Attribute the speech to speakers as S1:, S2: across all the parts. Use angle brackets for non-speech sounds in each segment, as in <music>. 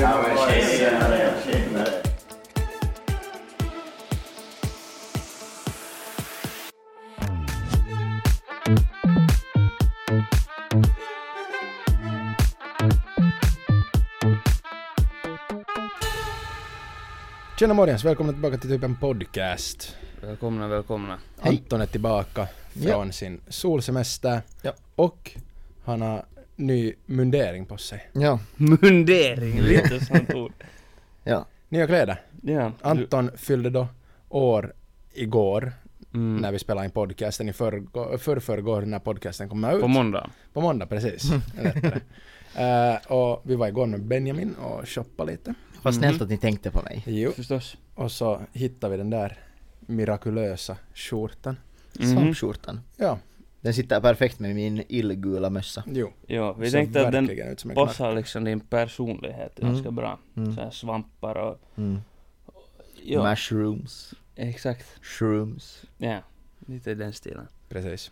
S1: Ja, men tjenare, tjenare.
S2: Tjena Morjens, välkomna tillbaka till typ en podcast.
S3: Välkomna, välkomna.
S4: Hej.
S2: Anton är tillbaka från sin solsemester
S4: Ja.
S2: och han har ny mundering på sig.
S4: Ja,
S3: Mundering, lite sånt ord.
S4: ja.
S2: Nya kläder.
S3: Ja. du-
S2: Anton fyllde då år igår
S3: Mm.
S2: när vi spelade in podcasten, i förrgår, förrförrgår när podcasten kommer ut.
S3: På Mm. måndag.
S2: På måndag, precis. Lättare. Eh, och vi var igår med Benjamin och shoppade lite.
S4: Vad
S3: Mhm.
S4: snällt att ni tänkte på mig.
S2: Jo.
S3: Förstås.
S2: Och så hittade vi den där mirakulösa skjortan. Mm.
S3: Mhm.
S4: Svampskjortan.
S2: Ja,
S4: Den sitter perfekt med min illgula mössa.
S2: jo.
S3: Ja, vi
S2: Ser
S3: tänkte att den
S2: verkligen ut som en knark.
S3: passar liksom din personlighet
S4: Mm.
S3: ganska bra.
S4: Mm.
S3: Så här svampar och...
S4: Mm.
S3: Ja,
S4: Mushrooms.
S3: exakt.
S4: Shrooms.
S3: Ja, lite i den stilen.
S2: Precis.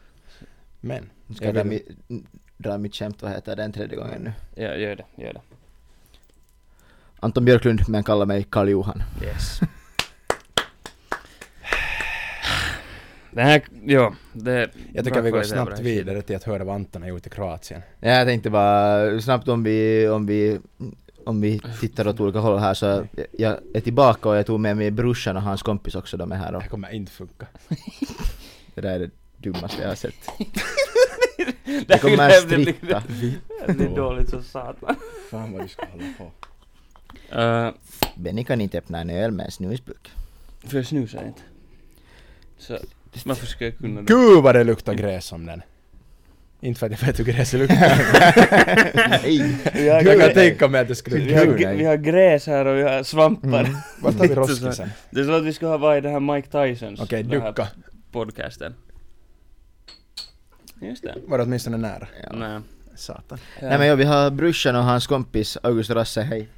S2: Men,
S4: Nu ska
S2: Jag
S4: jag dra,
S2: vill-
S4: mi, dra mitt skämt, vad heter den tredje gången nu?
S3: Ja, gör det, gör det.
S4: Anton Björklund, men kallar mig Karl Johan.
S3: Yes. <sighs> Det här, ja, det...
S2: jag
S3: bra
S2: tycker vi går
S3: kvalitet på
S2: snabbt
S3: det här
S2: vidare till att höra vad Anton har gjort i Kroatien.
S4: Ja, jag tänkte bara snabbt om vi, om vi, om vi tittar åt olika håll här så jag- jag är tillbaka och jag tog med mig brorsan och hans kompis också, de är här
S2: Det
S4: och
S2: här kommer inte funka.
S4: det där är det dummaste jag
S3: <laughs>
S4: har sett.
S3: skiten.
S4: Det kommer
S3: här
S4: att
S3: blir-
S4: stritta.
S3: Det blir dåligt som satan.
S2: Fan vad du ska hålla på.
S3: Eh,
S4: Benny kan inte öppna en öl med en snusburk.
S3: För jag snusar inte. Så varför ska jag kunna det?
S2: Gud vad det luktar gräs om den. Inte för att jag vet hur gräs luktar.
S4: Nej!
S3: Jag
S2: jag
S3: kan
S2: kan tänka mig att det skulle
S3: Vi har,
S2: lukta
S4: Gud,
S3: gr-
S4: nej.
S3: vi har gräs här och vi har svampar.
S4: Mm.
S2: Vart har vi
S3: Lite
S2: roskisen?
S3: <laughs> Det är så att vi ska ha vad är det här Mike Tysons
S2: Okej,
S3: den här
S2: ducka.
S3: podcasten. Just det.
S2: Var det åtminstone nära?
S4: Ja.
S3: Nej.
S2: <laughs> Satan.
S4: Nej men ja, vi har brorsan och hans kompis August Rasse, hej.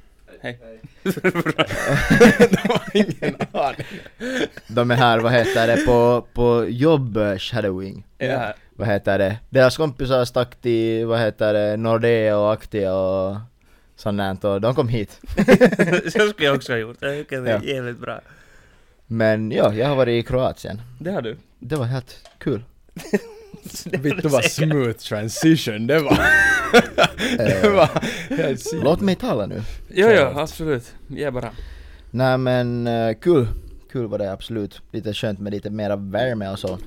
S3: Hej. <laughs>
S2: det var
S4: <laughs>
S2: ingen aning.
S4: De är här, vad heter det, på, på jobb eh, shadowing.
S3: Ja. <laughs>
S4: Vad heter det? Deras kompisar stack till, vad heter det, Nordea och Aktia och sånt där och de kom hit.
S3: Så skulle jag också ha gjort. Jag tycker det är jävligt bra.
S4: Men ja, jag har varit i Kroatien.
S3: Det har du.
S4: Det var helt kul.
S3: Det har
S2: Vittu
S3: du
S2: vad
S3: säkert.
S2: smooth transition det var. <laughs> det var helt sinnessjukt.
S4: Eh, Låt mig tala nu.
S3: Jo, jo, absolut. Ja, bara.
S4: Nej men eh, kul. Kul var det absolut. Lite skönt med lite mera värme och så.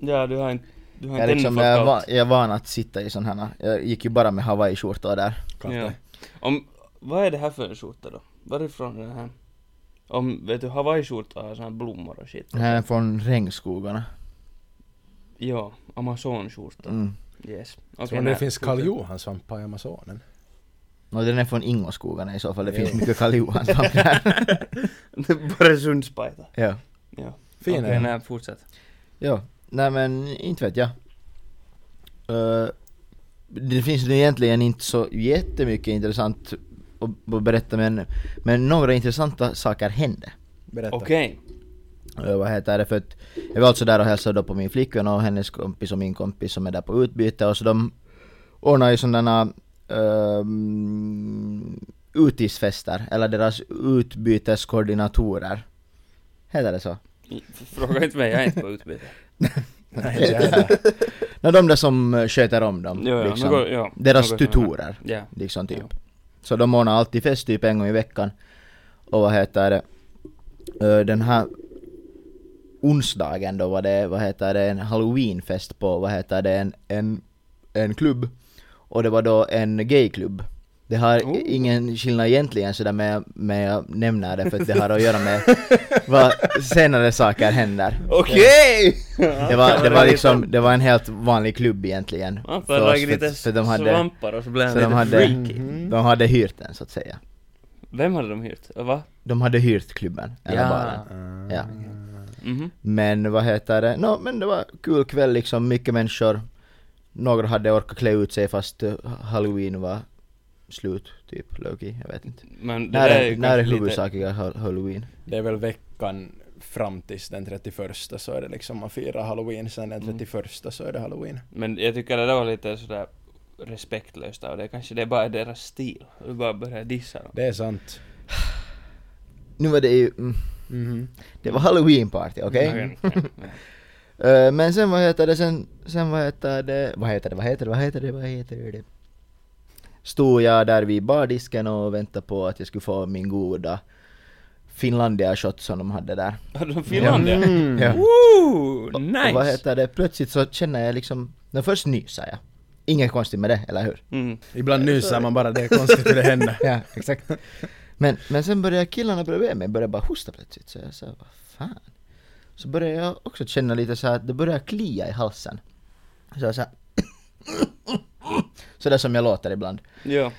S3: Ja, du har inte... Du har
S4: Jag,
S3: inte
S4: liksom,
S3: ännu
S4: jag, är
S3: fått
S4: van,
S3: allt.
S4: jag är van att sitta i sån här. Jag gick ju bara med hawaiiskjortor där.
S3: Ja. Om, vad är det här för en skjorta då? Varifrån är den här? Om, vet du, hawaiiskjorta har såna här blommor och shit.
S4: Den här är från regnskogarna.
S3: Ja, amazonskjorta.
S4: Mm.
S3: Yes.
S2: Tror ni det finns Karl
S3: <laughs>
S2: Johan-svampar i Amazonen?
S4: Och den är från Ingoskogarna i så fall, det
S2: Jo.
S4: finns mycket Karl Johan där.
S3: Borresundspajta.
S4: <laughs> Ja.
S3: Ja.
S2: Fin
S3: Okej,
S2: är den.
S3: nej, fortsätt.
S4: ja. Nej men, inte vet jag. Eh, det finns nu egentligen inte så jättemycket intressant att att berätta men, men några intressanta saker hände.
S2: Berätta.
S3: Okej.
S4: Eh, vad heter det, för att jag var alltså där och hälsade då på min flickvän och hennes kompis och min kompis som är där på utbyte och så de ordnar ju sådana um, utisfester, eller deras utbyteskoordinatorer. Heter det så?
S3: I- Fråga inte mig, jag är inte på utbyte.
S2: Nej, inte jag heller.
S4: Nej, de där som eh, sköter om dem,
S3: Jo, jo,
S4: liksom.
S3: något- ja,
S4: Deras
S3: något sånt
S4: tutorer, <laughs>
S3: här. Ja.
S4: liksom typ.
S3: Ja.
S4: Så de ordnar alltid fest typ en gång i veckan. Och vad heter det? Eh, Den här onsdagen då var det, vad heter det, en halloweenfest på, vad heter det, en, en, en klubb. Och det var då en gayklubb. Det har
S3: Oh.
S4: ingen skillnad egentligen sådär men, men jag nämner det för att det har att
S3: <laughs>
S4: göra med vad senare saker händer.
S3: Okej!
S4: Det var, det var liksom, det var en helt vanlig klubb egentligen.
S3: Man
S4: för oss,
S3: får lägga lite
S4: att- för de hade,
S3: svampar och så blir han
S4: för
S3: lite
S4: de
S3: freak.
S4: hade,
S2: Mhm.
S4: de hade hyrt den så att säga.
S3: Vem hade de hyrt? Va?
S4: De hade hyrt klubben, eller
S3: Ja.
S4: baren. Ja.
S3: Mhm.
S4: Men vad heter det, no, men det var kul kväll liksom, mycket människor. Några hade orkat klä ut sig fast eh, halloween var slut, typ, Loki, jag vet inte.
S3: Men det
S4: När
S3: där är ju
S4: är, när är
S3: kanske lite-
S4: huvudsakliga ha- halloween?
S2: Det är väl veckan fram tills den 31 så är Mm. det liksom man firar halloween, sen den 31 så är det halloween.
S3: Men jag tycker det där var lite sådär respektlöst av det. Kanske det är bara deras stil. Du bara börjar dissa dem.
S2: Det är sant.
S4: Nu var det ju... Mm,
S2: Mhm.
S4: det var halloween-party, okej? <laughs> Eh, men sen vad heter det, sen, sen vad heter det, vad heter det, vad heter det, vad heter det, vad heter det? Stod jag där vid bardisken och väntade på att jag skulle få min goda Finlandia-shot som de hade där.
S3: Har de Finland det?
S2: Mm.
S4: Ja.
S3: Woo!
S4: Och vad
S3: Nice!
S4: heter det, plötsligt så känner jag liksom, när först nyser jag. Inget konstigt med det, eller hur?
S3: Mm.
S2: Ibland nyser man bara, det är konstigt hur det händer.
S4: Ja, exakt. Men, men sen började killarna bredvid mig börja bara hosta plötsligt, så jag sa vad fan? Så började jag också känna lite så här att det började klia i halsen. Så jag sa <sniffs> så där som jag låter ibland.
S3: Ja.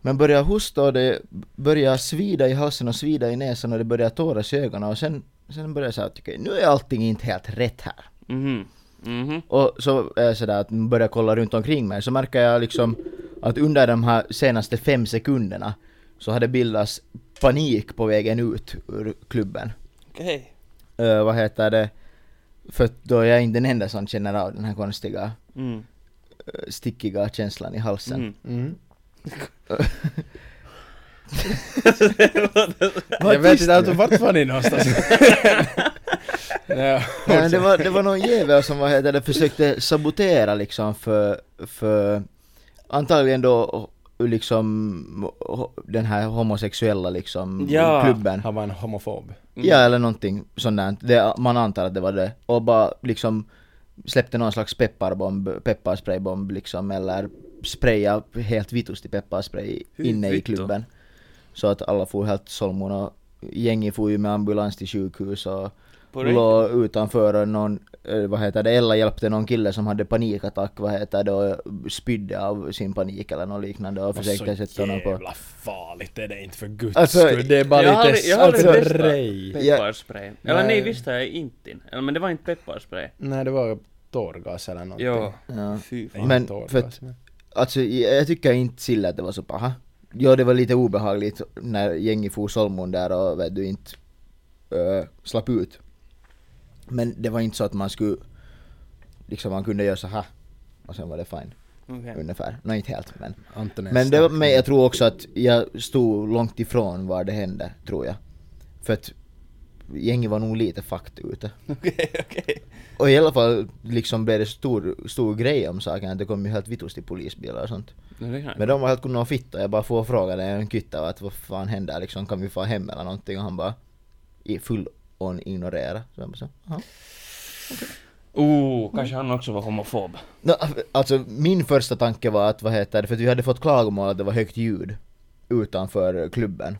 S4: Men började hosta och det började svida i halsen och svida i näsan och det började tåras i ögonen och sen, sen började jag säga att okej, nu är allting inte helt rätt här.
S3: Mhm. Mhm.
S4: Och så är jag sådär att börjar kolla runt omkring mig så märker jag liksom att under de här senaste fem sekunderna så har det bildats panik på vägen ut ur klubben.
S3: Okej.
S4: Eh, vad heter det? För att då är jag inte den enda som känner av den här konstiga
S3: Mm.
S4: eh, stickiga känslan i halsen.
S3: Mm.
S2: Mm.
S4: Vad
S2: Jag vet
S4: tyst
S2: inte,
S4: du
S2: att- vart var ni <laughs> någonstans? ja.
S4: Nej, <laughs> men det, var, det var någon jävel som vad heter det, försökte sabotera liksom för, för antagligen då liksom ho- den här homosexuella liksom
S3: Ja.
S4: klubben.
S2: Han var en homofob.
S3: Mm.
S4: Ja eller någonting sånt där. Det, man antar att det var det. Och bara liksom släppte någon slags pepparbomb, pepparspraybomb liksom eller spraya helt vittust i pepparspray
S3: Hur
S4: inne i
S3: vittu?
S4: klubben. Så att alla får helt solmon och gänget får ju med ambulans till sjukhus och
S3: På
S4: låg utanför och någon, eh, vad heter det, Ella hjälpte någon kille som hade panikattack, vad heter det, och spydde av sin panik eller något liknande och försökte sätta honom på...
S2: jävla farligt är det inte för guds
S4: Alltså,
S2: skull. Det är bara
S3: jag har aldrig-
S2: lite
S3: jag har aldrig
S2: alltså,
S3: testat.
S2: rej.
S3: Pepparspray. Eller nej,
S2: Nej.
S3: visst har jag inte. Eller men det var inte pepparspray.
S2: Nej, det var tårgas eller någonting.
S3: Ja.
S4: Ja.
S3: Fy fan.
S2: Inte
S4: Men
S2: tårgas,
S4: för att- Alltså jag jag tycker inte Silla att det var så paha. Ja det var lite obehagligt när gänget for Solmon där och vet du inte eh, slapp ut. Men det var inte så att man skulle, liksom man kunde göra så här och sen var det fine,
S3: Okej.
S4: ungefär. Nej inte helt men.
S2: Anton är
S4: Men det var,
S2: stark.
S4: men jag tror också att jag stod långt ifrån var det hände, tror jag. För att gänget var nog lite fakt ute.
S3: Okej, okej.
S4: Och i alla fall liksom blev det stor, stor grej om saken, att det kom ju helt vittust i polisbilar och sånt.
S3: Nu är det klart.
S4: Men de var helt kunna fitta, jag bara får och frågade en kytta att vad fan händer liksom, kan vi få hem eller någonting? Och han bara i full on ignorera. Så jag bara så, "Jaha."
S3: Oh, kanske han också var homofob.
S4: Nå, alltså min första tanke var att vad heter det, för att vi hade fått klagomål att det var högt ljud utanför klubben.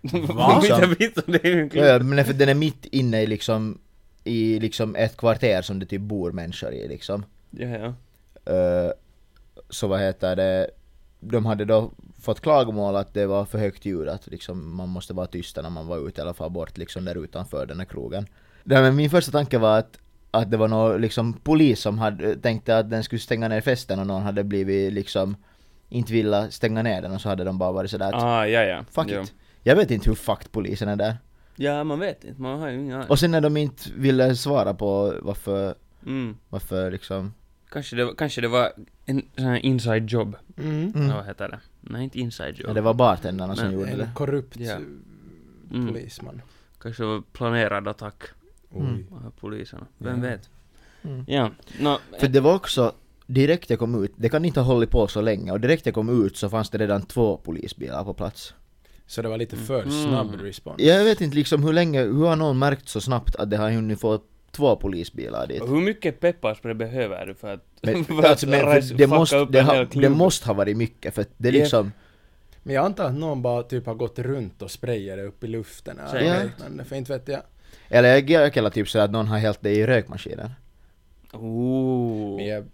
S3: <laughs> Va? Jag vet inte, det är ju en
S4: Ja,
S3: klubb.
S4: ja, men för den är mitt inne i liksom, i liksom ett kvarter som det typ bor människor i liksom.
S3: Ja, ja.
S4: Eh, så vad heter det, de hade då fått klagomål att det var för högt ljud, att liksom man måste vara tysta när man var ute eller far bort liksom där utanför den här krogen. Nej, men min första tanke var att, att det var någon liksom polis som hade, tänkte att den skulle stänga ner festen och någon hade blivit liksom inte vilja stänga ner den och så hade de bara varit sådär att
S3: Ah, ja, ja.
S4: fuck
S3: Ja.
S4: it. Jag vet inte hur fucked polisen är där.
S3: Ja, man vet inte. Man har ju ingen aning.
S4: Och sen när de inte ville svara på varför,
S3: Mm.
S4: varför liksom...
S3: Kanske det, var- kanske det var en sån här inside job.
S2: Mm.
S4: Mm.
S3: Eller vad heter det? Nej, inte inside job.
S4: Ja, det var bartendrarna som
S3: Men-
S4: gjorde det.
S2: En korrupt
S3: Ja.
S2: eh,
S3: Mm.
S2: polisman.
S3: Kanske det var planerad attack
S2: Oj.
S3: av poliserna. Vem
S2: Ja.
S3: vet?
S4: Mm.
S3: Ja, nå,
S4: För det var också, direkt jag kom ut, det kan inte ha hållit på så länge, och direkt jag kom ut så fanns det redan två polisbilar på plats.
S2: Så det var lite för
S3: Mm.
S2: snabb respons.
S4: Jag vet inte liksom hur länge, hur har någon märkt så snabbt att det har hunnit få två
S3: <laughs>
S4: polisbilar dit?
S3: hur mycket pepparspray behöver du för att... <laughs>
S4: Men,
S3: för att
S4: alltså, men
S3: ras-
S4: för det,
S3: fucka
S4: måste,
S3: upp
S4: det,
S3: en
S4: ha,
S3: hel
S4: det
S3: klubb?
S4: måste ha varit mycket, för att det är
S3: Ja.
S4: liksom...
S2: Men jag antar att någon bara typ har gått runt och sprayat det upp i luften eller
S3: Säkert.
S2: något liknande, för inte vet jag.
S4: Eller jag jag kallar typ så att någon har hällt det i rökmaskinen.
S2: Men
S3: Oh.
S2: jag,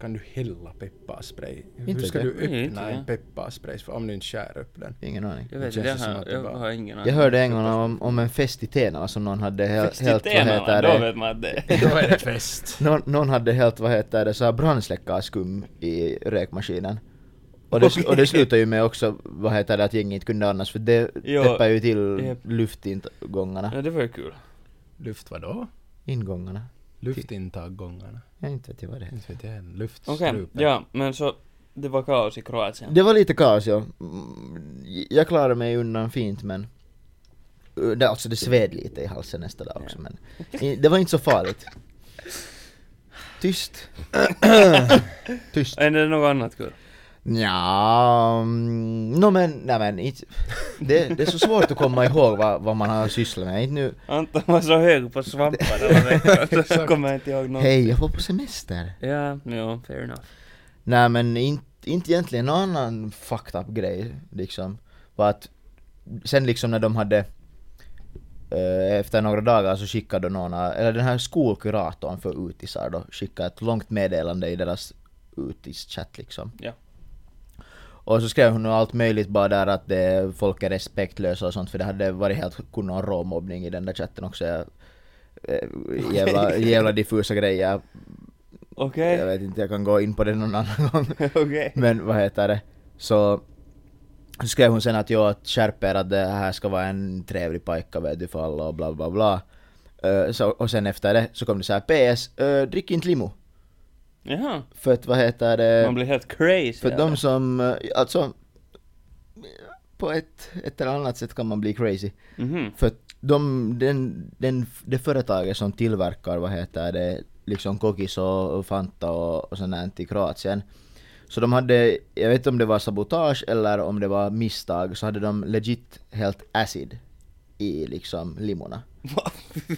S2: kan du hälla pepparspray?
S4: Inte
S2: Hur ska
S4: det.
S2: du
S3: Nej, inte
S2: öppna
S3: jag.
S2: en pepparspray för- om du inte skär upp
S4: <laughs>
S2: den?
S4: Ingen aning.
S3: Jag
S2: Det
S3: vet
S2: känns
S3: inte, jag
S2: ju som
S3: har,
S2: att det
S3: jag
S2: bara-
S3: har ingen aning.
S4: Jag hörde en gång
S3: <laughs>
S4: om, om en fest i Tenala som någon hade helt, helt vad
S3: Festitenarna,
S4: heter
S3: Då
S4: det,
S3: vet man att det...
S4: <laughs>
S2: Då är det fest.
S4: någon, någon hade helt, vad heter det, så här brandsläckarskum i rökmaskinen. Och det, och det slutade ju med också, vad heter det, att gänget inte kunde annars för det
S3: Ja,
S4: täppar ju till
S3: japp.
S4: luftintångarna,
S3: Ja, det var ju kul.
S2: Luft vadå?
S4: ingångarna.
S2: Luftintaggångarna.
S4: Jag vet inte vet jag vad det heter.
S2: Inte vet jag än.
S3: Okej,
S2: Luftstrupen.
S3: ja, men så det var kaos i Kroatien.
S4: Det var lite kaos ja. Mm, Jag klarade mig undan fint men... Uh, det- Alltså det sved lite i halsen nästa dag också men... i- Det var inte så farligt. Tyst. Tyst.
S3: Är det något annat kul?
S4: Nja, mm, no men, nej men inte, det, det är så svårt att komma ihåg vad, vad man har sysslat med. Inte nu,
S3: Anton var så hög på svampar hela veckan, så kommer jag inte ihåg något.
S4: hej jag var på semester.
S3: Ja, ja, fair enough.
S4: Nej men inte, inte egentligen någon annan fucked up grej liksom. Var att sen liksom när de hade eh, efter några dagar så skickade någon, av- eller den här skolkuratorn för utisar då, skickade ett långt meddelande i deras utischatt liksom.
S3: Ja.
S4: Och så skrev hon allt möjligt bara där att det, folk är respektlösa och sånt för det hade varit helt kunna råmobbning i den där chatten också. Jag, eh, jävla, jävla diffusa grejer. Jag
S3: Okej,
S4: vet inte, jag kan gå in på det någon annan gång.
S3: <laughs> okej.
S4: Men vad heter det? Så så skrev hon sen att jag skärper att det här ska vara en trevlig pojke vet du för alla och bla bla bla. Eh, så, och sen efter det så kom det så här PS, eh, drick inte limo.
S3: Jaha,
S4: För att vad heter det?
S3: man blir helt crazy.
S4: Eh, För
S3: eller?
S4: de som, eh, alltså på ett, ett eller annat sätt kan man bli crazy.
S3: Mhm. <laughs>
S4: För att de, den, den, det företaget som tillverkar, vad heter det, liksom kokis och och Fanta och, och sånt där i Kroatien. Så de hade, jag vet inte om det var sabotage eller om det var misstag, så hade de legit helt acid i liksom limorna.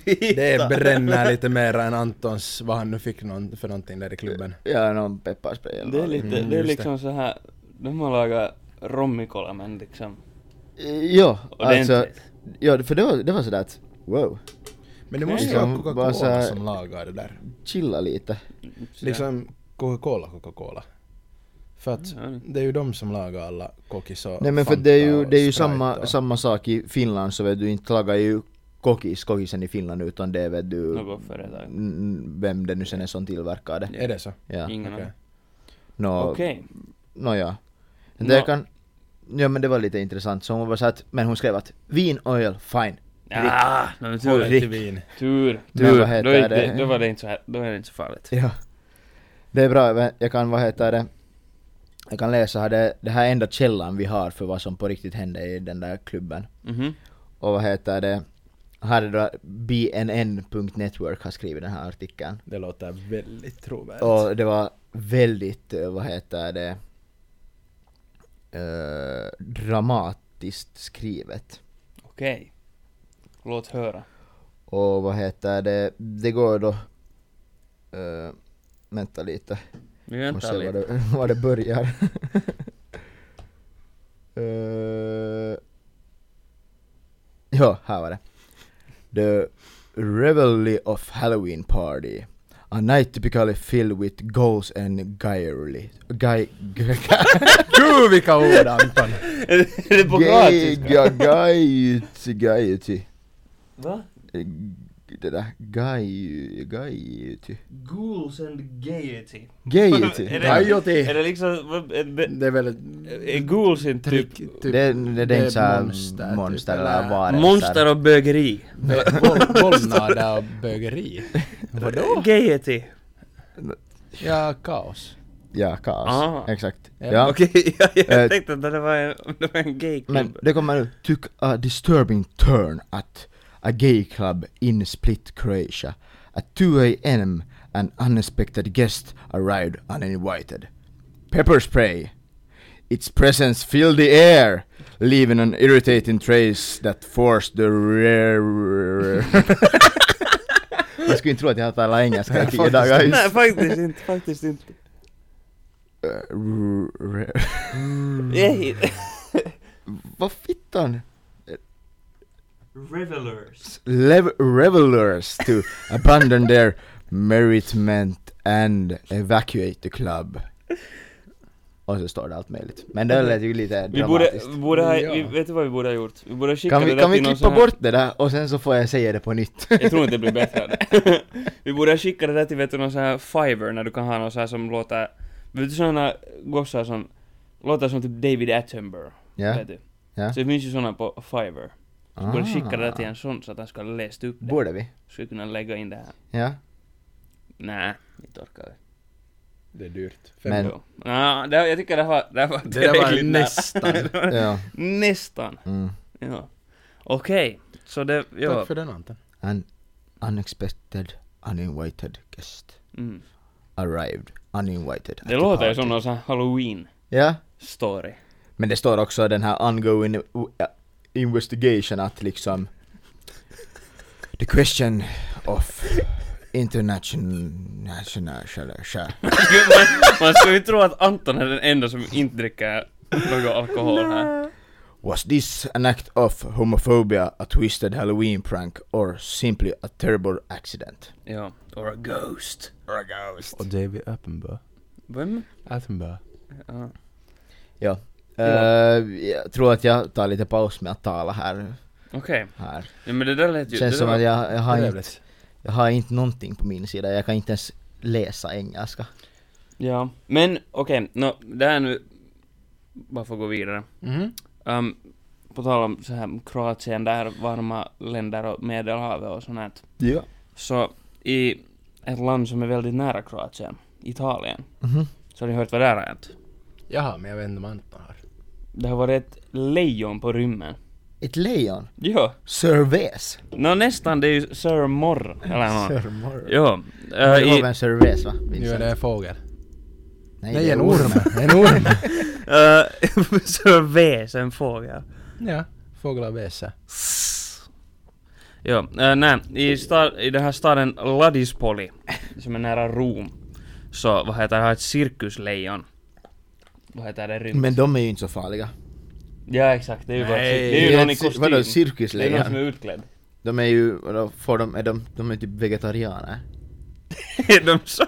S2: Det bränner lite mer än Antons, vad han nu fick någon, för någonting där i klubben.
S4: Ja, någon pepparspray eller
S3: Det är
S4: något.
S3: lite,
S2: Mm,
S3: det är
S2: just det.
S3: liksom så här, de har lagat rommikola men liksom
S4: Ja, alltså.
S3: ordentligt.
S4: Ja, för det var, det var sådär att, wow,
S2: Men det måste ju
S4: Liksom,
S2: vara Coca-Cola
S4: bara så här-
S2: som lagar det där.
S4: chilla lite.
S3: Så-
S2: Liksom Coca-Cola, Coca-Cola. För att
S3: Ja.
S2: det är ju de som lagar alla kokis och
S4: Nej men för
S2: Fanta
S4: det är ju,
S2: och
S4: det är ju
S2: Sprite
S4: samma,
S2: och-
S4: samma sak i Finland så vet du, inte lagar ju kokis, kokisen i Finland utan det är vet du
S3: Något företag.
S4: n- vem det nu sen är som tillverkar det.
S2: Är det så?
S4: Ja.
S3: Ingen
S2: Okej.
S3: aning.
S4: Nå,
S3: Okej.
S4: nåja. Men Det
S3: Nå.
S4: kan... Ja men det var lite intressant, så hon var så att, men hon skrev att vin, öl, fine.
S3: Ah, men tur.
S2: Till vin.
S3: Tur.
S4: Men
S3: Tur.
S4: vad heter
S3: Då, gick det,
S4: det?
S3: då var det inte så här, då var det inte så farligt.
S4: Ja. <laughs> Det är bra, men jag kan, vad heter det, jag kan läsa här, det, det här är enda källan vi har för vad som på riktigt hände i den där klubben.
S3: Mhm.
S4: Och vad heter det, här är det då bnn.network har skrivit den här artikeln.
S2: Det låter väldigt trovärdigt.
S4: Och det var väldigt, eh, vad heter det, eh, dramatiskt skrivet.
S3: Okej. Låt höra.
S4: Och vad heter det, det går då, eh, vänta lite,
S3: Vi
S4: måste
S3: väntar
S4: se var
S3: lite.
S4: det, <laughs> var det börjar. Eh, ja, här var det. The Revelry of Halloween Party. A night typically filled with goals and guile. Guy, guy,
S2: Gud vilka ord
S4: <laughs>
S2: Anton!
S3: Är det på kroatiska?
S4: Gaiti, gaiti.
S3: Va?
S4: Det där, gai- gaiti.
S3: Ghouls and gaiety.
S4: Gaiti.
S3: Är det-
S2: Coyote!
S3: Är det liksom, vad- är det-
S2: Det är väl ett
S3: är ghouls inte typ
S2: trick,
S4: Det,
S2: typ.
S4: det, det är inte såhär
S2: monster, typ,
S4: monster
S2: eller-
S4: eller varelser.
S3: monster och bögeri?
S2: <laughs> Boll- Bollnada och bögeri. Vadå?
S3: Gaiety.
S2: Ja, kaos.
S4: Ja, kaos.
S3: Ah.
S4: Exakt.
S2: Ja.
S4: Ja.
S3: Okej, <laughs> jag,
S4: Eh,
S3: jag tänkte att det var en, om det var en gayklubb.
S4: Men det kommer nu. Took a disturbing turn at a gay club in Split, Croatia. At 2 a.m. an unexpected guest arrived uninvited. Pepper spray. Its presence filled the air, leaving an irritating trace that forced the rare... <laughs> Man skulle inte tro att jag talar engelska i tio dagar. <laughs>
S3: Nej, faktiskt inte, faktiskt inte.
S4: Eh, r- r- Mm.
S3: Ej,
S4: Vad fittan? <laughs>
S3: Revelers.
S4: lev- revelers to
S3: <laughs>
S4: abandon their meritment and evacuate the club. Och så står det allt möjligt. Men det lät ju lite
S3: Mm. Vi borde,
S4: dramatiskt.
S3: borde ha,
S2: Ja.
S3: vi, vet du vad vi borde ha gjort? Vi borde ha skickat
S4: Kan vi,
S3: det där
S4: kan vi
S3: till någon
S4: klippa
S3: sån här,
S4: bort det där och sen så får jag säga det på nytt? <laughs>
S3: Jag tror inte det blir bättre av det. <laughs> Vi borde ha skickat det där till vet du, någon sån här Fiverr när du kan ha någon sån här som låter... Vet du såna gossar som låter som typ David Attenborough?
S4: Ja.
S3: Vet du?
S4: Ja. Ah.
S3: Så det finns ju såna på Fiverr. Vi borde skicka det där till en sån så att han ska ha läst upp det.
S4: Borde vi?
S3: <laughs> Så vi kunna lägga in det här.
S4: Ja.
S3: Nej, inte orkar vi.
S2: Det är dyrt.
S4: Men-
S3: Jo. Nja, det, jag tycker det här var, <laughs> det här var
S1: Det där var
S3: tillräckligt nära.
S1: nästan.
S4: Ja.
S3: Nästan.
S4: Mm.
S3: Ja. Okej, så det, ja.
S2: Tack för den Anton.
S4: An unexpected, uninvited guest
S3: Mm.
S4: arrived. Uninvited. at
S3: Det
S4: the
S3: låter ju
S4: party.
S3: som någon sån här <laughs> halloween-story.
S4: Ja. Men det står också den här ongoing uh, investigation att liksom The question of international... national- national-
S3: Man skulle ju tro att Anton är den enda som inte dricker någon alkohol här.
S4: Was this an act of homophobia, a twisted halloween prank or simply a terrible accident?
S3: Ja. Or a ghost.
S4: Or a ghost.
S2: Och David Attenborough.
S3: Vem?
S2: Attenborough.
S3: Ja.
S4: Ja. Eh, jag tror att jag tar lite paus med att tala här.
S3: Okej.
S4: här.
S3: Ja, men det där lät ju...
S4: Känns
S3: det
S4: som
S3: där
S4: att
S3: var-
S4: jag, jag, har inte,
S2: Trevligt.
S4: jag har inte någonting på min sida, jag kan inte ens läsa engelska.
S3: Ja. Men okej, nå, det här nu... Bara för att gå vidare.
S2: Mhm.
S3: Um, på tal om så här Kroatien, där varma länder och Medelhavet och sånt här.
S4: Ja.
S3: Så i ett land som är väldigt nära Kroatien, Italien,
S4: Mhm.
S3: så har ni hört vad där har hänt?
S2: Jaha, men jag vet inte om Anton har.
S3: Det har varit ett lejon på rymmen.
S4: Ett lejon?
S3: Jo.
S4: Cervez?
S3: Nå nästan, det är ju Sir Morr eller nåt.
S2: Sir Morris.
S3: Jo.
S4: Det
S3: Äh,
S4: var väl
S3: i,
S4: en cervez va?
S2: Nu är
S4: Vincent?
S2: det en fågel.
S4: Nej,
S2: Nej, en orm. En orm.
S3: äh, <laughs> Sir Ves, en fågel.
S2: Ja, fåglar väser.
S3: Jo, äh, nej, i, sta- i den här staden Ladispoli, som är nära Rom, så vad heter det, har ett cirkuslejon. Vad heter det, rymt?
S4: Men de är ju inte så farliga.
S3: Ja exakt, det är ju bara,
S2: Nej.
S3: det är ju någon i
S4: Ett cir- Vadå,
S3: kostym. Det är någon som är
S4: cirkuslejon?
S3: utklädd.
S4: De är ju, vadå, får de, är de, de är typ vegetarianer.
S3: <laughs> de så...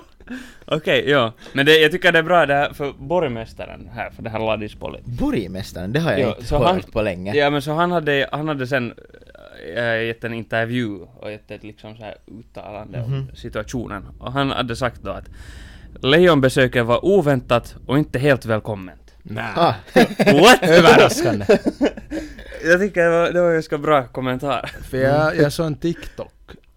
S3: Okej, ja. Men det, jag tycker det är bra det här för borgmästaren här, för det här Ladispoli.
S4: Borgmästaren, det har jag
S3: Jo,
S4: inte
S3: så
S4: hört
S3: han-
S4: på länge.
S3: Ja men så han hade, han hade sen äh, gett en intervju och gett ett liksom så här uttalande om situationen. Och han hade sagt då att lejonbesöket var oväntat och inte helt välkommet.
S2: <laughs> Nej.
S4: Ah,
S3: What?
S2: Överraskande.
S3: <laughs> jag tycker det var, det var en ganska bra kommentar.
S2: För jag, jag såg en TikTok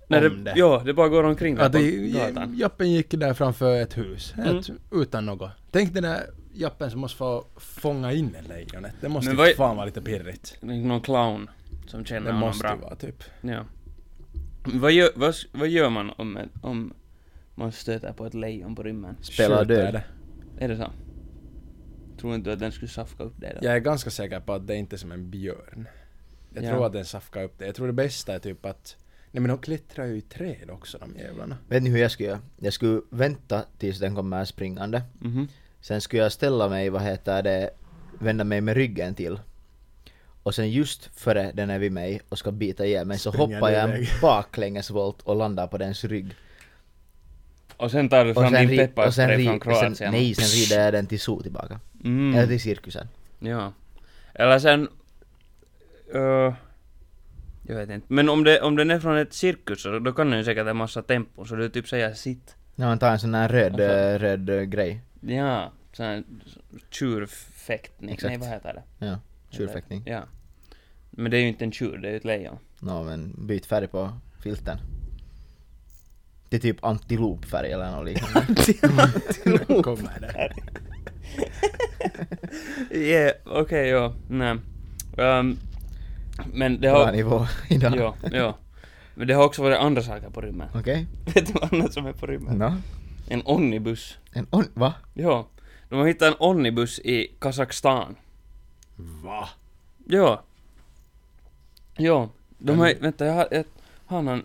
S3: Nej,
S2: om
S3: det,
S2: det.
S3: ja, det bara går omkring där
S2: Att
S3: på
S2: det,
S3: gatan. Mm.
S2: jappen gick där framför ett hus, helt utan något. Tänk den där jappen som måste få fånga in en lejonet. Det måste
S3: Men vad
S2: ju
S3: är-
S2: fan vara lite pirrigt.
S3: Någon clown som känner
S2: Det
S3: honom
S2: måste
S3: bra.
S2: ju vara typ.
S3: Ja. Vad gör, vad, s- vad gör man om, ett- om man stöter på ett lejon på rymmen?
S4: Spela
S2: Skjuta
S4: död.
S2: det.
S3: Är det så? Tror inte du att den skulle safka upp dig då?
S2: Jag är ganska säker på att det inte är som en björn. Jag
S3: Ja.
S2: tror att den safkar upp det. Jag tror det bästa är typ att... Nej men de klättrar ju i träd också de jävlarna. <laughs>
S4: Vet ni hur jag skulle göra? Jag skulle vänta tills den kommer springande.
S3: Mhm.
S4: Sen skulle jag ställa mig, vad heter det, vända mig med ryggen till. Och sen just före den är vid mig och ska bita ihjäl mig så
S2: Springer
S4: hoppar
S2: du
S4: jag en
S2: iväg. <laughs>
S4: baklängesvolt och landar på dens rygg.
S3: Och sen tar du
S4: Och
S3: fram
S4: sen,
S3: din
S4: ri- och sen,
S3: pepparspray
S4: ri-
S3: från
S4: och sen,
S3: Kroatien.
S4: nej, sen rider jag den till zoo tillbaka. Eller
S3: Mm.
S4: till cirkusen.
S3: Ja. Eller sen... eh, jag vet inte. Men om, det, om den är från ett cirkus så då kan den ju säkert ha massa tempo så du typ säger sitt.
S4: När man tar en sån här röd,
S3: Alltså-
S4: eh, röd eh, grej.
S3: Ja. Sån här tjurfäktning.
S4: Exakt.
S3: Nej vad heter det?
S4: Ja, tjurfäktning.
S3: Ja. Men det är ju inte en tjur, det är ju ett lejon.
S4: Nå men byt färg på filten. Det är typ antilopfärg eller något liknande.
S2: Kommer där.
S3: Yeah, okej, ja, nej. Ehm, men det
S4: Bra <laughs>
S3: har...
S4: nivå idag.
S3: Ja, ja. Men det har också varit andra saker på rymmen. <laughs>
S4: Okej.
S3: Vet du vad annat som är på rymmen?
S4: Nå.
S3: En omnibus.
S4: En on... Va?
S3: Ja. De har hittat en omnibus i Kazakstan.
S2: Va?
S3: Ja. Ja. De har...
S4: Mm.
S3: Vänta, jag har... Jag har någon...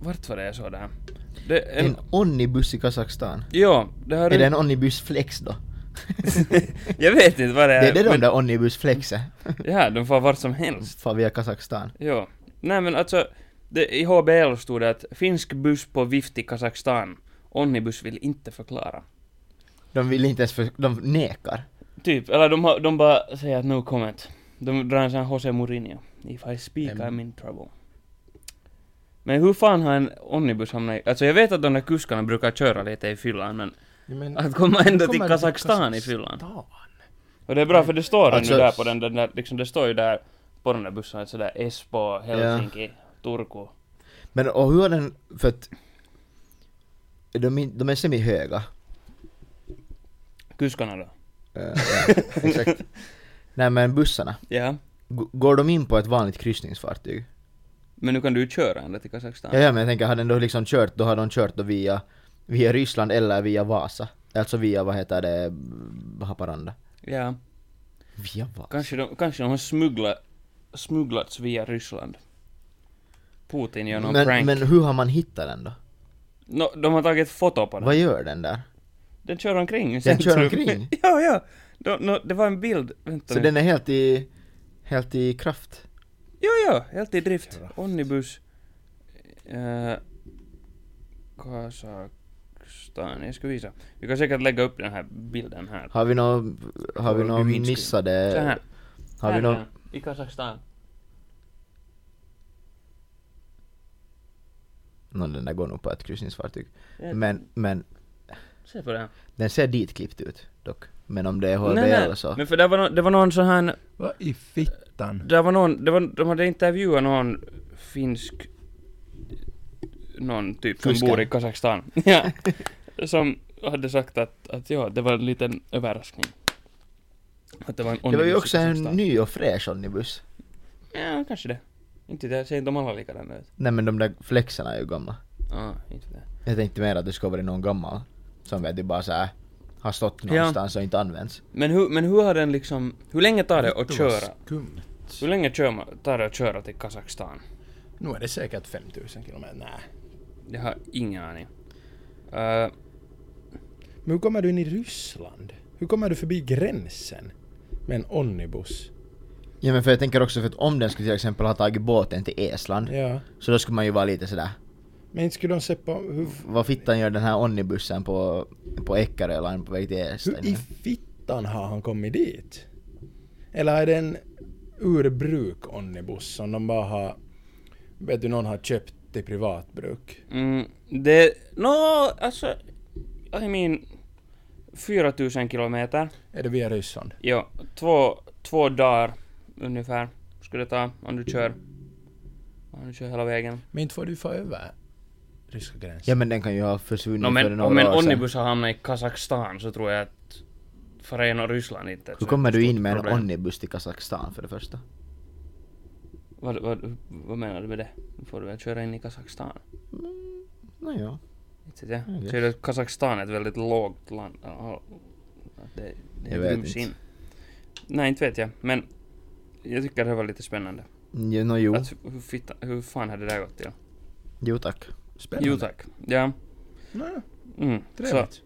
S3: Vart var det jag såg det här? Det, en,
S4: En omnibus i Kazakstan.
S3: Ja, det har...
S4: Är det en omnibus flex då?
S3: jag vet inte vad det är.
S4: Det är det de
S3: men-
S4: där omnibus flexer.
S3: Ja, de får vart som helst.
S4: Fan via Kazakstan.
S3: Ja. Nej men alltså, det, i HBL stod det att finsk buss på vift i Kazakstan. Omnibus vill inte förklara.
S4: De vill inte ens för... De nekar.
S3: Typ, eller de, har- de bara säger att no comment. De drar en sån här Jose Mourinho. If I speak
S2: Mm.
S3: I'm in trouble. Men hur fan har en omnibus hamnat i... Alltså jag vet att de där kuskarna brukar köra lite i fyllan men
S2: Ja, men,
S3: att komma ända Mm. till
S2: Kommer
S3: Kazakstan i fyllan.
S2: Kazakstan?
S3: Och det är bra för det står
S4: Alltså-
S3: nu där på den, den där, liksom det står ju där på den där bussen att sådär Espoo, Helsinki, Turku.
S4: Men och hur har den... För att... de, är- de är semihöga.
S3: Kuskarna då?
S4: Eh, ja, exakt. Nej men bussarna,
S3: Ja.
S4: G- går de in på ett vanligt kryssningsfartyg?
S3: Men nu kan du ju köra ända till Kazakstan.
S4: Ja, ja men jag tänker, hade de då liksom kört, då har de kört då via, via Ryssland eller via Vasa. Alltså via, vad heter det, Haparanda.
S3: ja.
S4: Via Vasa?
S3: Kanske de, kanske de har smugglat, smugglats via Ryssland. Putin gör någon
S4: men,
S3: prank.
S4: men hur har man hittat den då?
S3: Nå, de har tagit ett foto på den.
S4: Vad gör den där?
S3: Den kör omkring i
S4: Den kör
S3: centrum.
S4: omkring?
S3: <laughs> ja, ja. Då, nå, det var en bild. Vänta
S4: Så
S3: nu.
S4: den är helt i, helt i kraft?
S3: Ja, ja. Helt i drift. Omnibus. Eh, Kazakstan. Jag ska visa. Vi kan säkert lägga upp den här bilden här.
S4: Har vi någon, har vi
S3: På
S4: någon
S3: windscreen. Så
S4: missade,
S3: här.
S4: har vi
S3: Här
S4: någon,
S3: är den, I Kazakstan.
S4: någon den där går nog på ett kryssningsfartyg.
S3: Ja,
S4: Men, men
S3: Se på den.
S4: den ser ditklippt ut dock. Men om det är alltså. HBL
S3: Nej, nej.
S4: och så.
S3: Men för det var, nå- det var någon sån här...
S2: Vad i fittan?
S3: Det var någon, det var, de hade intervjuat någon finsk... Någon typ som
S4: Kuskare.
S3: bor i
S4: <laughs>
S3: Kazakstan. ja. Som hade sagt att, att ja, det var en liten överraskning. Att det var en
S4: Det var
S3: omnibus
S4: ju
S3: i
S4: också en
S3: Kazakstan.
S4: ny och fräsch omnibus.
S3: Ja, kanske det. Inte det, jag säger inte om alla likadana ut.
S4: Nej men de där flexarna är ju gamla.
S3: Ja, inte det.
S4: Jag tänkte mer att det skulle vara någon gammal. Som vet du bara såhär, har stått
S3: Ja.
S4: någonstans och inte använts.
S3: Men hur, men hur har den liksom... Hur länge tar det att
S2: var
S3: köra?
S2: skumt.
S3: Hur länge kör man, tar det att köra till Kazakstan?
S2: Nu är det säkert 5000 kilometer. Nej.
S3: Jag har ingen aning. Eh,
S2: Men hur kommer du in i Ryssland? Hur kommer du förbi gränsen? Med en omnibus?
S4: Ja men för jag tänker också för att om den skulle till exempel ha tagit båten till Estland.
S2: Ja.
S4: Så då skulle man ju vara lite sådär,
S2: Men inte skulle de släppa... Hur,
S4: vad fittan gör den här omnibussen på, på Eckerö Line på väg till Estland?
S2: hur i fittan har han kommit dit? Eller är det en urbruk omnibus som de bara har... Vet du, någon har köpt till privatbruk?
S3: Mm, det... Nå, alltså... I mean... 4000 kilometer.
S2: Är det via Ryssland?
S3: Ja, två, två dagar ungefär skulle det ta om du kör. Om du kör hela vägen.
S2: Men inte får du få över ryska gränsen?
S4: Ja men den kan ju ha försvunnit
S3: Nå,
S4: för
S3: men om
S4: några
S3: en
S4: år sedan.
S3: omnibus har hamnat i Kazakstan så tror jag att Förena Ryssland inte... är ett
S4: Hur
S3: så
S4: kommer du
S3: stort
S4: in med en
S3: problem.
S4: omnibus till Kazakstan för det första?
S3: Vad, vad, vad menar du med det? Då får du väl köra in i Kazakstan?
S4: Nåja.
S3: Inte vet jag.
S2: Mm.
S4: guess.
S3: Ser du att Kazakstan är ett väldigt lågt land? oh, Ja, att Det, det
S4: Jag
S3: är
S4: vet
S3: grymt
S4: inte.
S3: in. Nej, inte vet jag. Men jag tycker det här var lite spännande.
S4: Ja, nå jo.
S3: Att, hur, fitta, hur fan hade det där gått till?
S4: Jo tack.
S2: Spännande.
S3: Jo tack. Ja.
S2: Nej,
S3: Mm. Så
S2: trevligt.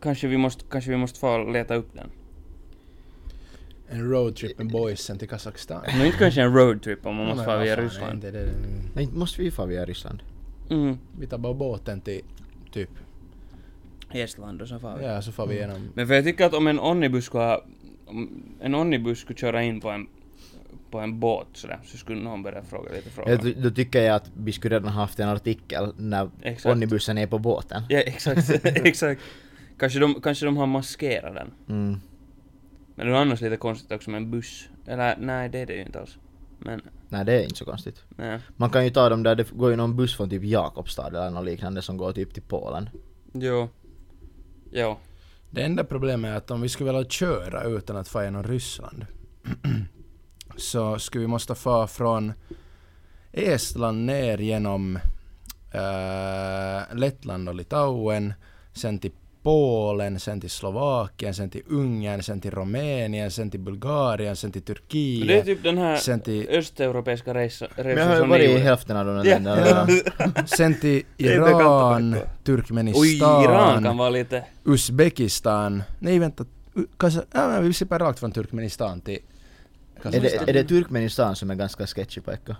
S3: kanske vi måste, kanske vi måste få leta upp den.
S2: En roadtrip med boysen till Kazakstan.
S3: Men inte kanske en roadtrip om
S2: <laughs>
S3: man
S2: Ja, men
S3: måste fara
S2: vad
S3: via
S2: fan,
S3: Ryssland.
S2: inte det-
S4: Nej inte måste vi ju fara via Ryssland.
S3: Mm.
S2: Vi tar bara båten till typ...
S3: Estland och så far vi.
S2: Ja, så får vi igenom...
S3: Men för jag tycker att om en omnibus skulle ha, om en omnibus skulle köra in på en, på en båt sådär, så skulle någon börja fråga lite
S4: Ja,
S3: frågor.
S4: då, då tycker jag att vi skulle redan haft en artikel när
S3: Exakt.
S4: omnibussen är på båten.
S3: Ja,
S4: <laughs>
S3: exakt. exakt. Kanske de, kanske de har maskerat den.
S4: Mm.
S3: Men det är annars lite konstigt också med en buss. Eller nej, det är det ju inte alls. Men,
S4: Nej det är inte så konstigt.
S3: nej.
S4: Man kan ju ta dem där, det går ju någon buss från typ Jakobstad eller något liknande som går typ till Polen.
S3: Jo. Jo.
S2: Det enda problemet är att om vi skulle vilja köra utan att fara genom Ryssland <clears throat> så skulle vi måste fara från Estland ner genom eh, Lettland och Litauen, sen till Polen, sen till Slovakien, sen till Ungern, sen till Rumänien, sen till Bulgarien, sen till
S3: Men det är
S2: Turkiet,
S3: typ den här
S2: sen till
S3: östeuropeiska resa,
S4: Men jag
S3: resan
S4: har ju
S3: som ni
S4: varit i
S3: gjorde.
S4: hälften av eh, de
S3: Ja. <laughs>
S4: länderna redan.
S2: Sen till
S3: Det är inte kantat
S2: Iran,
S3: verkligen. Oj, Iran kan
S2: Turkmenistan,
S3: vara lite...
S2: Uzbekistan. Nej vänta, U- Kaza- ja, men vi sippar rakt från Turkmenistan till
S4: Är det,
S2: Kazakstan.
S4: är det Turkmenistan som är ganska sketchy pojkar?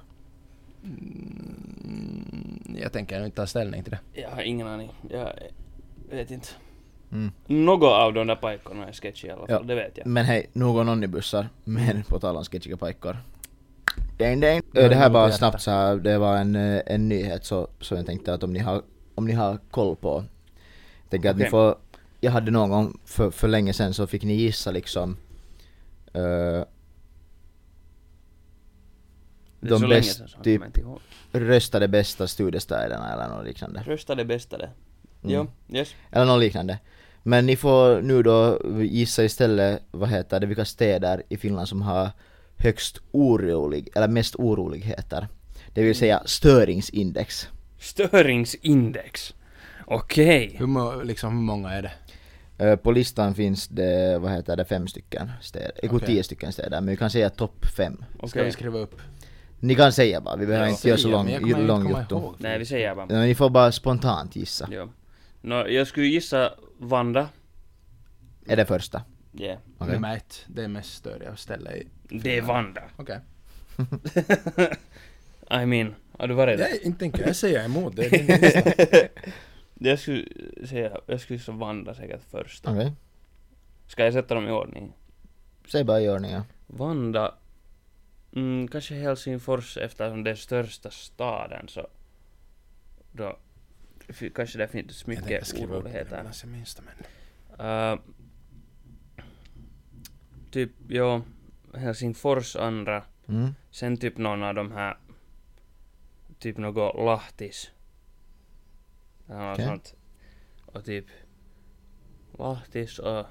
S2: Mm, Jag tänker nog inte ta ställning till det.
S3: Jag har ingen aning. Jag eh, vet inte.
S4: Mm.
S3: Något av de där pojkarna är sketchy i alla fall,
S4: Ja.
S3: det vet jag.
S4: Men hej, nog om omnibussar.
S3: Mm.
S4: Men på tal om sketchiga pojkar. Ding, ding. Ö, Det här bara snabbt så här, det var en, eh, en nyhet så, så jag tänkte att om ni har, om ni har koll på. Jag tänker att ni
S3: Okej.
S4: får, jag hade någon gång för, för länge sedan så fick ni gissa liksom eh,
S3: Det är
S4: de
S3: så länge
S4: bäst-
S3: sedan så jag
S4: typ-
S3: kommer inte ihåg.
S4: röstade bästa studiestäderna eller något liknande.
S3: Rösta det bästa det.
S4: Mm.
S3: Ja, yes.
S4: Eller något liknande. Men ni får nu då gissa istället, vad heter det, vilka städer i Finland som har högst orolig, eller mest oroligheter. Det vill säga störingsindex.
S3: Störingsindex. Okej.
S2: Hur, må, liksom, hur många är det?
S4: Eh, På listan finns det, vad heter det, fem stycken städer, okay.
S2: Okej.
S4: tio stycken städer, men vi kan säga topp fem.
S2: Ska
S3: Okej.
S2: vi skriva upp?
S4: Ni kan säga bara, vi behöver inte göra så
S2: Säga, men jag kommer
S4: lång,
S2: inte
S4: lång
S2: komma
S4: jotto.
S2: ihåg.
S3: Nej, vi säger bara.
S4: Ja, Ni får bara spontant gissa.
S3: Ja. Nå, jag skulle gissa Vanda.
S4: Är det första?
S3: Ja.
S4: Okej.
S2: Nummer ett, det är mest störiga ställe i...
S3: Det är Vanda.
S2: Okej.
S3: I mean, har du varit där?
S2: Nej, inte tänker jag säga emot det. det, är din lista.
S3: Jag skulle säga, jag skulle gissa Vanda säkert först.
S4: Okej.
S3: Ska jag sätta dem i ordning?
S4: Säg bara i ordning ja.
S3: Vanda, mm, kanske Helsingfors eftersom det är största staden så då f- kanske det finns
S2: jag tänker
S3: mycket
S2: skriva upp det
S3: oroligheter.
S2: medan jag minns det, men...
S3: Uh, typ, jo, Helsingfors andra,
S4: Mm.
S3: sen typ någon av de här, typ något Lahtis. Eller något
S4: Okej.
S3: sånt. Och typ Lahtis och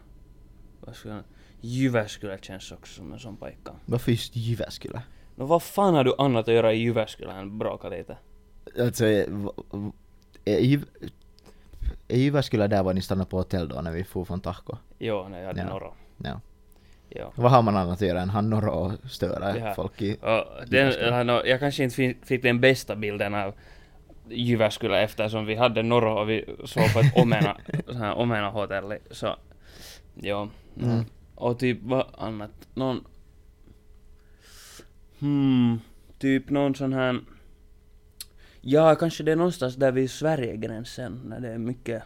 S3: vad skulle jag- Jyväskylä känns också som en sån paikka.
S4: Varför just Jyväskylä?
S3: No vad fan har du annat att göra i Jyväskylä än bråka lite?
S4: Alltså, eh, v- v- är Jyv- är Jyväskylä där var ni stannade på hotell då när vi for från Tahko?
S3: Jo, när jag hade
S4: Ja.
S3: Norro.
S4: Ja.
S3: Jo.
S4: Vad har man annat att göra än han norra och störa
S3: Ja.
S4: folk i...
S3: Och den,
S4: Jyväskylä.
S3: eller, nå, jag kanske inte fi- fick den bästa bilden av Jyväskylä eftersom vi hade Norro och vi sov på
S4: <laughs>
S3: ett omena, sån här omena-hotell. Så, jo. nå.
S4: Mm.
S3: Och typ vad annat? Någon... Hmm. Typ någon sån här... Ja, kanske det är någonstans där vid Sverigegränsen när det är mycket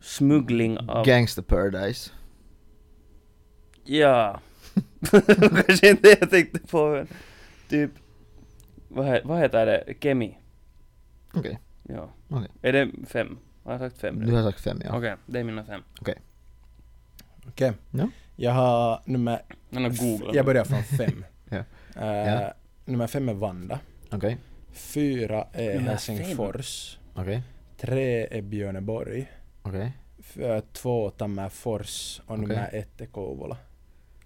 S3: smuggling av...
S4: Gangster Paradise.
S3: Ja. <laughs> Kanske inte det jag tänkte på. Men typ, vad, he- vad heter det? Kemi?
S4: Okej,
S3: Ja.
S4: Okej.
S3: Är det fem? Har jag sagt fem nu?
S4: du har sagt fem ja.
S3: Okej, det är mina fem.
S2: Okej.
S4: Ja.
S2: Jag har nummer...
S3: Men jag googlar.
S2: Jag börjar från fem.
S4: Ja.
S2: Eh,
S4: Ja.
S2: Nummer fem är Vanda.
S4: Okej,
S2: Fyra är
S3: Nummer
S2: Helsingfors.
S4: okej,
S2: Tre är Björneborg.
S4: okej.
S2: F- eh, Två Tammerfors och
S4: Okej.
S2: nummer ett är Kouvola.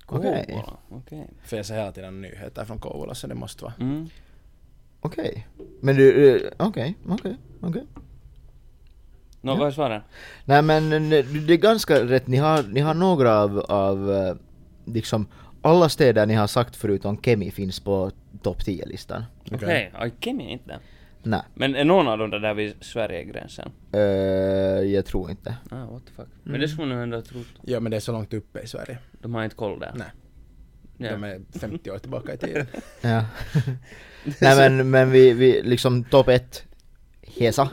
S4: Okej.
S3: Googla, Okej.
S2: För jag ser hela tiden nyheter från Kouvola så det måste vara.
S3: Mm.
S4: Okej. Men du, eh, okej, okej, okej.
S3: Nå, vad är svaren?
S4: Nej men eh, det är ganska rätt, ni har, ni har några av, av eh, liksom alla städer ni har sagt förutom Kemi finns på topp 10-listan.
S3: Okej, okay. Kemi är inte.
S4: Nej,
S3: Men är någon av dem där vid Sverigegränsen?
S4: eh, jag tror inte.
S3: Ah, what the fuck. Men det skulle man ändå ha trott.
S2: Ja men det är så långt uppe i Sverige.
S3: De har inte koll där.
S2: Nej.
S3: Ja.
S2: De är 50 år tillbaka
S3: <laughs>
S2: i tiden.
S4: Ja. <laughs> Nej men, men vi, vi liksom topp 1, Hesa.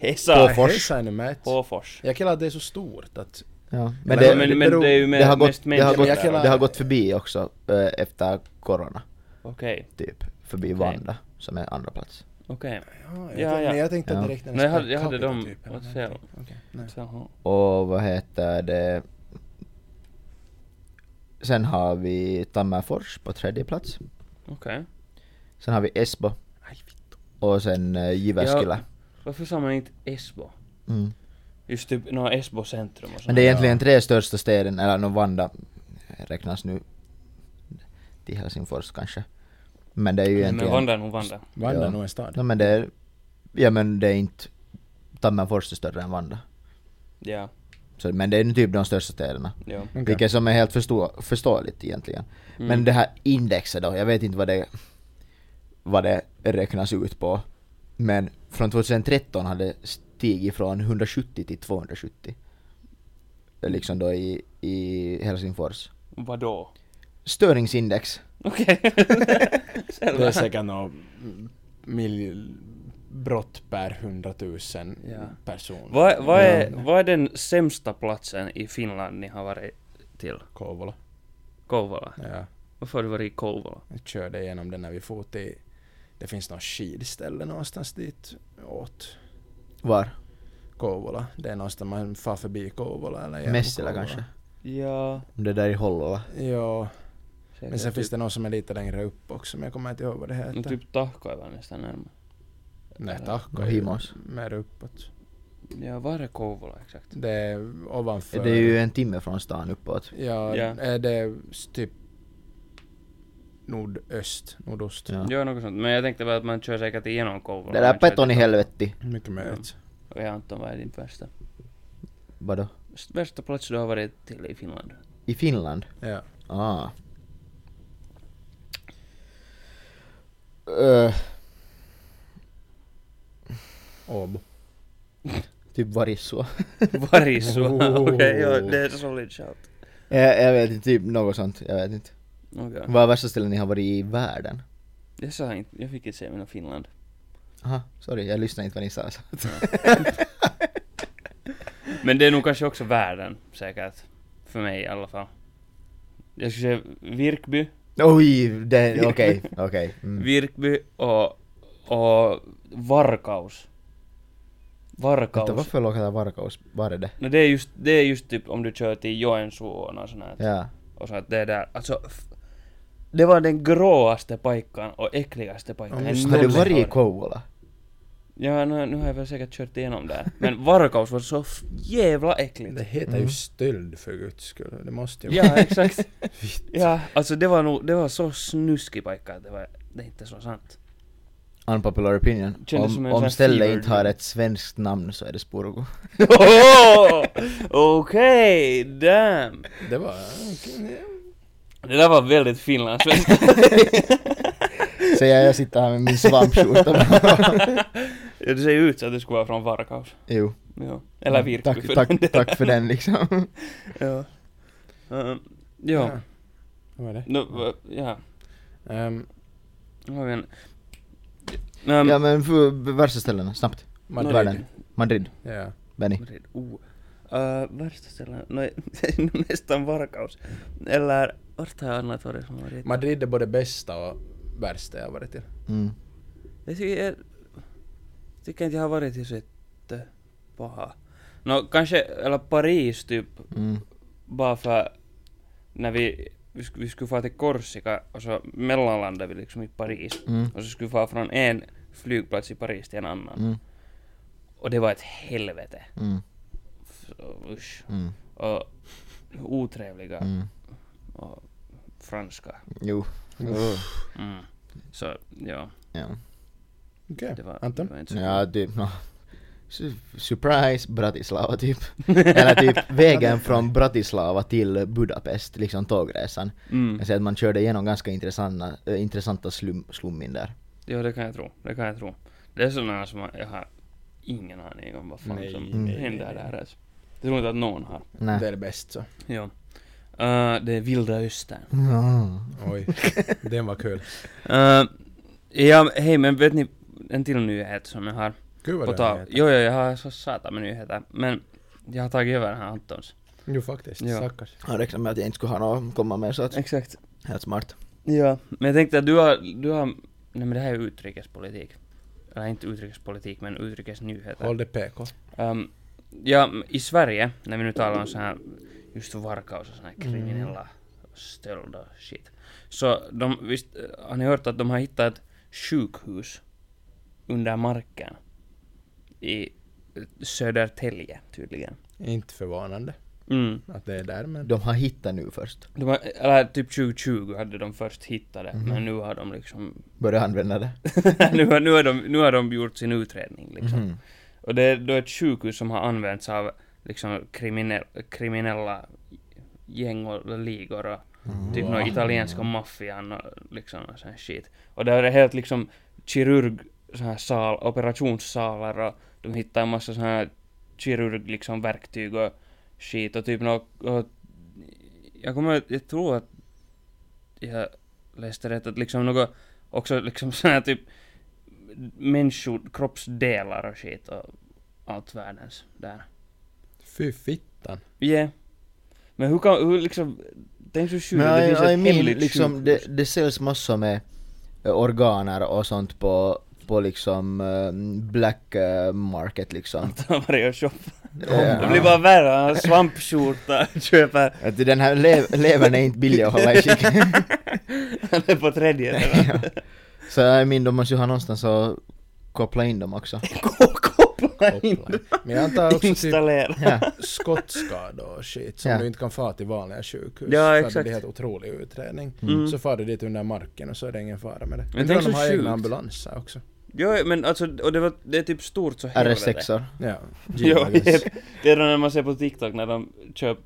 S3: Hesa!
S4: Hofors.
S2: Hesa är nummer ett.
S3: Hofors.
S2: Jag kallar att det är så stort att...
S4: Ja.
S2: Men
S4: Men
S3: Men,
S4: det,
S3: men,
S2: beror-
S3: det är ju med,
S4: det har
S3: mest
S4: gått, det har
S3: människor
S4: gått,
S2: jag
S3: där.
S2: kallar-
S4: det har gått förbi också eh, efter corona,
S3: Okej,
S4: typ. Förbi
S3: Okej.
S4: Vanda, som är andra plats.
S3: okej.
S2: Ja, jag, tänkte-
S3: Ja, ja.
S2: Nej, jag tänkte
S4: Ja.
S2: direkt
S3: Nej, jag hade- jag hade
S2: per
S3: dem
S2: capita eller
S3: åt fel.
S2: någonting. Okej, nej.
S3: Jaha.
S4: Och vad heter det? Sen har vi Tammerfors på tredje plats.
S3: Okej.
S4: Sen har vi Esbo.
S2: Aj, fitto.
S4: Och sen eh, Jyväskylä.
S3: Varför sa man inte Esbo?
S4: Mm.
S3: Just typ, nå Esbo centrum och
S4: Men
S3: sånt.
S4: det är egentligen tre största städerna, eller no, Vanda räknas nu till Helsingfors kanske. Men det är ju
S3: Men-
S4: egentligen...
S3: Men Vanda är nog Vanda.
S2: Vanda
S4: Ja.
S2: är nog en stad.
S4: Ja, men det är... Ja men det är inte... Tammerfors är större än Vanda.
S3: Ja,
S4: Så, men det är ju typ de största städerna.
S3: ja.
S2: Okej.
S4: Vilket som är helt förstå- förståeligt egentligen.
S3: Mm.
S4: Men det här indexet då, jag vet inte vad det, vad det räknas ut på. Men från 2013 hade det stigit från 170 till 270. Liksom då i, i Helsingfors.
S3: Vadå?
S4: Störingsindex.
S3: <laughs> Okej.
S2: Det är
S3: Selvä.
S2: säkert något mil... brott per hundratusen
S3: Ja.
S2: person.
S3: Vad vad är, vad är den sämsta platsen i Finland ni har varit till?
S2: Kouvola.
S3: Kouvola.
S2: Ja.
S3: Varför har du varit i Kouvola?
S2: Jag körde igenom den när vi for till... Det finns något skidställe någonstans dit åt
S4: Var?
S2: Kouvola. Det är någonstans man far förbi Kouvola eller genom
S4: Messila
S2: Kouvola.
S4: kanske?
S3: Ja.
S4: Det där i Hollola.
S2: Ja,
S3: säkert
S2: men sen
S3: typ-
S2: finns det någon som är lite längre upp också men jag kommer inte ihåg vad det heter.
S3: No, typ Tahko är väl nästan närmare.
S2: Nej, tack.
S4: Och Himos.
S2: Mer uppåt.
S3: Ja, var är Kouvola exakt?
S2: Det är ovanför...
S4: Det är ju en timme från stan uppåt.
S2: Ja,
S3: Ja.
S2: är det typ nordöst, nordost.
S4: Ja.
S3: Ja, något sånt. Men jag tänkte bara att man kör säkert igenom Kouvola.
S4: Det där
S3: Man kör
S4: Peton i
S3: till-
S4: helvete.
S2: Mycket möjligt.
S3: Och jag Anton, vad är din värsta?
S4: Vadå?
S3: Värsta plats du har varit till i Finland?
S4: I Finland?
S2: Ja.
S4: Ah. Eh,
S2: Åbo.
S4: typ
S2: <laughs>
S4: Varisua.
S3: Varisua? <laughs>
S2: Oh.
S3: Okej, ja, det är solid shout.
S4: jag, jag vet inte, typ något sånt. Jag vet inte.
S3: Okej.
S4: Vad är värsta ställen ni har varit i världen?
S3: Jag sa inte, jag fick inte se mina Finland.
S4: Aha, sorry, jag lyssnade inte vad ni sa. så.
S3: Men det är nog kanske också världen, säkert. För mig i alla fall. Jag skulle säga Virkby,
S4: Oj, <laughs> det- okej, okej. mm.
S3: Virkby och, och Varkaus. Varkaus.
S4: Vänta, varför låg det här Varkaus? Var är det?
S3: No, det, är just, det är just typ om du kör till Joensuu och något sånt här.
S4: Ja.
S3: Och så att det är där, alltså. f- Det var den gråaste pojkan och äckligaste pojkan
S2: Ja,
S3: jag
S2: just det.
S4: Har du
S3: någonsin
S4: varit i
S3: hört.
S4: Kouvola?
S3: Ja, nu, nu har jag väl säkert kört igenom det. här. Men Varkaus var så f- jävla äckligt.
S2: Det heter ju
S4: Mm.
S2: stöld för guds skull. Det måste ju
S3: Ja, exakt. ja, alltså det var nog, det var så snuskig pojke att det var, det är inte så
S4: <laughs>
S3: sant.
S4: Unpopular opinion.
S3: Kändes som
S4: Om,
S3: en sån
S4: om
S3: här
S4: stället
S3: fever
S4: inte har
S3: dream.
S4: ett svenskt namn så är det Spurgo.
S3: Åh, Oh! Okej, damn!
S2: Det var... okej, ja.
S3: Det där var väldigt finlandssvenskt.
S4: <laughs> Så jag, jag sitter här med min <laughs> svampskjorta.
S3: Det ser ju ut som att du skulle vara från Varkaus.
S4: jo.
S3: Ja. Eller Virkby
S4: tack,
S3: för den
S4: tack,
S3: delen.
S4: tack för den liksom.
S3: Ja. Um, ja.
S2: Vad var det?
S3: No, va- ja.
S2: Ehm,
S3: Nu har vi en... <laughs> Um,
S4: ja men för värsta ställena, snabbt.
S2: Madrid.
S4: Världen. Madrid,
S2: Ja.
S4: Benny.
S3: Uh, värsta stället? No, <laughs> nästan Varkaus. Eller vart har jag annat varit som har varit?
S2: Madrid är både bästa och värsta jag har varit till.
S4: Mm.
S3: Jag tycker, jag tycker inte jag har varit i så paha. No, Nå kanske, eller Paris typ,
S4: Mm.
S3: bara för när vi, vi, sk- vi skulle fara till Korsika och så mellanlandade vi liksom i Paris.
S4: Mm.
S3: Och så skulle vi fara från en flygplats i Paris till en annan.
S4: Mm.
S3: Och det var ett helvete.
S4: Mm.
S3: F- Usch.
S4: Mm.
S3: Och otrevliga
S4: Mm.
S3: och franska.
S4: Jo.
S3: Mm. Så ja,
S4: Ja.
S2: Okej.
S3: det var,
S2: Anton?
S3: det var inte så
S4: ja, typ nå. Su- Surprise Bratislava typ. <laughs> Eller typ vägen från Bratislava till Budapest, liksom tågresan.
S3: Mm.
S4: Jag ser att man körde igenom ganska intressanta, äh, intressanta slum, slummin där.
S3: Ja, det kan jag tro. Det kan jag tro. Det är sådana som jag har ingen aning om vad fan
S2: Nej,
S3: som
S2: nej,
S3: händer
S2: nej, nej.
S3: där ens. Det tror inte att någon har.
S2: Det
S4: Nej.
S2: är det bäst så.
S3: Ja. Eh, det är vilda östern.
S4: Ja.
S2: <laughs> Oj. Den var kul.
S3: Eh, ja, hej men vet ni en till nyhet som jag har
S2: Gud vad
S3: på
S2: den
S3: tal?
S2: heter.
S3: Jo, jo, jag har så satan med nyheter. Men jag har tagit över den här Antons.
S2: Jo faktiskt.
S3: Ja.
S2: Stackars.
S4: Jag räknade med att jag inte skulle ha något att komma med så att,
S3: Exakt.
S4: helt smart.
S3: Ja. Men jag tänkte att du har, du har, nej men det här är ju utrikespolitik. Eller inte utrikespolitik, men utrikesnyheter.
S2: Håll det PK.
S3: Ehm, ja, m- i Sverige, när vi nu talar om så här just varkaus och såna här kriminella stölder och shit. Så de, visst, eh, har ni hört att de har hittat ett sjukhus under marken i eh, Södertälje tydligen.
S2: Inte förvånande
S3: Mm.
S2: att det är där men...
S4: De har hittat nu först.
S3: De har, eller typ 2020 hade de först hittat det, men nu har de liksom,
S4: Börja
S3: <laughs>
S4: använda det.
S3: nu, har, nu, har de, nu har de gjort sin utredning liksom.
S4: Mhm.
S3: Och det är då ett sjukhus som har använts av liksom kriminell, kriminella gäng och ligor och typ någon italienska maffian och liksom och sån shit. Och där är det helt liksom kirurg, så här sal, operationssalar och de hittar en massa sån här kirurg liksom verktyg och shit och typ nå och jag kommer jag tror att jag läste rätt att liksom något också liksom sån här typ människor, kroppsdelar och skit och allt världens där.
S2: Fy <laughs> fittan.
S3: Yeah. Men hur kan, hur liksom, tänk så sjukt,
S4: Men
S3: det finns
S4: I, I
S3: ett
S4: mean,
S3: hemligt
S4: liksom,
S3: sjukhus.
S4: det, det säljs massor med eh, organer och sånt på, på liksom eh, black eh, market liksom.
S3: <laughs> Han har varit och shoppat.
S4: Ja.
S3: Det blir bara värre, han har svampskjorta, köper,
S4: Att den här le- levern är inte billig att hålla i skick.
S3: han är <laughs> på tredje.
S4: <laughs>
S3: eller?
S4: Så I mean, de måste ju ha någonstans att koppla in dem också.
S3: Koppla komma in.
S2: Hoppla. Men jag antar också typ
S3: <laughs> Installera.
S4: Ja.
S2: skottskador och shit som
S4: Ja.
S2: du inte kan få till vanliga sjukhus.
S3: Ja,
S2: för att
S3: exakt.
S2: Det är helt otrolig utredning.
S3: Mm.
S2: Så far du dit under marken och så är det ingen fara med det.
S3: Men
S2: Jag tror
S3: tänk
S2: de
S3: så
S2: har
S3: sjukt.
S2: egna ambulanser också.
S3: Jo, men alltså, och det, var, det är typ stort <laughs> så helvete.
S4: RS6or.
S2: Ja,
S3: Jo,
S2: G-Wagons.
S3: jep. Det är då när man ser på TikTok när de kör,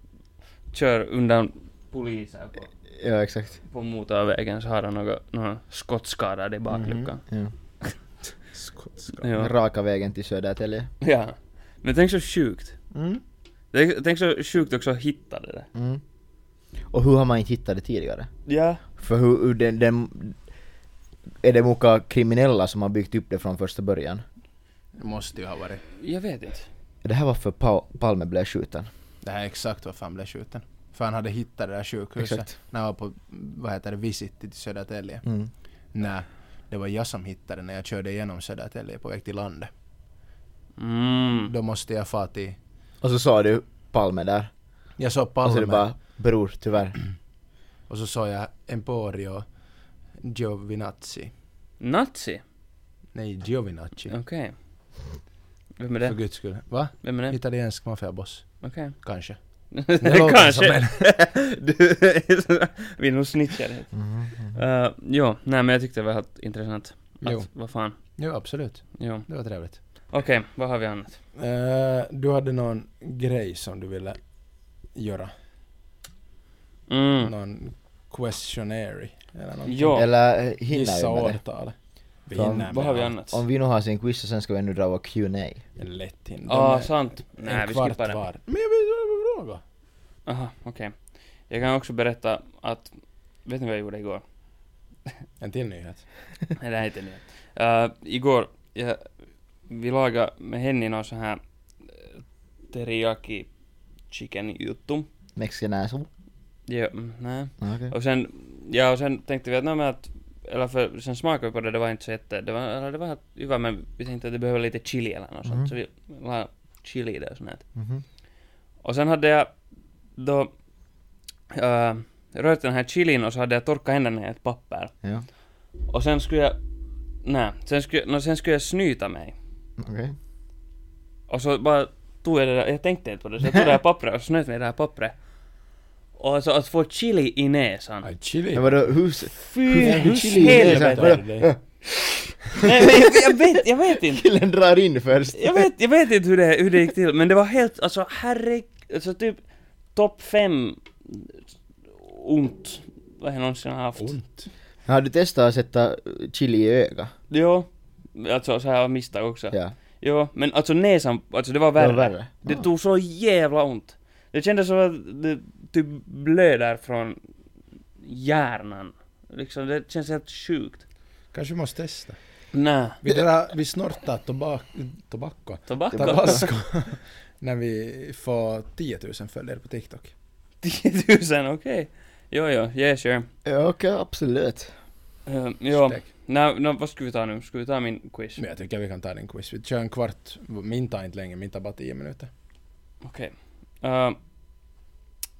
S3: kör undan poliser på,
S4: Ja, exakt.
S3: på motorvägen så har de några, några skottskadade i bakluckan.
S4: Ja.
S2: Skottskador.
S3: Ja.
S4: Raka vägen till Södertälje.
S3: ja. Men tänk så sjukt.
S4: Mm.
S3: Tänk, tänk så sjukt också att hitta det där.
S4: Mm. Och hur har man inte hittat det tidigare?
S3: Ja.
S4: För hur, hur den, den, är det många kriminella som har byggt upp det från första början?
S2: Det måste ju ha varit.
S3: Jag vet inte.
S4: Det här var för pa, Palme blev skjuten.
S2: Det här är exakt varför han blev skjuten. För han hade hittat det där sjukhuset
S4: Exakt.
S2: när han var på, vad heter det, visit till Södertälje.
S4: Mm.
S2: Nej, det var jag som hittade det när jag körde igenom Södertälje på väg till landet.
S3: Mm.
S2: Då måste jag få till...
S4: Och så sa du Palme där.
S2: Jag såg
S4: Och så är
S2: Palme
S4: det bara bror, tyvärr.
S2: och så såg jag Emporio Giovinazzi.
S3: Nazi?
S2: Nej, Giovinacci.
S3: Okej. Vem är
S2: För
S3: det?
S2: guds skull. Va?
S3: Vem är det?
S2: Italiensk maffiaboss.
S3: Okej.
S2: Kanske. låter som
S3: <laughs> Kanske.
S2: en-
S3: <laughs>
S2: Mm.
S3: Du- Vi är nog snitchade. Eh, jo, nej men jag tyckte det var helt intressant. Att,
S2: Jo.
S3: Vad fan.
S2: Jo, absolut.
S3: Jo.
S2: Det var trevligt.
S3: Okej, vad har vi annat?
S2: Eh, du hade någon grej som du ville göra.
S3: Mm.
S2: Någon questionary. Eller någonting.
S3: Ja.
S4: Eller eh,
S2: Gissa
S4: hinner vi med det?
S2: årtal. Vi
S4: Fan,
S2: hinner
S3: Vad har vi
S2: med
S3: annat?
S4: Om vi nu har sin quiz och sen ska vi nu dra vår Q&A
S2: allt. En lätt hinner.
S3: Ja,
S2: De är
S3: Ah, sant. Nej,
S2: en
S3: vi
S2: kvart
S3: skippar det.
S2: var. Men jag vet vad fråga.
S3: Aha, okej. Jag kan också berätta att... Vet ni vad jag gjorde igår?
S2: En till nyhet.
S3: Nej, det här är inte nytt. Eh, igår, jag, vi lagade med Henny någon sån här eh, teriyaki chicken juttum.
S4: Mexicanäsor.
S3: Ja, mm, nej.
S4: Ah, Okej.
S3: Och sen, ja och sen tänkte vi att, nej, men att eller för sen smakade vi på det, det var inte så jätte, det var, eller det var helt hyvä, men vi tänkte att det behöver lite chili eller något sånt, så vi la chili i det och sånt här.
S4: Mhm.
S3: Och sen hade jag då äh, rört den här chilin och så hade jag torkat händerna i ett papper.
S4: Ja.
S3: Och sen skulle jag, nej, sen skulle, no, sen skulle jag snyta mig.
S4: Okej.
S3: Och så bara tog jag det där, jag tänkte inte på det, så jag tog det här pappret och snöt mig i det här pappret. Och så att få chili i näsan.
S2: Aj, chili.
S4: Men vadå, hur...
S3: Fy
S2: näsan?
S3: Mm. helvete!
S2: Vadå? Äh.
S3: Nej, men jag, jag, vet, jag vet inte.
S4: Killen drar in först.
S3: Jag vet, jag vet inte hur det, hur det gick till, men det var helt, alltså herre... Alltså typ topp fem ont vad jag någonsin har haft.
S2: Ont.
S4: Har du testat att sätta chili i öga?
S3: Jo, alltså så här av misstag också.
S4: Ja.
S3: Jo, men alltså näsan, alltså det var värre.
S4: Det var värre.
S3: Det
S4: Ah.
S3: tog så jävla ont. Det kändes som att det typ blöder från hjärnan. Liksom, det känns helt sjukt.
S2: Kanske vi måste testa.
S3: Nä.
S2: Vi, drar, vi snortar tobak, tobacco.
S3: Tobacco. <laughs>
S2: Tabasco. <laughs> När vi får 10 000 följare på TikTok.
S3: 10 000, okej. Jo, jo, yeah sure.
S4: Ja, Okej, absolut.
S3: Uh, jo,
S2: Steak.
S3: Nä, nå, vad ska vi ta nu? Ska vi ta min quiz?
S2: Men jag tycker vi kan ta din quiz. Vi kör en kvart. Min tar inte länge, min tar bara 10 minuter.
S3: Okej. Eh,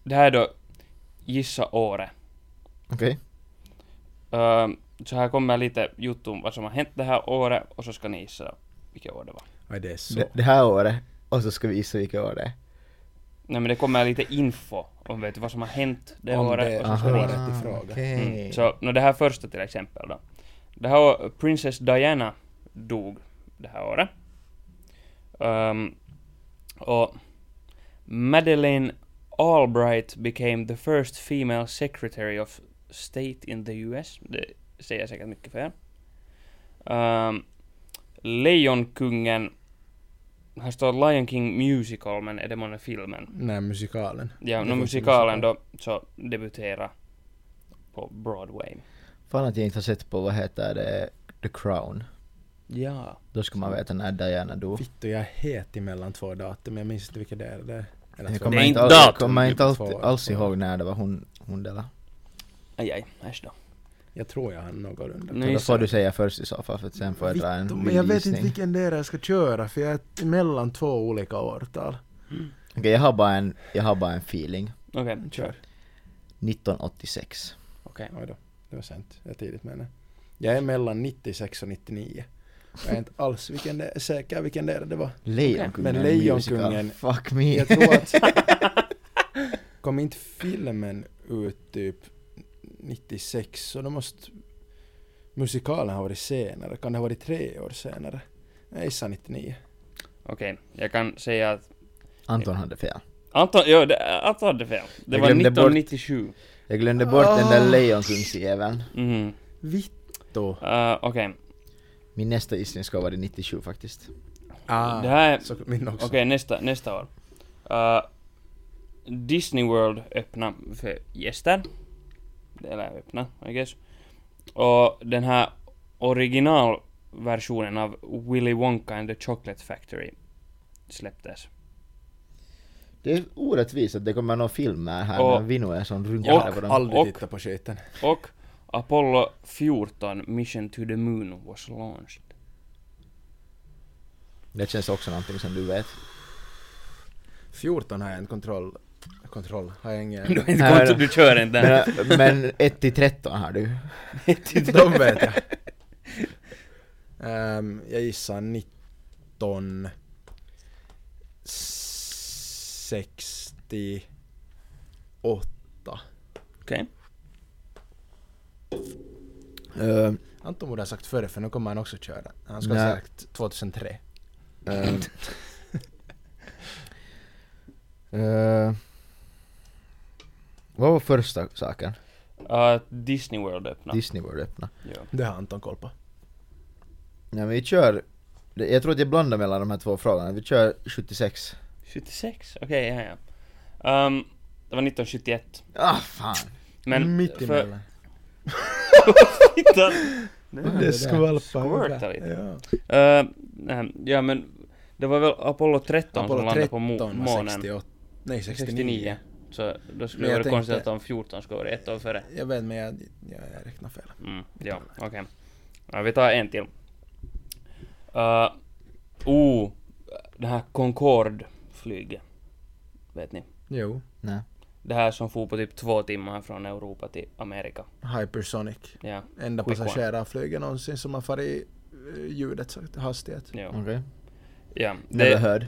S3: det här är då Gissa året.
S4: Okej.
S3: Eh, så här kommer lite juttu om vad som har hänt det här året och så ska ni gissa vilket år det var.
S2: Nej, det är så.
S4: Det, det här året, och så ska vi gissa vilket år det är.
S3: Nej men det kommer lite info om vet du, vad som har hänt det
S2: Om
S3: året
S2: det-
S3: och så ska ni
S2: aha.
S3: gissa.
S2: rätt i fråga.
S3: Mm. Så nå det här första till exempel då. Det här var Princess Diana dog det här året. Ehm, och Madeleine Albright became the first female secretary of state in the US. Det säger jag säkert mycket fel. Um, Lejonkungen. Här står Lion King Musical, men är det månne filmen?
S2: Nej, musikalen. Det
S3: Ja, no,
S2: finns en
S3: musikalen då så debutera på Broadway.
S4: Fan att jag inte har sett på, vad heter det, The Crown.
S3: Ja.
S4: Då ska man veta när Diana dog.
S2: Fitto, jag är het emellan två datum. Jag minns inte vilka det är. Det är eller två.
S4: Jag
S3: Det
S4: kommer
S3: är
S4: inte,
S3: inte
S4: all, jag
S3: datum,
S4: kommer
S2: det är
S4: inte
S2: två
S4: alltid,
S2: år.
S4: alls ihåg när det var hon, hon där.
S3: Aj, aj. Äsch då.
S2: Jag tror jag har någorlunda.
S3: Nej,
S4: Så då
S3: just
S4: får
S3: det.
S4: du säga först i så fall, för att sen får jag dra en
S2: men jag vet inte
S4: gissning.
S2: vilken det är jag ska köra för jag är mellan två olika årtal.
S4: Okej, jag har bara en, jag har bara en feeling.
S3: Okej.
S2: Kör.
S4: 1986.
S3: Okej.
S2: eh. Oj då, det var sent. Jag är tidigt med det. Jag är mellan 96 och 99. Jag är inte alls vilken det, säker vilken det är det var.
S4: Lejonkungen
S2: Men
S4: är en
S2: Lejonkungen-
S4: musical. Fuck me.
S2: Jag tror att... <laughs> Kom inte filmen ut typ 96 så då måste musikalen ha varit senare. Kan det ha varit tre år senare? Jag gissar 99.
S3: Okej, jag kan säga att
S4: Anton hade fel.
S3: Anton, jo, det, Anton hade fel. Det
S4: Jag
S3: var
S4: glömde bort-
S3: 1997.
S4: Jag glömde bort den
S2: Ah.
S4: där lejonkungsjäveln.
S3: Mhm.
S2: Vitto!
S3: Eh, Okej,
S4: Min nästa gissning ska vara det 97 faktiskt.
S2: Ah,
S3: det här är...
S2: så min också.
S3: Okej, nästa, nästa år. Eh, Disney World öppna för gäster. Eller öppna, I guess. Och den här originalversionen av Willy Wonka and the Chocolate Factory släpptes.
S4: Det är orättvist att det kommer någon film med här
S3: Och-
S4: när Vino är sån
S2: Jag
S4: runkare
S2: har
S4: på den.
S2: aldrig
S3: Och-
S2: tittat på skiten.
S3: Och Apollo 14 Mission to the Moon was
S2: <laughs>
S3: launched.
S4: Det känns också någonting som du vet.
S2: 14 har jag inte kontroll... Kontroll? Har jag <laughs> ingen...
S3: Du, har inte
S4: Nej,
S3: kont- du kör inte den.
S4: Men, men 1 till 13 har du.
S2: De vet jag. Ehm, jag gissar 19... 68.
S3: Okej.
S2: Ehm,
S4: Eh,
S2: Anton borde ha sagt före för nu kommer han också köra. Han ska
S4: Nej.
S2: ha sagt 2003.
S4: eh, eh, vad var första saken?
S3: Uh, Disney World öppna.
S4: Disney World öppna.
S3: ja.
S2: Det har Anton koll på.
S4: Nej men vi kör, det- jag tror att jag blandar mellan de här två frågorna. Vi kör 76.
S3: 76? Okej, ja, ja. Um, det var 1971.
S4: Ah fan!
S3: Men...
S2: Mitt
S3: <laughs> för,
S2: emellan.
S3: Titta!
S2: <laughs> Det
S3: Squirtar
S2: skvalpar.
S3: lite.
S2: Ja.
S3: Eh, nej, ja men det var väl Apollo 13 som
S2: Apollo
S3: landade på mo-
S2: 13 var
S3: månen?
S2: 68. Nej 69.
S3: 69. Så då skulle
S2: Men
S3: det
S2: jag
S3: vara konstigt att
S2: tänkte-
S3: de 14 skulle vara ett år före.
S2: Jag vet men jag, jag, jag räknar fel.
S3: Mm, ja, okej. Ja, vi tar en till. Uh, oh, den här Concorde-flyget. Vet ni?
S2: Jo.
S4: Nej.
S3: Det här som for på typ två timmar från Europa till Amerika.
S2: Hypersonic.
S3: Ja,
S2: Enda
S3: Quick one.
S2: passagerarflyget någonsin som har farit eh, ljudet så hastighet.
S3: ja.
S4: Okej.
S3: ja
S4: Never
S3: det,
S4: heard.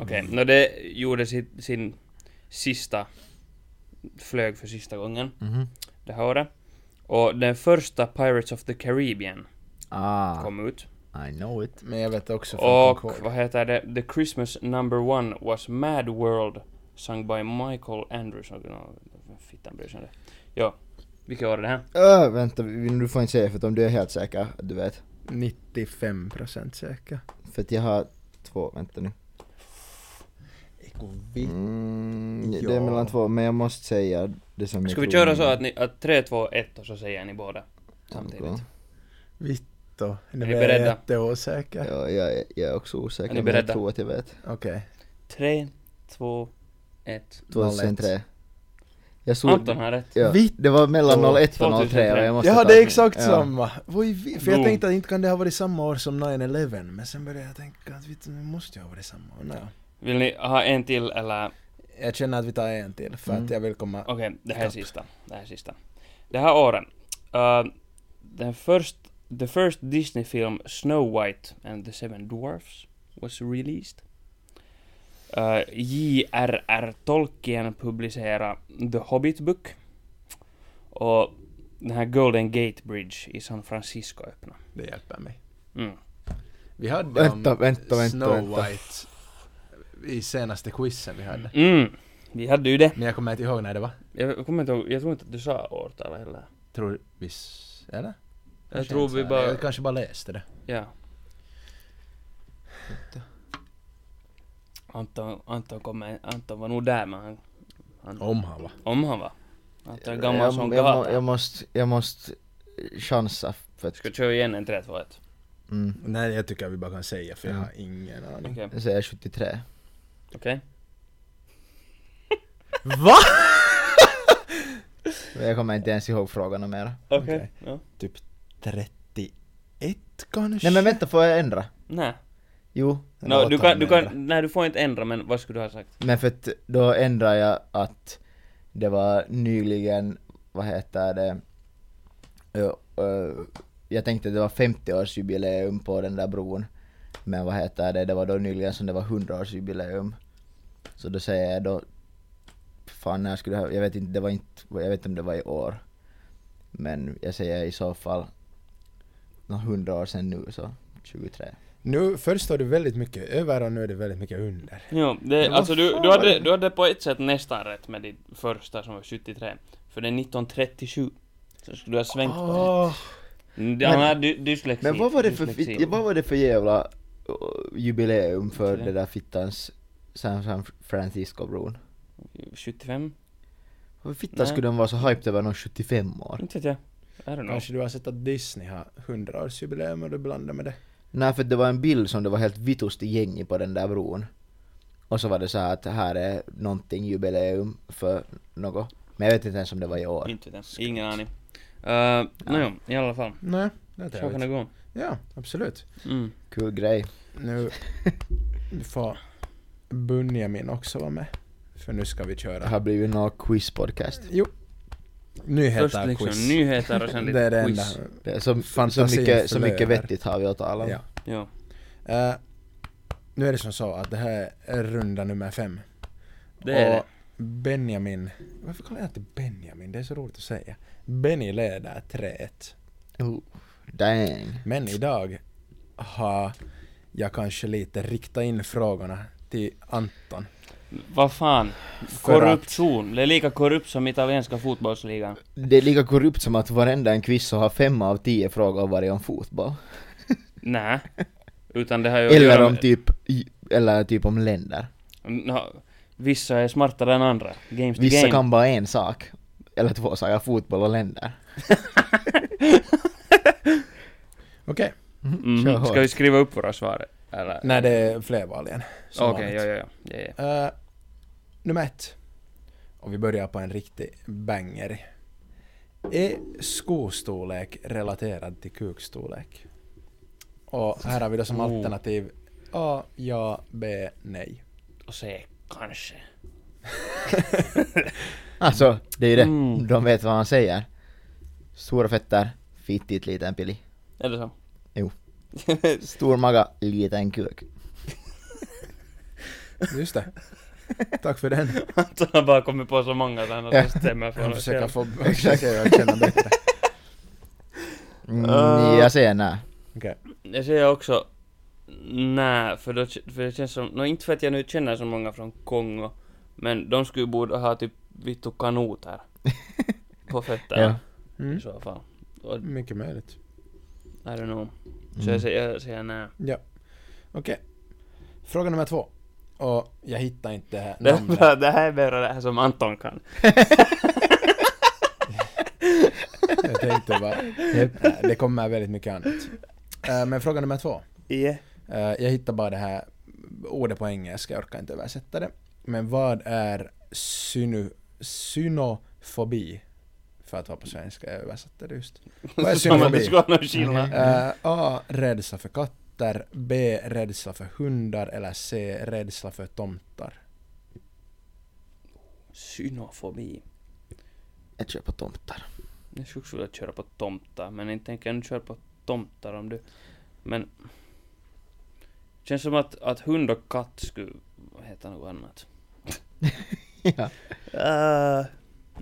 S3: Okej, nå det gjorde sin, sin sista... Flög för sista gången
S4: Mhm.
S3: det här året. Och den första Pirates of the Caribbean
S4: Ah,
S3: kom ut.
S4: I know it.
S2: Men jag vet också från
S3: Och
S2: Concorde.
S3: vad heter det? The Christmas number one was Mad World sung by Michael Andrews. Och, nå, vem Fittan bryr sig om det. Ja, vilket år är det här?
S4: Öh, vänta, vi- du får inte säga för att om du är helt säker, att du vet.
S2: 95% säker.
S4: För att jag har två, vänta nu.
S2: Ekovitt.
S4: Mm,
S2: Ja.
S4: det är mellan två, men jag måste säga det som jag
S3: Ska vi
S4: tror
S3: köra så
S4: nu.
S3: att ni... Att 3, 2, 1 och så säger ni båda samtidigt?
S4: Okej.
S2: Vitto. Nu
S3: Är
S2: är
S3: ni
S2: jag
S3: beredda?
S2: jätteosäker.
S4: Ja, jag, jag är också osäker,
S3: Är ni
S4: men jag
S3: beredda?
S4: tror att jag vet.
S2: Okej.
S3: 3, 2, 1.
S4: 2003. Jag såg...
S3: Anton har rätt.
S4: Ja,
S2: Vitt.
S4: det var mellan 01 och 03 och
S3: 2003.
S4: jag måste
S2: Jaha,
S4: ta-
S2: det är exakt
S4: ja.
S2: samma! Oj, vi- för jag
S3: Boom.
S2: tänkte att inte kan det ha varit samma år som 9-11 men sen började jag tänka att vittu, nu måste jag ha varit samma år. Nej.
S3: Vill ni ha en till eller?
S2: Jag känner att vi tar en till för
S4: Mm.
S2: att jag vill komma...
S3: Okej, det här är
S2: Kapp.
S3: sista. Det här är sista. Det här året. Uh, den först, the first Disney film Snow White and the Seven Dwarfs was released. Uh, J.R.R. Tolkien publicerade The Hobbit Book. Och den här Golden Gate Bridge i San Francisco öppna.
S2: Det hjälper mig.
S3: Mm.
S2: Vi hade
S4: Vänta,
S2: om
S4: vänta, vänta,
S2: Snow
S4: vänta.
S2: White i senaste quizen vi hade.
S3: Mm. Vi hade ju det.
S2: Men jag kommer inte ihåg när det var.
S3: Jag kommer inte ihåg, jag tror inte att du sa årtalet heller.
S2: Tror vi... s- Eller?
S3: Jag
S2: Kanske
S3: tror
S2: inte
S3: vi
S2: sa
S3: bara-
S2: det. Jag kanske bara läste det.
S3: Ja. Anton, Anton, kom med, Anton var nog där men han, han
S2: Om han var.
S3: om han var. Anton är gammal
S4: Jag,
S3: som
S4: jag, jag, må-
S3: gatan.
S4: jag måste, jag måste chansa för att...
S3: Ska köra igen en 3, 2, 1.
S4: Mm,
S2: Nej, jag tycker vi bara kan säga för jag
S4: Mm.
S2: har ingen aning.
S3: Okej.
S4: jag säger 73.
S3: Okej.
S2: Va?
S4: Men Jag kommer inte ens ihåg frågorna mer.
S3: Okej.
S2: Okej.
S3: Ja.
S2: Typ 31 kanske?
S4: Nej men vänta, får jag ändra?
S3: Nej.
S4: Jo,
S2: Eller
S3: No,
S2: låt
S3: du kan,
S2: han
S3: du
S2: ändra.
S3: kan, nej du får inte ändra men vad skulle du ha sagt?
S4: men för att då ändrar jag att det var nyligen, vad heter det, ö, ö, jag tänkte att det var 50-årsjubileum på den där bron. Men vad heter det, det var då nyligen som det var 100-årsjubileum. Så då säger jag då, fan när skulle det här, jag vet inte, det var inte, jag vet inte om det var i år. Men jag säger i så fall, nå, 100 år sedan nu så, 23.
S5: Nu, först står det väldigt mycket över och nu är det väldigt mycket under.
S3: Jo,
S4: Men
S3: det,
S4: vad
S3: alltså du,
S4: fan
S3: du,
S4: var
S3: hade,
S4: det?
S3: du hade på ett sätt nästan rätt med din första som var 73. För det är 1937. Så skulle du ha svängt på
S5: Åh,
S3: det. Mm, Han har dy, dyslexi.
S4: Ah. Men vad var det för,
S3: dyslexi.
S4: fi- vad var det för jävla eh, jubileum för
S3: Det.
S4: det där fittans San San Francisco-bron?
S3: 75?
S4: Varför fittan
S3: Nej.
S4: skulle de vara så hyped över någon 75 år?
S3: Inte vet jag. I don't know.
S2: Kanske du har sett att Disney har 100-årsjubileum och du blandar med det?
S4: Nej, för det var en bild som det var helt vitust gäng på den där bron. Och så var det så här att här är någonting jubileum för något. Men jag vet inte ens om det var i år.
S3: Inte vet jag. Ingen aning. Uh, Nåjo, i alla fall.
S2: Nej, det är
S3: Så kan det
S2: trevligt.
S3: gå.
S2: Ja, absolut.
S3: Mm.
S4: Kul grej.
S2: Nu får Bunjamin också vara med. För nu ska vi
S4: Det
S2: köra
S4: har blivit någon quiz-podcast.
S2: nyheter
S3: Först liksom
S2: quiz.
S3: nyheter och sen
S2: <laughs> det är
S3: lite
S2: det
S3: quiz.
S2: enda.
S4: Det
S3: Mm.
S4: är så, så,
S2: Fantasin
S4: mycket, så
S2: flödar.
S4: mycket vettigt har vi att tala om.
S2: Ja.
S3: Jo.
S2: Eh, nu är det som så att det här är runda nummer fem.
S3: Det är det.
S2: och Benjamin... Varför kallar jag inte Benjamin? Det är så roligt att säga. Benny leder 3-1.
S4: Oh, dang.
S2: Men idag har jag kanske lite riktat in frågorna till Anton.
S3: Vad fan?
S2: För att-
S3: Korruption. Det är lika korrupt som italienska fotbollsligan.
S4: Det är lika korrupt som att varenda en quiz så har fem av tio frågor varje om fotboll.
S2: <laughs>
S3: Nej. Utan det har ju att
S4: Eller
S3: göra
S4: om
S3: med-
S4: typ, i- eller typ om länder.
S3: Nå, vissa är smartare än andra. Games to
S4: Vissa
S3: game.
S4: kan bara en sak. Eller två saker, fotboll och länder.
S2: Okej.
S3: Mhm.
S4: Kör hårt.
S3: Ska vi skriva upp våra svar? Eller?
S2: Nej, det är flerval igen. som
S3: Okej,
S2: vanligt.
S3: ja, ja, ja. ja, ja.
S2: Eh, nummer ett. Och vi börjar på en riktig banger. Är skostorlek relaterad till kukstorlek? Och här har vi då som
S3: Oh.
S2: alternativ A, ja, B, nej.
S3: Och se, kanske.
S4: Alltså, det är ju det.
S3: Mm.
S4: De vet vad han säger. Stora fötter, fittigt liten pili.
S3: Är det <laughs> så?
S4: Stor maga, liten kuk.
S2: Just <laughs> det. Tack för den.
S3: Anton har bara kommit på så många så han har
S4: Ja.
S3: stämmer för
S2: Jag
S3: honom
S2: försöker <laughs>
S3: själv.
S2: få försöker jag känna bättre.
S4: Mm,
S3: Ah.
S4: Jag säger nej.
S2: Okej.
S3: Jag säger också nej, för, då, k- för det känns som, nå inte för att jag nu känner så många från Kongo, men de skulle ju borde ha typ vittu
S4: <laughs>
S3: kanoter på fötterna
S4: Ja.
S2: Mm.
S3: i så fall. Och, I
S2: Mycket möjligt.
S3: don't know. Så
S4: Mm.
S3: jag säger, jag säger nej.
S2: Okej. Fråga nummer två. Och jag hittar inte det här
S3: Det,
S2: namnet.
S3: här- det här är bara det här som Anton kan.
S2: Jag tänkte bara, nej, det kommer väldigt mycket annat. Eh, Men fråga nummer två.
S3: <laughs> Yeah.
S2: Eh, jag hittar bara det här ordet på engelska, jag orkar inte översätta det. Men vad är synu, synofobi? För att vara på svenska, jag översatte det just.
S3: <laughs>
S2: Vad är
S3: Som att
S2: synofobi?
S3: det skulle vara någon skillnad.
S2: Eh, A. Rädsla för katter. B. Rädsla för hundar. Eller C. Rädsla för tomtar.
S3: Synofobi.
S4: Jag kör på tomtar.
S3: Jag skulle också vilja köra på tomtar, men inte tänker jag nu köra på tomtar om du... Men... Känns som att, att hund och katt skulle heta något <laughs> annat.
S4: ja.
S3: Uh.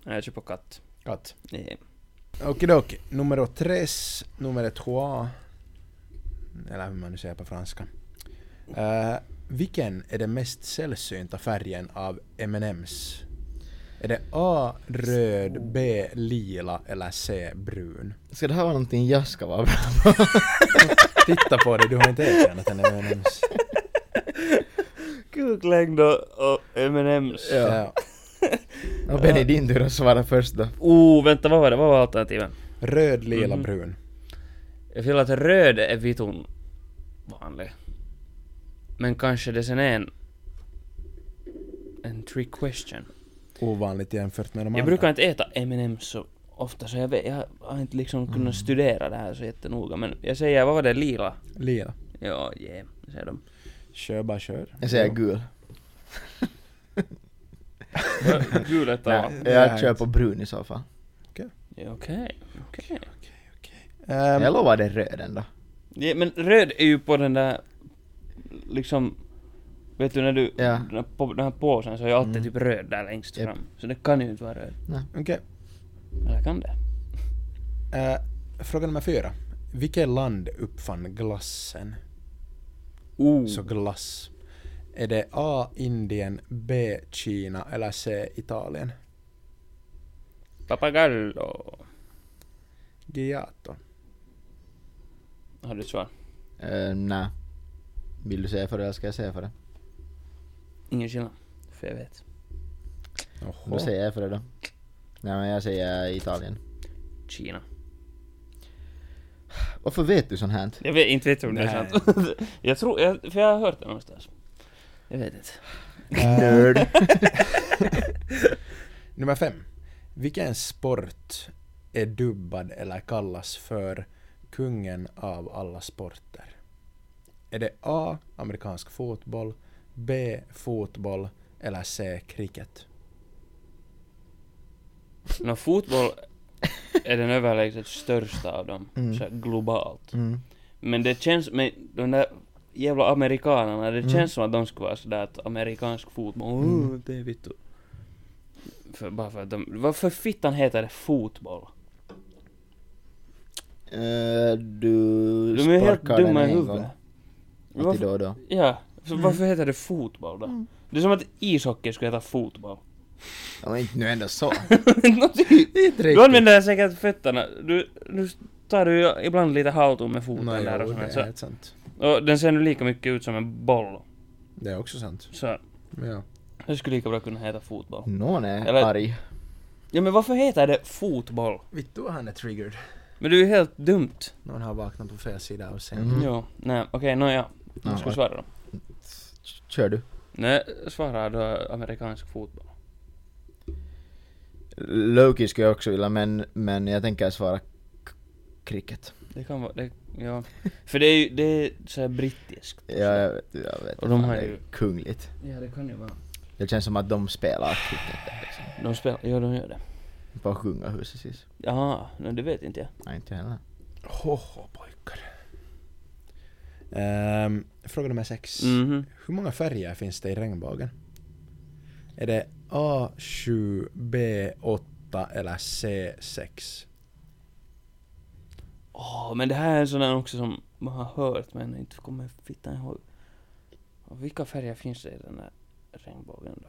S3: Nej, jag kör på katt.
S2: Katt.
S3: Nej.
S2: Okidoki. Nummer tres, nummer trois. Eller hur man nu säger på franska. Eh, vilken är den mest sällsynta färgen av M&M's? Är det A. Röd, B. Lila eller C. Brun?
S4: Ska det här vara någonting jag ska vara bra
S2: Titta på dig, du har inte erkänt en M&M's.
S3: Kuklängd och, och M&M's.
S4: Ja.
S2: Ja.
S4: Och Benny, din tur att svara först då.
S3: Oh, vänta, vad var det? Vad var alternativen?
S2: Röd, lila,
S4: Mm.
S3: Mhm.
S2: brun.
S3: Jag vill att röd är vitun vanlig. Men kanske det sen är en... En trick question.
S2: Ovanligt jämfört med de
S3: Jag
S2: andra.
S3: brukar inte äta M&M's så ofta så jag, vet, jag har inte liksom
S4: Mm.
S3: kunnat studera det här så jättenoga men jag säger, vad var det, lila?
S2: Lila.
S3: Ja, yeah, jag säger de.
S2: Kör bara kör.
S4: Jag säger
S2: Jo.
S4: gul.
S3: Gul ett
S4: Nej,
S2: det är
S4: jag kör
S2: inte.
S4: på brun i så fall.
S3: Okej, okej.
S2: Ehm,
S4: Jag lovar det röd ändå.
S3: Ja, men röd är ju på den där, liksom, vet du när du,
S4: Ja. Mm.
S3: den, här, på, den här påsen så är ju alltid typ röd där längst
S4: Japp.
S3: fram. Så det kan ju inte vara röd.
S2: Okej.
S3: Eller kan det?
S2: Eh, fråga nummer fyra. Vilket land uppfann glassen?
S3: Oh.
S2: Så glass. Är det A. Indien, B. Kina eller C. Italien?
S3: Papagallo.
S2: Giato.
S3: Har du ett svar?
S4: Uh, nej. Vill du säga för det eller ska jag säga för det?
S3: Ingen skillnad. För jag vet.
S4: Då säger jag för det då. Nej men jag säger Italien.
S3: Kina.
S4: Varför vet du sånt här?
S3: Jag vet inte vet jag om det är
S2: Nej.
S3: sant. <laughs> jag tror, jag, för jag har hört det någonstans. Jag vet inte.
S4: Nörd.
S2: Eh, Nummer fem. Vilken sport är dubbad eller kallas för kungen av alla sporter? Är det A. Amerikansk fotboll, B. Fotboll eller C. Cricket?
S3: Nå, fotboll är den överlägset största av dem, så här globalt.
S4: <laughs> Mm.
S3: Men det känns, men de där jävla amerikanerna,
S4: Mm.
S3: det känns som att de skulle vara sådär att amerikansk fotboll, åh, det är vittu. För, bara för att de, varför fittan heter det fotboll?
S4: Eh, du
S3: De är ju helt
S4: sparkar den
S3: dumma i
S4: en
S3: huvudet.
S4: gång, Alltid
S3: Varför,
S4: då Mm. och då.
S3: ja, så varför heter det fotboll då? Det är som att ishockey skulle heta
S4: <laughs>
S3: fotboll.
S4: Ja, men inte nu ändå så.
S3: Du använder säkert fötterna, du, nu tar du ju ibland lite halton med foten
S2: Nej,
S3: där och
S2: jo, det
S3: sånt.
S2: är
S3: Så,
S2: helt sant.
S3: och den ser nu lika mycket ut som en boll.
S2: Det är också sant.
S3: Så
S2: Ja.
S3: det skulle lika bra kunna heta fotboll.
S4: Någon är
S3: Eller-
S4: arg.
S3: Ja men varför heter det fotboll?
S2: Vittu vad han är triggered.
S3: Men det är ju helt dumt.
S2: Någon har vaknat på fel sida av scenen.
S4: Mm.
S3: Jo, nej okej, nåja.
S4: Ja,
S3: Nu ska
S4: oj.
S3: jag svara då.
S4: Kör du?
S3: Nej, svara då amerikansk fotboll.
S4: Loki skulle jag också vilja men, men jag tänker svara k- cricket.
S3: Det kan vara, det, ja. För det är ju, det är såhär brittiskt.
S4: Ja, jag vet, jag vet
S3: Och de
S4: fan,
S3: har
S4: det är
S3: ju-
S4: kungligt.
S3: Ja, det kan ju vara.
S4: Det känns som att de spelar cricket där liksom.
S3: De spelar, ja de gör det.
S4: På kungahuset sist.
S3: Jaha, nej det vet inte jag.
S4: Nej inte jag heller.
S2: Hoho pojkar. Ehm, fråga nummer sex.
S3: Mhm.
S2: Hur många färger finns det i regnbågen? Är det A7, B8 eller C6?
S3: Åh, men det här är en sån där också som man har hört men inte kommer fitta ihåg. Och vilka färger finns det i den där regnbågen då?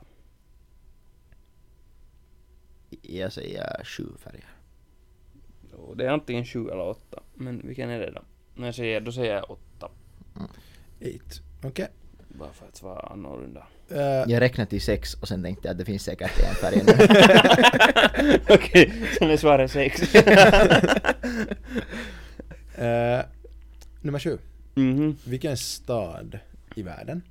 S4: Jag säger sju färger.
S3: Jo, det är antingen sju eller åtta. Men vilken är det då? När jag säger, då säger jag åtta.
S2: 8. Okej.
S3: Bara för att vara annorlunda.
S2: Eh,
S4: Jag räknade till sex och sen tänkte jag att det finns säkert en färg nu.
S3: <laughs> Okej, sen är svaret sex.
S2: eh, nummer sju.
S3: Mhm.
S2: Vilken stad i världen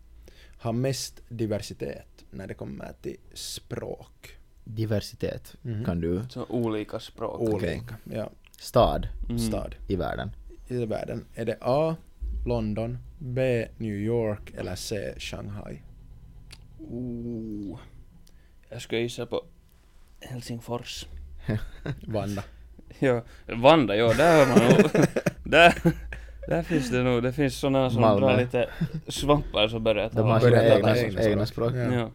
S2: har mest diversitet när det kommer till språk?
S4: <laughs> Diversitet
S3: Mm.
S2: Mhm.
S4: kan du.
S3: Så olika språk.
S2: Olika. Ja,
S4: Stad
S3: Mm.
S2: stad
S4: i världen.
S2: i världen. Är det A. London, B. New York eller C. Shanghai?
S3: Oh. Jag ska gissa på Helsingfors.
S2: Vanda.
S3: Ja, Vanda, ja där har man
S4: <laughs>
S3: nog... där, där finns det nog, det finns såna som
S4: Malmö.
S3: drar lite svampar som börjar
S4: De
S3: tala.
S4: har sina
S2: Börjar
S4: egna,
S2: prata
S4: egna,
S2: egna
S4: språk.
S2: språk.
S3: Ja.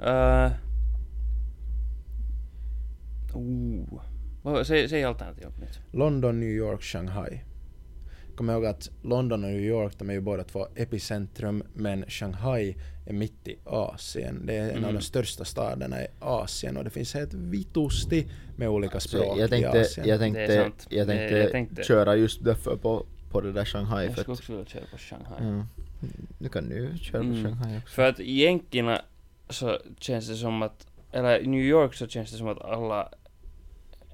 S2: Ja.
S3: Eh. oh. Vad- Säg, säg alternativ på nytt.
S2: London, New York, Shanghai. Kom ihåg att London och New York, de är ju båda två epicentrum, men Shanghai är mitt i Asien. Det är en av
S3: Mm.
S2: de största staderna i Asien och det finns helt vitusti med olika
S4: Så
S2: språk
S4: Alltså, jag
S2: i
S4: tänkte,
S2: Asien.
S4: jag
S3: Det är
S4: tänkte,
S3: sant.
S4: jag
S3: Det-
S4: tänkte,
S3: jag tänkte-
S4: köra just därför på, på det där Shanghai
S3: Jag
S4: för
S3: skulle
S4: att,
S3: också vilja köra på Shanghai.
S4: mm, Nu kan du köra på
S3: Mm.
S4: Shanghai också.
S3: För att i jänkerna så känns det som att, eller i New York så känns det som att alla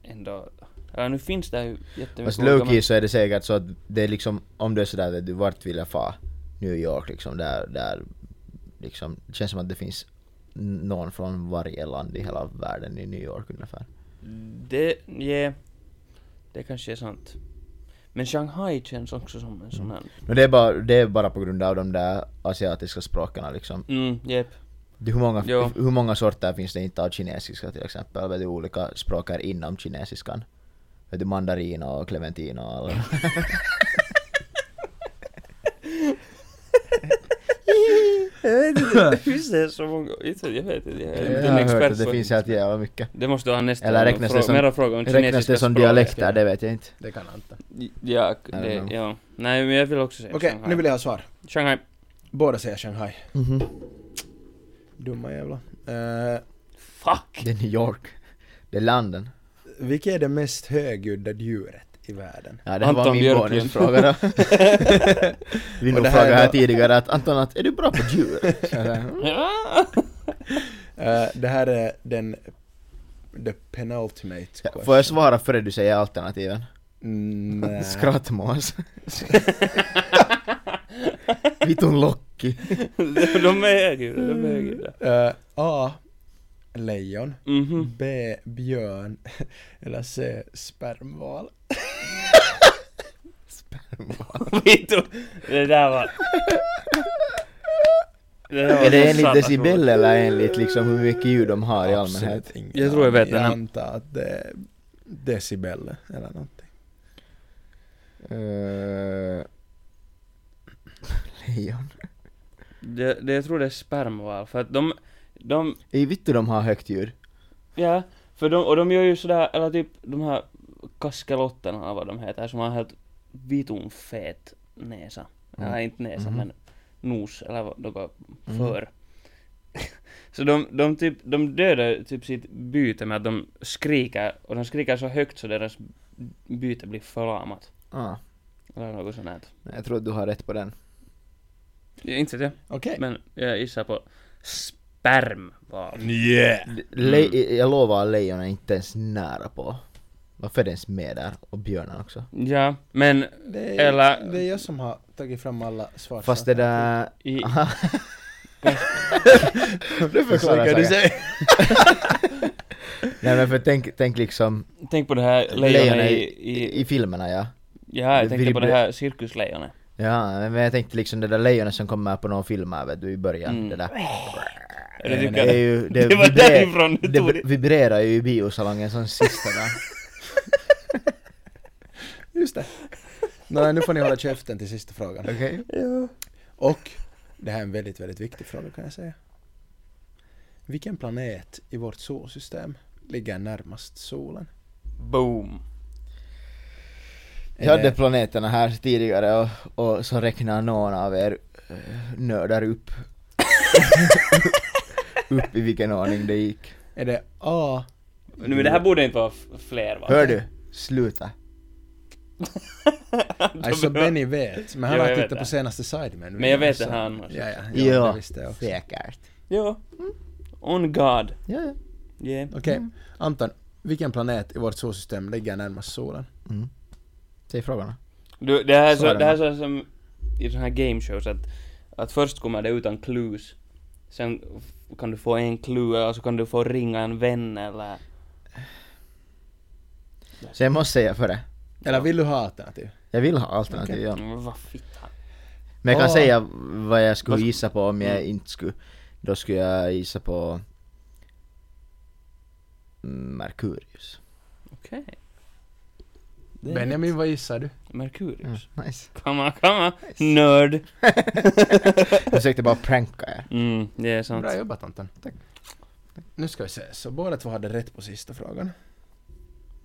S3: ändå, eller nu finns det ju jättemycket
S4: Fast
S3: olika,
S4: lowkey så är det säkert så att det är liksom, om det är sådär att du vart vill jag fa? New York liksom, där, där liksom, det känns som att det finns n- någon från varje land i hela världen i New York ungefär.
S3: men Det, ja, det kanske är sant. Men Shanghai känns också som en
S4: Mm.
S3: sån här,
S4: Men det är bara, det är bara på grund av de där asiatiska språken liksom.
S3: mm, jep.
S4: Det, hur, många,
S3: Jo.
S4: hur många sorter finns det inte av kinesiska till exempel? Vet du, olika språk är inom kinesiskan. Vet vet du, mandarina och clementina och alla.
S3: <laughs> Finns det så många? Inte- Jag vet inte, jag är
S4: Jag
S3: inte en
S4: har hört
S3: expert
S4: att det
S3: på-
S4: finns helt jävla mycket.
S3: Det måste du ha nästa
S4: Eller
S3: gång.
S4: räknas det
S3: Frå-
S4: som-
S3: mera fråga om
S4: Räknas det
S3: kinesiska
S4: som
S3: språket.
S4: dialekter? Det vet jag inte.
S2: Det kan Ante.
S3: Ja,
S4: don't
S3: det,
S4: know.
S3: ja. Nej men jag vill också säga
S2: Okej,
S3: Shanghai.
S2: nu vill jag ha svar.
S3: Shanghai.
S2: Båda säger Shanghai.
S4: Mhm.
S2: Dumma jävla. Eh,
S3: Fuck!
S4: Det är New York. Det är landen.
S2: vilket är det mest högljudda djuret i världen?
S4: Ja, det här var
S3: Anton
S4: min
S3: Björklund.
S4: bonusfråga
S3: <laughs>
S4: då. Vi
S2: Och
S4: nog
S2: det här är
S4: frågade här
S2: då-
S4: tidigare att Anton, att, är du bra på
S3: <laughs>
S4: djur? Så jag sa, "Mm."
S3: Ja.
S2: Eh, det här är den... The penultimate
S4: Ja,
S2: question.
S4: Får jag svara före du säger alternativen?
S2: Mm,
S4: <laughs>
S2: nej.
S4: Skrattmås. Vitun Locky.
S3: <laughs> de är högljudda, de är högljudda.
S2: Eh, A. Lejon.
S4: Mm.
S3: Mhm. <laughs>
S2: B. Björn. <laughs> Eller C. Spermval.
S3: Vito, det
S2: <laughs>
S3: där var... Det där var
S4: Är
S3: så
S4: det enligt
S3: satans
S4: decibel
S3: roligt.
S4: eller enligt liksom hur mycket ljud de har i allmänhet?
S2: Absolut ingen
S3: Jag tror jag vet
S2: aning.
S3: den här.
S2: Jag antar att det är decibel eller någonting.
S4: Eh, Lejon.
S3: Det, det, jag tror det är spermval, för att de... De...
S4: Ej vittu de har högt ljud.
S3: Ja, för de, och de gör ju sådär, eller typ de här kaskelotterna eller vad de heter, som har helt vitun fet näsa.
S4: Mm.
S3: Eller inte näsa,
S4: Mhm.
S3: men nos eller vad- något
S4: Mm.
S3: för. <laughs> så de, de, typ, de dödar typ sitt byte med att de skriker, och de skriker så högt så deras byte blir förlamat.
S4: Ah,
S3: Eller något sånt här.
S4: jag tror att du har rätt på den.
S3: Jag inte det,
S2: Okej.
S3: men jag gissar på spermval.
S2: Yeah!
S4: Le- Jag lovar, lejon är inte ens nära på. Varför är det ens med där? Och björnen också.
S3: Ja, men
S2: Det är,
S3: Eller-
S2: det är jag som har tagit fram alla svar.
S4: Fast det där...
S3: i,
S4: Du förklarar
S2: Försöker du
S4: saken.
S2: säga?
S4: Nej men för tänk, tänk liksom
S3: tänk på det här
S4: lejon
S3: lejonet
S4: i,
S3: i, i,
S4: i filmerna ja.
S3: Ja, jag
S4: Det
S3: tänkte på
S4: vibrer-
S3: det här cirkuslejonet.
S4: Ja, men jag tänkte liksom det där lejonet som kommer på någon film här vet du i början,
S3: Mm.
S4: det där.
S3: Eller
S4: Men
S3: tycker-
S4: det är
S3: <laughs>
S4: ju, det,
S3: Det var
S4: vibrer-
S3: därifrån du
S4: det
S3: tog
S4: b-
S3: det.
S4: vibrerar ju i biosalongen som sista
S3: <laughs>
S4: där.
S2: Just det. Nej, nu får ni hålla käften till sista frågan.
S4: Okej?
S2: Och, det här är en väldigt, väldigt viktig fråga kan jag säga. Vilken planet i vårt solsystem ligger närmast solen?
S3: Boom.
S4: Jag hade planeterna här tidigare och, och så räknar någon av er eh,
S3: <laughs>
S4: nördar upp. upp i vilken ordning det gick.
S2: Är det
S3: <laughs>
S2: A.
S3: Nu, men det här borde inte vara f- fler va? <laughs>
S4: Hör du? Sluta.
S2: Alltså Benny vet, men han
S3: Ja,
S2: har
S3: jag vet
S2: tittat på
S3: det.
S2: senaste Sidemen.
S3: Men jag vet
S2: Så-
S3: det här annars.
S2: Ja, ja, ja,
S4: Ja,
S2: det visste jag också.
S4: säkert.
S3: Ja. On God.
S4: Ja, ja.
S3: Yeah.
S2: Okej, Anton. Vilken planet i vårt solsystem ligger närmast solen?
S4: Mm. Säg frågorna.
S3: Du, det här är
S4: Så är
S3: så,
S4: det.
S3: det här är så som i såna här gameshows att, att först kommer det utan clues. Sen f- kan du få en clue, eller så kan du få ringa en vän eller...
S4: Så jag måste säga för det.
S2: Eller vill du ha alternativ?
S4: Jag vill ha alternativ ja.
S3: Mm, vad fitta.
S4: Men jag kan
S2: Ah.
S4: säga vad jag skulle
S3: Vad sk-
S4: gissa på om jag
S3: Mm.
S4: inte skulle... Då skulle jag gissa på... mm, Merkurius.
S3: Okej. Det är-
S2: Benjamin, vad gissar du?
S3: Merkurius.
S4: Mm, Nice.
S3: Come on, come on. Nörd.
S4: <laughs> Jag försökte bara pranka er.
S3: Mm, det är sant.
S2: Bra jobbat Anton.
S4: Tack.
S2: Nu ska vi se, så båda två hade rätt på sista frågan.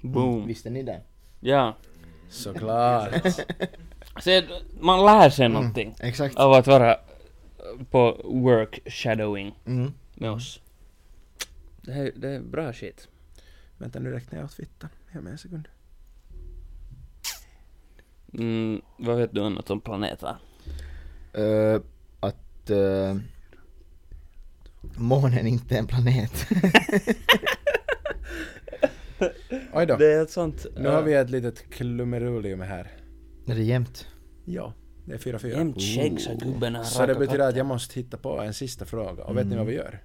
S3: Boom.
S4: Visste ni det?
S3: Ja.
S2: <laughs> Såklart.
S3: Se, man lär sig någonting
S4: Exakt.
S3: av att vara eh, på work shadowing
S4: Mm.
S3: med oss. Det, här, det är bra shit.
S2: Vänta nu räknar jag åt fittan. Ge mig en sekund.
S3: Mm, vad vet du annat om planeter?
S4: Eh, att... eh, månen inte är en planet.
S2: Oj då.
S3: är ett sånt...
S2: Nu har vi ett litet klumerulium här.
S4: <laughs> Är det jämnt?
S2: Ja, det är 4-4.
S3: Jämt skägg sa gubben har
S2: Så det
S3: raka
S2: betyder att
S3: katter.
S2: jag måste hitta på en sista fråga. Och vet ni vad vi gör?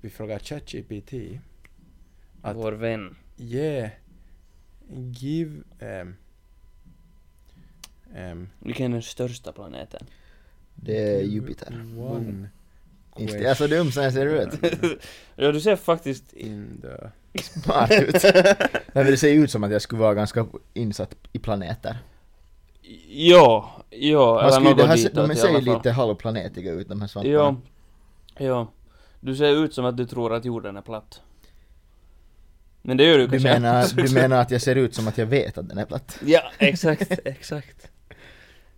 S2: Vi frågar ChatGPT. att-
S3: Vår vän.
S2: Yeah. Give... ehm, ehm,
S3: Vilken är den största planeten?
S4: Det är Jupiter.
S2: One
S4: Inte- Jag är så dum som jag ser ut.
S2: <laughs> question
S3: ja, du ser faktiskt...
S2: In the
S4: smart ut. Nej men det ser ju ut som att jag skulle vara ganska insatt i planeter.
S3: Jo, jo,
S4: Man
S3: eller
S4: skulle, det
S3: något
S4: här, se-
S3: ditåt
S4: de
S3: i
S4: ser ju
S3: alla fall.
S4: lite halvplanetiga ut de här
S3: Jo,
S4: svamparna.
S3: jo. Du ser ut som att du tror att jorden är platt. Men det gör du
S4: Du
S3: kanske
S4: menar,
S3: <laughs>
S4: du menar att jag ser ut som att jag vet att den är platt?
S3: Ja, exakt, <laughs> exakt.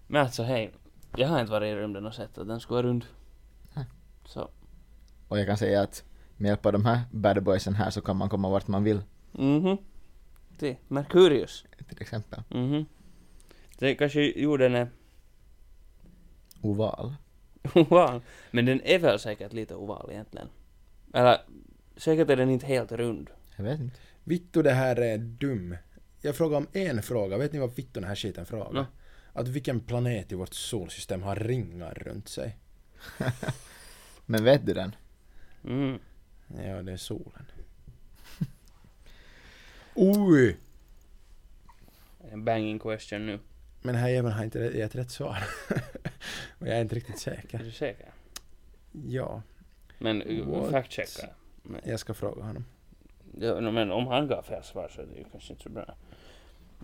S3: Men alltså hej, jag har inte varit i rymden och sett att den skulle vara rund.
S4: Nej.
S3: Så.
S4: Och jag kan säga att med hjälp av de här bad boysen här så kan man komma vart man vill,
S3: Mhm. Det, Merkurius.
S4: till exempel.
S3: Mhm. Det kanske jorden är <laughs>
S4: Oval.
S3: oval. Men den är väl säkert lite oval egentligen. Eller, säkert är den inte helt rund.
S4: Jag vet inte.
S2: Vittu det här är dum. Jag frågar om en fråga, vet ni vad Vittu den här skiten frågar?
S3: Nå.
S2: Att vilken planet i vårt solsystem har ringar runt sig?
S4: Men vet du den?
S3: Mm.
S2: Ja, det är solen. <laughs> Oj!
S3: En banging question nu.
S2: Men den här jäveln har inte gett rätt svar. <laughs> Och jag är inte riktigt
S3: Är
S2: säker.
S3: du säker?
S2: Ja,
S3: Men
S2: What?
S3: fact checka.
S2: jag ska fråga honom.
S3: Ja, no, men om han gav fel svar så är det ju kanske inte så bra.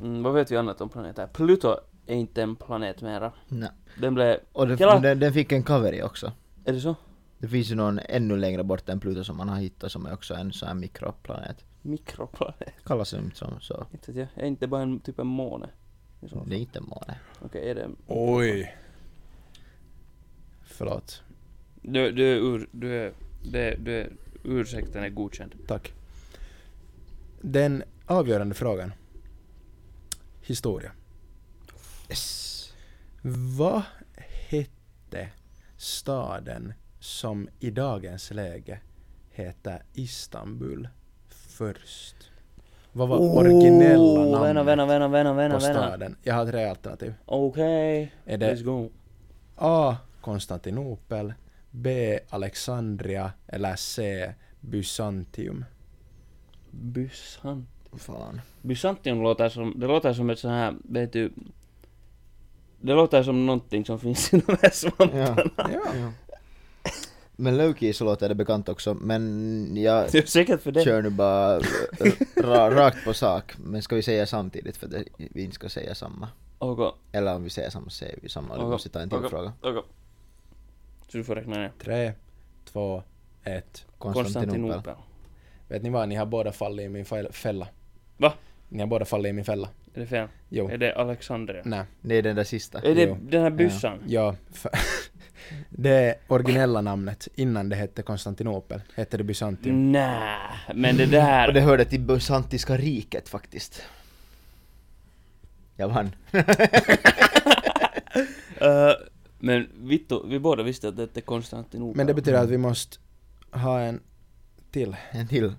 S3: Mm, vad vet vi annat om planeter? Pluto är inte en planet mera.
S4: Nej.
S3: Den blev...
S4: Och det,
S3: Kela-
S4: den, den fick en cover i också.
S3: Är det så?
S4: Det finns ju någon ännu längre bort än Pluto som man har hittat som är också en sån här mikroplanet.
S3: Mikroplanet?
S4: Kallas det inte som så.
S3: Inte vet jag. Är inte bara en typ en måne? I så fall.
S4: Det är inte en måne.
S3: Okej, är det...
S2: Oj! Förlåt.
S3: Du, du är ur... Du är... Det, du är... Ursäkten är godkänd.
S2: Tack. Den avgörande frågan. Historia.
S4: Yes.
S2: Vad hette staden som i dagens läge heter Istanbul först? Vad var
S3: Oh,
S2: originella
S3: Vänta,
S2: namnet
S3: vänta, vänta, vänta, vänta,
S2: på
S3: vänta.
S2: staden? Jag har tre alternativ.
S3: Okej.
S2: Är
S3: Let's
S2: det
S3: go.
S2: A. Konstantinopel, B. Alexandria eller C. Bysantium?
S3: Bysant.
S4: Fan.
S3: Bysantium låter som... Det låter som ett så här... Vet du... Det låter som någonting som finns i de här <laughs> svamparna.
S4: Ja.
S2: Ja.
S4: Men Loki så låter det bekant också men
S3: <laughs>
S4: jag
S3: Det är säkert för dig.
S4: kör nu bara eh, ra, rakt på sak. Men ska vi säga samtidigt för att vi inte ska säga samma?
S3: Okej,
S4: Eller om vi säger samma så säger vi samma. Du
S3: Okej,
S4: måste ta en till
S3: okej.
S4: fråga.
S3: okej. Så du får räkna ner.
S2: Tre, två, ett.
S4: Konstantinopel.
S2: Vet ni vad, ni har båda fallit i min fel- fälla.
S3: Va?
S2: Ni har båda fallit i min fälla.
S3: Är det fel?
S2: Jo.
S3: Är det Alexandria?
S2: Nej.
S4: Det är den där sista.
S3: Är det
S2: Jo.
S3: den här byssan?
S2: Ja. f- <laughs> det originella namnet innan det hette Konstantinopel hette det Bysantium.
S4: Mm.
S3: Nej, men det
S4: <laughs> Och det
S3: där...
S4: hörde till Bysantiska riket faktiskt. Jag vann.
S3: Eh, men Vittu, vi båda visste att det är Konstantinopel.
S2: Men det betyder att vi måste ha en till.
S4: En till.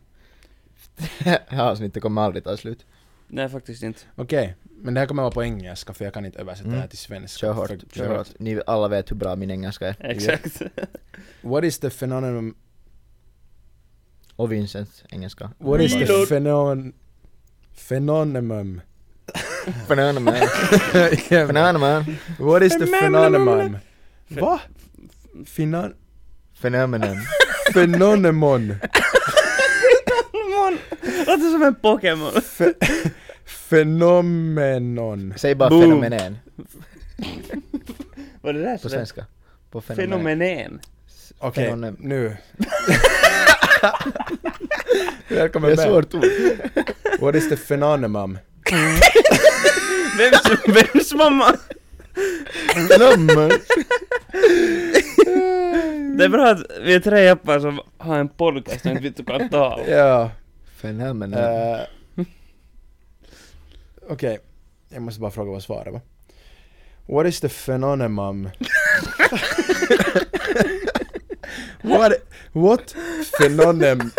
S4: Det här avsnittet kommer aldrig ta slut.
S3: Nej, faktiskt inte.
S2: Okej, men det här kommer vara på engelska för jag kan inte översätta
S4: Mm.
S2: det här till svenska.
S4: Kör hårt,
S2: För-
S4: kör hårt. Ni alla vet hur bra min engelska är.
S3: Exakt. <laughs>
S2: What is the phenomenon...
S4: Och Vincents engelska.
S2: What is the
S3: Reload.
S2: phenon... Phenomenon.
S4: Phenomenon.
S2: <laughs>
S4: Phenomenon.
S2: What is the phenomenon?
S3: Phenomenon.
S2: Va? Finan...
S4: Phenomenon.
S2: Phenomenon.
S3: Mon, låter som en Pokémon.
S2: Phenomenon.
S4: Säg bara
S3: Boom.
S4: fenomenen
S3: Vad är det där
S4: på
S3: så där?
S4: svenska. På fenomen.
S3: Fenomenen.
S2: Okej,
S4: Phenomen- <laughs>
S2: nu. Välkommen
S4: Det är svårt ord.
S2: What is the phenomenon?
S3: Vems, vems mamma?
S4: <laughs> Phenomen.
S3: Det är bra att vi är tre jappar som har en podcast och inte Vittu kan
S2: <laughs>
S3: tala.
S2: Ja.
S4: Phenomenon.
S2: eh, Okej, jag måste bara fråga vad svaret var. What is the
S4: <laughs>
S2: phenomenon? what, what
S4: <laughs>
S2: phenomenon?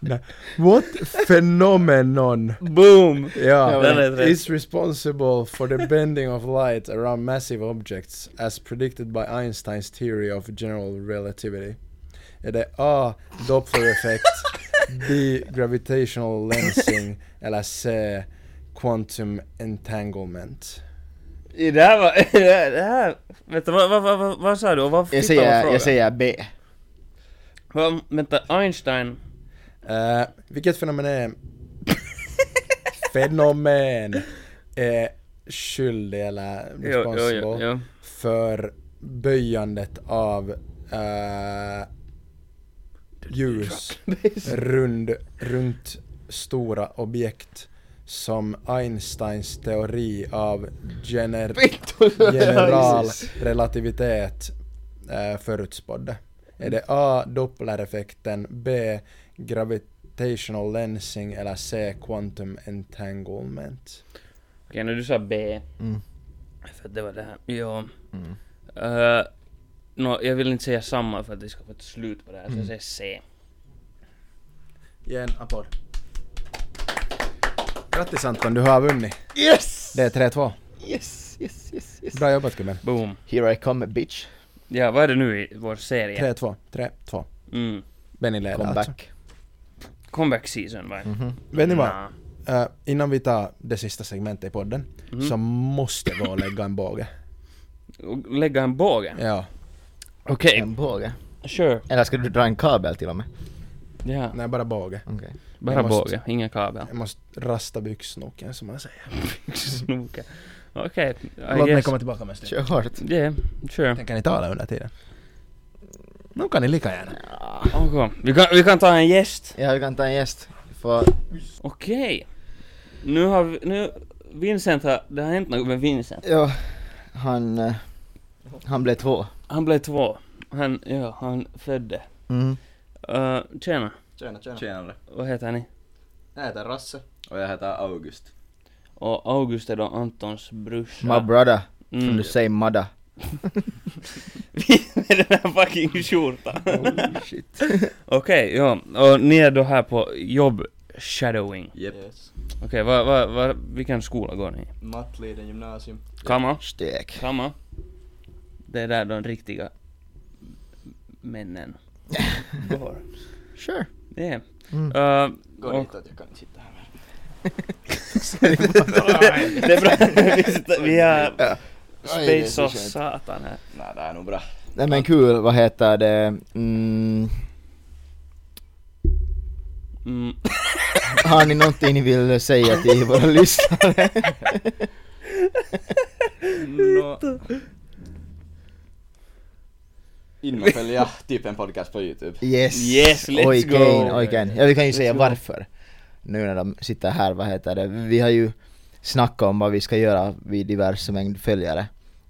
S2: Nej, what phenomenon?
S3: Boom!
S2: Ja,
S3: Den är rätt.
S2: is responsible for the bending of light around massive objects as predicted by Einsteins theory of general relativity. Är det A.
S3: <laughs>
S2: Dopplereffekt, B. Gravitational lensing eller C. Quantum entanglement?
S3: Det där var... <laughs> Det här... Vänta, vad, vad, vad, vad, vad sa du? Och vad
S4: jag,
S3: fittan var
S4: säger,
S3: frågan?
S4: jag säger B.
S3: Vad- Vänta, Einstein...
S2: Eh, vilket
S3: <laughs>
S2: fenomen fenomen är eh, skyldig eller
S3: Jo, jo,
S2: responsible
S3: jo, jo.
S2: för böjandet av eh, ljus rund, runt stora objekt som Einsteins teori av gener general relativitet eh, förutspådde? Är det A. Dopplereffekten, B. Gravitational lensing eller C. Quantum entanglement?
S3: Okej, när du sa B.
S4: Mm.
S3: För att det var det här. Ja.
S4: Mm.
S3: Eh, nå, jag vill inte säga samma för att vi ska få ett slut på det här, så jag säger C.
S2: Ge en applåd. Grattis Anton, du har vunnit.
S4: <laughs> Yes!
S2: Det är 3-2.
S4: Yes, yes, yes, yes.
S2: Bra jobbat gubben.
S3: Boom.
S4: Here I come bitch.
S3: Ja, vad är det nu i vår serie?
S2: 3-2, 3-2.
S3: Mm.
S2: Benny leder
S4: Come
S2: alltså.
S4: back.
S3: Comeback season, va?
S4: Mhm.
S2: Vet ni vad?
S3: Nja.
S2: Eh, innan vi tar det sista segmentet i podden så måste jag gå och lägga en båge.
S3: Och lägga en båge?
S2: Ja.
S3: Okej,
S4: En båge.
S3: sure.
S4: Eller ska du dra en kabel till och med?
S3: Ja,
S2: Nej, bara båge.
S4: Okej.
S3: bara
S2: jag måste-
S3: båge, inga kabel.
S2: Jag måste rasta byxsnoken som man säger.
S3: <laughs> Snoka. Okej, I
S2: Låt mig
S3: guess.
S2: komma tillbaka med en stund.
S4: Kör hårt.
S3: Yeah, sure.
S2: Tänker ni tala under tiden? Nu kan ni lika gärna.
S3: Okej, vi, kan, vi kan ta en gäst.
S4: Ja, vi kan ta en gäst. För
S3: Okej. Nu har vi, nu, Vincent har, det har hänt något med Vincent.
S4: Ja, han... eh, Han blev två.
S3: Han blev två. Han, ja, han födde.
S4: Mm.
S3: Uh, tjena,
S1: Tjena, tjena. Tjenare.
S3: vad heter ni?
S1: Jag heter Rasse. Och jag heter August.
S3: Och August är då Antons brorsa.
S4: My brother, from
S3: Mm.
S4: the same mother.
S3: <laughs> med den här fucking skjortan. <laughs> Okej, ja. Och ni är då här på jobb shadowing.
S1: Yep. Yes.
S3: Okej, vad, vad, vad, vilken skola går ni i?
S1: Mattliden gymnasium.
S3: Kamma?
S4: Stek.
S3: Kamma? Det är där de riktiga männen går.
S4: Sure.
S3: Det är.
S4: Mm.
S3: Eh,
S1: Gå
S3: och-
S1: dit att jag kan inte sitta här mer.
S3: det är bra, <laughs> Vi- vi har
S4: Oj, det är
S3: space
S4: så
S3: och
S4: skönt.
S3: satan här.
S1: Nej, det är nog bra.
S4: Nej men kul, vad heter det? Mm. <laughs>
S3: Mm.
S4: Har ni någonting ni vill säga till våra lyssnare?
S1: Nå... In och
S3: <laughs>
S1: följa typ en podcast på Youtube.
S4: Yes!
S3: Yes, let's
S4: Oj,
S3: go.
S4: Kane, oj, Kane. Ja, vi kan ju
S3: Let's
S4: säga
S3: go.
S4: varför. Nu när de sitter här, vad heter det? Vi har ju snackat om vad vi ska göra vid diverse mängd följare.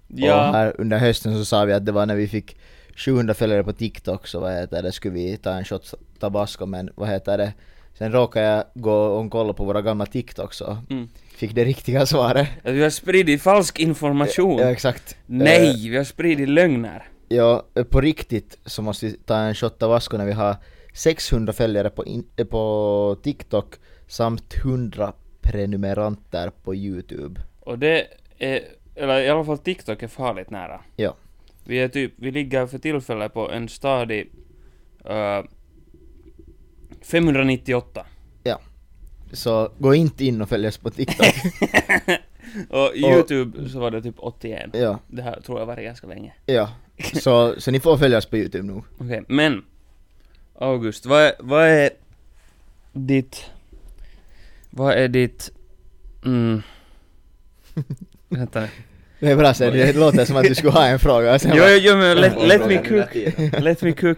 S4: Och
S3: Ja,
S4: här under hösten så sa vi att det var när vi fick 700 följare på TikTok så vad heter det, skulle vi ta en shot tabasco men vad heter det? Sen råkade jag gå och kolla på våra gamla TikToks och
S3: Mm.
S4: fick det riktiga svaret.
S3: att vi har spridit falsk information.
S4: Ja exakt. Eh,
S3: Nej, vi har spridit lögner.
S4: ja, på riktigt så måste vi ta en shot tabasco när vi har 600 följare på, in, eh, på TikTok samt 100 prenumeranter på YouTube.
S3: Och det är, eller i alla fall TikTok är farligt nära.
S4: Ja.
S3: Vi är typ, vi ligger för tillfället på en stadig eh, 598.
S4: Så gå inte in och följ oss på TikTok. <laughs>
S3: Och YouTube så var det typ 81.
S4: ja,
S3: Det här tror jag var ganska länge.
S4: ja. Så, så ni får följa oss på YouTube nog.
S3: Okej, men August, vad är, vad är ditt... Vad är ditt...
S1: <laughs>
S3: Mm... Vänta nu.
S4: Det är bra så <laughs> det låter som att du skulle ha en fråga och sen
S3: Jo,
S4: bara,
S3: jo, jo, men let, let me
S1: Frågan
S3: cook.
S1: under tiden.
S3: Let me cook.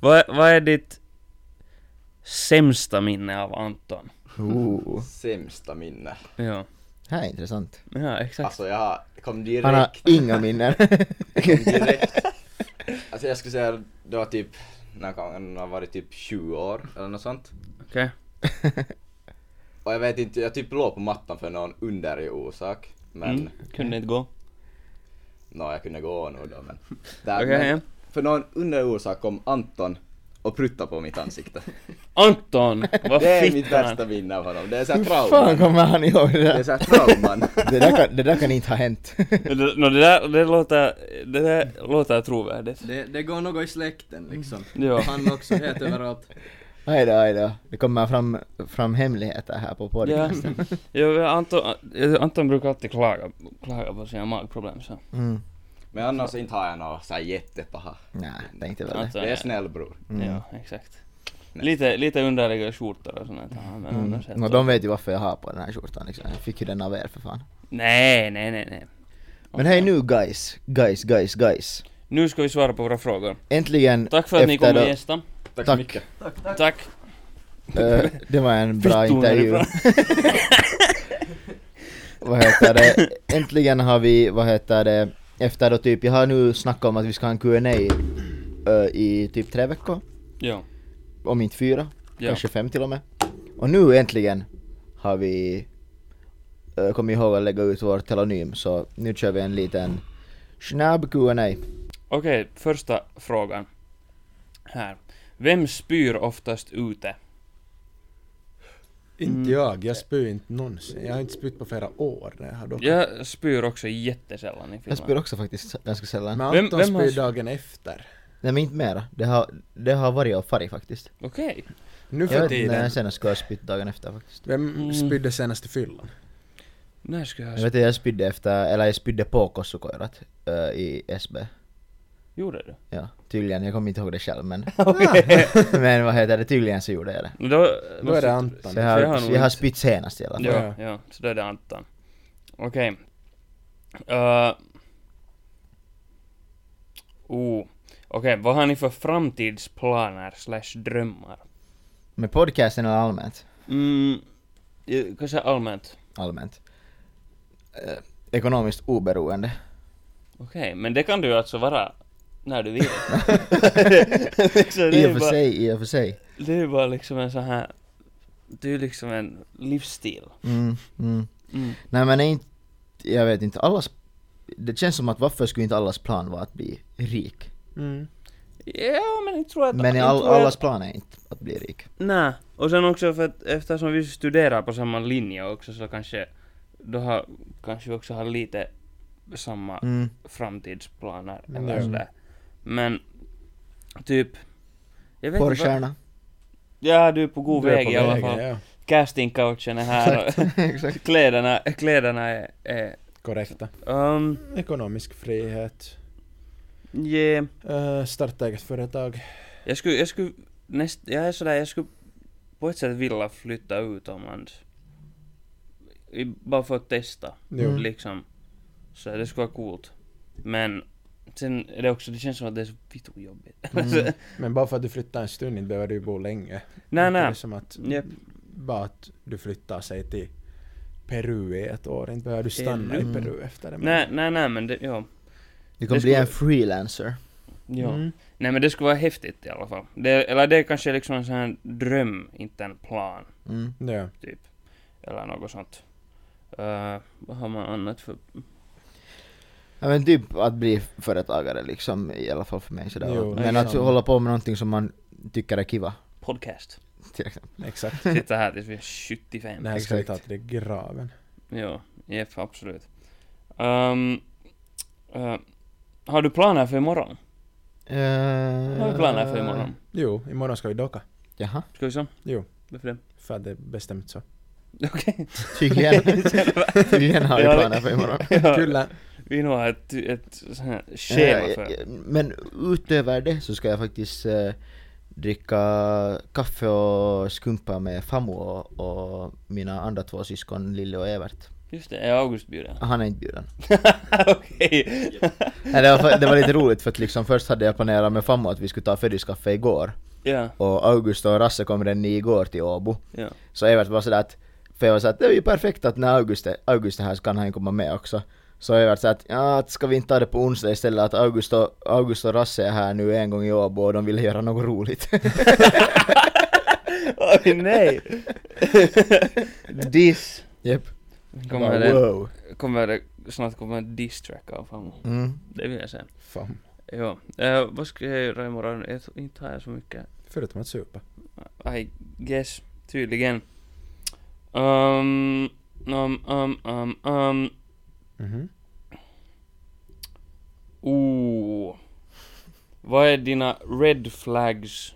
S3: Vad, vad är ditt sämsta minne av Anton?
S4: oh,
S1: Sämsta minne.
S3: Ja,
S4: här är intressant.
S3: ja exakt.
S1: Alltså jag har- kom direkt.
S4: Han har inga
S1: <laughs>
S4: minnen.
S1: kom direkt. Alltså jag skulle säga det var typ, när han har varit typ 20 år eller något sånt.
S3: Okej.
S1: Och jag vet inte, jag typ låg på mattan för någon underlig orsak. Men,
S3: Mm. Kunde inte gå.
S1: nå jag kunde gå nog då men. Där,
S3: Okej,
S1: men
S3: ja.
S1: För någon underlig orsak kom Anton och pruttade på mitt ansikte. <laughs>
S3: Anton! Vad
S1: Det är mitt
S3: fittan!
S1: värsta minne av honom. Det är såhär
S4: Hur fan
S1: trauman.
S4: kommer han ihåg det
S1: Det är
S4: där?
S1: såhär trauman.
S4: Det där kan, det där kan inte ha hänt.
S3: Det- Nå det där, det låter, det där låter trovärdigt.
S6: Det, det går något i släkten liksom.
S3: Ja.
S6: Han också het överallt.
S4: Aj då, aj då. Det kommer fram, fram hemligheter här på
S3: Ja.
S4: podcasten.
S3: <laughs> Ja, Anton, Anton brukar alltid klaga, klaga på sina magproblem så.
S4: Mm.
S1: Men annars inte har jag något såhär jättepaha.
S4: Nej, tänkte väl det.
S3: Anton,
S4: Mm.
S1: Jag är snäll bror.
S3: Ja, exakt. Lite, lite underliga skjortor och sånt där. Ja, men annars
S4: Mm.
S3: helt
S4: Och
S3: så-
S4: de vet ju varför jag har på den här skjortan liksom. Jag fick ju den av er för fan.
S3: Nej, nej, nej, nej.
S4: Men hej nu guys, guys, guys, guys.
S3: Nu ska vi svara på våra frågor.
S4: Äntligen
S3: Tack för att ni
S4: efter
S3: kom och
S4: då-
S3: gästade.
S1: Tack så
S4: Tack.
S1: mycket.
S3: Tack. <laughs>
S4: Eh, det var en bra
S3: Fittorna är
S4: intervju.
S3: bra.
S4: <laughs> vad heter det? Äntligen har vi, vad heter det, efter då typ, jag har nu snackat om att vi ska ha en Q&A eh, i typ tre veckor.
S3: Ja.
S4: Om inte fyra,
S3: Ja.
S4: kanske fem till och med. Och nu äntligen har vi eh, kommit ihåg att lägga ut vår telonym så nu kör vi en liten snabb Q&A
S3: Okej, första frågan. Här. Vem spyr oftast ute?
S5: Inte jag, jag spyr inte någonsin. Jag har inte spytt på flera år när jag har dock.
S3: Jag spyr också jättesällan i
S4: Jag
S3: Finland.
S4: spyr också faktiskt ganska sällan.
S5: Men
S3: Vem-
S5: Anton
S3: vem har-
S5: spyr dagen efter.
S4: Nej men inte mera. Det har, det har varit av färg faktiskt.
S3: Okej.
S5: Nu
S4: Jag
S5: för
S4: vet inte när
S5: tiden.
S4: jag senast skulle ha spytt dagen efter faktiskt.
S5: Vem
S3: Mm.
S5: spydde senast i fyllan?
S3: När ska jag ha
S4: Jag vet inte, jag spydde efter, eller jag spydde på kossukoirat eh, i SB.
S3: Gjorde du?
S4: Ja, tydligen. Jag kommer inte ihåg det själv men...
S3: <laughs> Okej.
S4: <laughs> men vad heter det, tydligen så gjorde jag det.
S3: Men Då,
S5: Då är det
S4: Så
S5: Anton.
S4: jag har,
S3: Jag har
S4: så
S3: nog
S4: jag har
S3: inte-
S4: spytt senast i alla fall.
S3: Ja, ja. Så då är det Anton. Okej. Eh, oh. Okej, vad har ni för framtidsplaner slash drömmar?
S4: Med podcasten eller allmänt?
S3: Mm, eh, kanske allmänt.
S4: Allmänt. Eh, ekonomiskt oberoende.
S3: Okej, men det kan du ju alltså vara när du
S4: <laughs>
S3: vill. Liksom, det
S4: I
S3: är
S4: och för
S3: bara-
S4: sig, i och för sig.
S3: Det är ju bara liksom en sån här... Det är ju liksom en livsstil.
S4: Mm, mm.
S3: Mm.
S4: Nej men är inte, jag vet inte, allas... Det känns som att varför skulle inte allas plan vara att bli rik?
S5: Mm.
S3: Ja, men jag tror att...
S4: Men i
S3: jag
S4: all,
S3: tror att-
S4: allas plan är inte att bli rik.
S3: Nej, och sen också för att eftersom vi studerar på samma linje också så kanske... Då har, kanske vi också har lite samma
S4: Mm.
S3: framtidsplaner
S5: Mm.
S3: eller sådär. Men... Typ... Jag vet inte... vad-
S4: Porrstjärna.
S3: Ja, du är på god
S5: Du är
S3: väg
S5: på
S3: i alla
S5: väg,
S3: fall.
S5: ja.
S3: Castingcoachen är här
S5: <laughs>
S3: och <laughs>
S4: Exakt.
S3: kläderna, kläderna är... är
S5: Korrekta.
S3: um,
S5: Ekonomisk frihet.
S3: yeah.
S5: eh, starta eget företag.
S3: Jag skulle, jag skulle näst, jag är sådär, jag skulle på ett sätt vilja flytta utomlands. I, bara för att testa.
S5: Jo.
S3: Liksom. Så det skulle vara coolt. Men sen är det också, det känns som att det är så vitt
S5: <laughs>
S3: jobbigt. <laughs>
S4: Mm.
S5: Men bara för att du flyttar en stund inte behöver du bo länge.
S3: Alltså- nej,
S5: Inte Det är
S3: nej.
S5: som att
S3: Japp.
S5: bara att du flyttar sig till Peru i ett år, inte behöver du stanna
S3: Peru.
S5: i Peru efter det. men-
S3: Nej, nej, nej men det, ja.
S4: Du kommer
S3: Det
S4: bli
S3: skulle-
S4: en freelancer.
S3: ja.
S5: Mm.
S3: Nej men det skulle vara häftigt i alla fall. Det, eller det är kanske liksom en sån här dröm, inte en plan. typ.
S4: Mm.
S5: Ja.
S3: Eller något sånt. Eh, vad har man annat för...
S4: Ja men typ att bli företagare liksom, i alla fall för mig sådär.
S5: Jo,
S4: men att
S5: exakt.
S4: hålla på med någonting som man tycker är kiva,
S5: <laughs>
S3: Podcast.
S4: till exempel.
S5: Exakt.
S3: Sitta här tills vi är 75.
S5: Det här ska vi ta
S4: Exakt.
S5: till graven.
S3: Ja, Jeff, absolut. Ehm, eh, har du planer för imorgon? Har du planer för imorgon?
S4: Eh,
S5: Jo, imorgon ska vi docka.
S4: Jaha,
S3: Ska vi så?
S5: Jo.
S3: Varför det?
S5: För att det är bestämt så.
S3: <laughs>
S4: <laughs>
S3: Okej.
S4: tydligen.
S3: <laughs>
S4: tydligen har vi
S3: Ja,
S4: planer för imorgon.
S3: Ja,
S5: Kyllä.
S3: Vi nog har ett, ett sånt här
S4: Eh,
S3: schema för...
S4: Men utöver det så ska jag faktiskt eh, dricka kaffe och skumpa med Famo och, och mina andra två syskon Lille och Evert.
S3: Just det, <laughs> är August bjuden?
S4: Han är inte bjuden.
S3: Okej. <laughs>
S4: Nej, det, var, för- det var lite roligt för att liksom först hade jag planerat med Famo att vi skulle ta Fredrikskaffe igår
S3: Ja,
S4: och August och Rasse kom redan igår till Åbo.
S3: ja.
S4: Så Evert var sådär att, för jag var såhär att det är ju perfekt att när August är, August är här så kan han ju komma med också. Så Evert sa att, ja att ska vi inte ta det på onsdag istället att August och, August och Rasse är här nu en gång i Åbo och de vill göra något roligt.
S3: Oj nej! Diss.
S4: Japp.
S3: Kommer
S4: <laughs> Bara,
S3: det,
S4: wow.
S3: kommer det snart komma en diss-track av honom.
S4: Mm.
S3: Det vill jag säga.
S5: Fan.
S3: Ja. Eh, vad ska jag göra imorgon? Jag tror inte har jag så mycket
S5: Förutom att supa.
S3: I guess, tydligen. Um, um, um, um, um.
S5: Mhm.
S3: Oh. Vad är dina red flags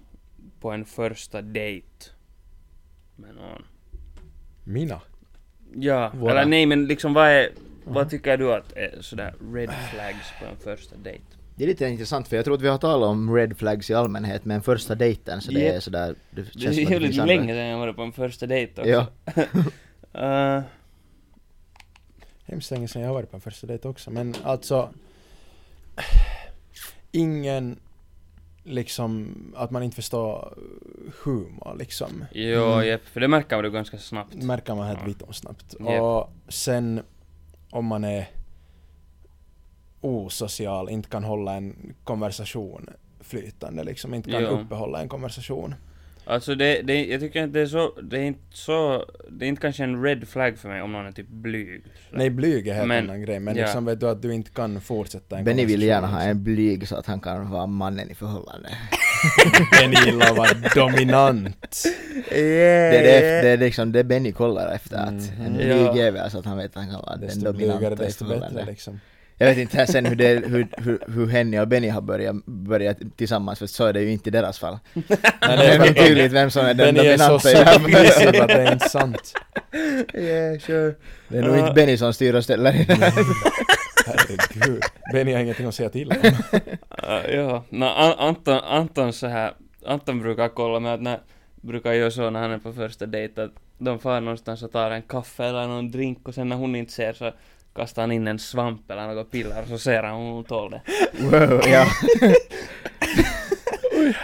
S3: på en första dejt? Med någon?
S5: Mina.
S3: Ja,
S5: Våra.
S4: Mm.
S3: eller nej men liksom vad är,
S5: Mhm.
S3: vad tycker du att är sådär red flags på en första dejt?
S4: Det är lite intressant för jag tror att vi har talat om red flags i allmänhet men första dejten så det
S3: Japp.
S4: är sådär... Det känns
S3: Det är
S4: som att
S3: jävligt
S4: finns andra-
S3: länge sedan jag var på en första dejt också.
S4: Ja.
S3: Eh,
S2: Hemskt länge sedan jag har varit på en första dejt också, men alltså... Ingen... Liksom, att man inte förstår humor liksom.
S3: jo,
S4: Mm.
S3: japp, för det märker man ju ganska snabbt.
S2: märker man helt
S3: Ja.
S2: vitt om snabbt.
S3: Japp.
S2: Och sen om man är osocial, inte kan hålla en konversation flytande liksom, inte kan
S3: Jo.
S2: uppehålla en konversation.
S3: Alltså det, det, jag tycker inte det är så, det är inte så, det är inte kanske en red flag för mig om någon är typ blyg. Så.
S2: Nej, blyg är helt
S3: Men-
S2: annan grej, men
S3: ja.
S2: liksom vet du att du inte kan fortsätta en
S4: Benny vill
S2: konversation,
S4: gärna
S2: liksom.
S4: ha en blyg så att han kan vara mannen i förhållande.
S2: Benny gillar att vara dominant.
S4: Det är, det, det är liksom det Benny kollar efter att en
S2: Eh. Mhm.
S4: blyg
S3: Ja.
S4: jävel så att han vet att han kan vara den
S2: Desto
S4: dominanta
S2: blygare,
S4: i
S2: desto bättre
S4: förhållande.
S2: liksom.
S4: Jag vet inte sen hur, det, hur, hur, hur Henny och Benny har börjat, börjat tillsammans för så är det ju inte i deras fall.
S2: Nej,
S4: Det är
S2: för
S4: mycket
S2: att
S4: tydligt vem som är den
S2: Benny är så
S4: dominanta i det här fallet.
S2: <laughs> submissive att det är inte sant.
S4: Yeah, sure. Det är nog inte Benny som styr och ställer i det här.
S2: Herregud. Benny har ingenting att säga till om.
S3: Eh, ja, Nå, An- Anton, Anton så här, Anton brukar kolla med att när, brukar göra så när han är på första dejt att de far någonstans och tar en kaffe eller någon drink och sen när hon inte ser så kastar han in en svamp eller något piller och så ser han om hon tål det.
S4: Wow, <laughs> ja.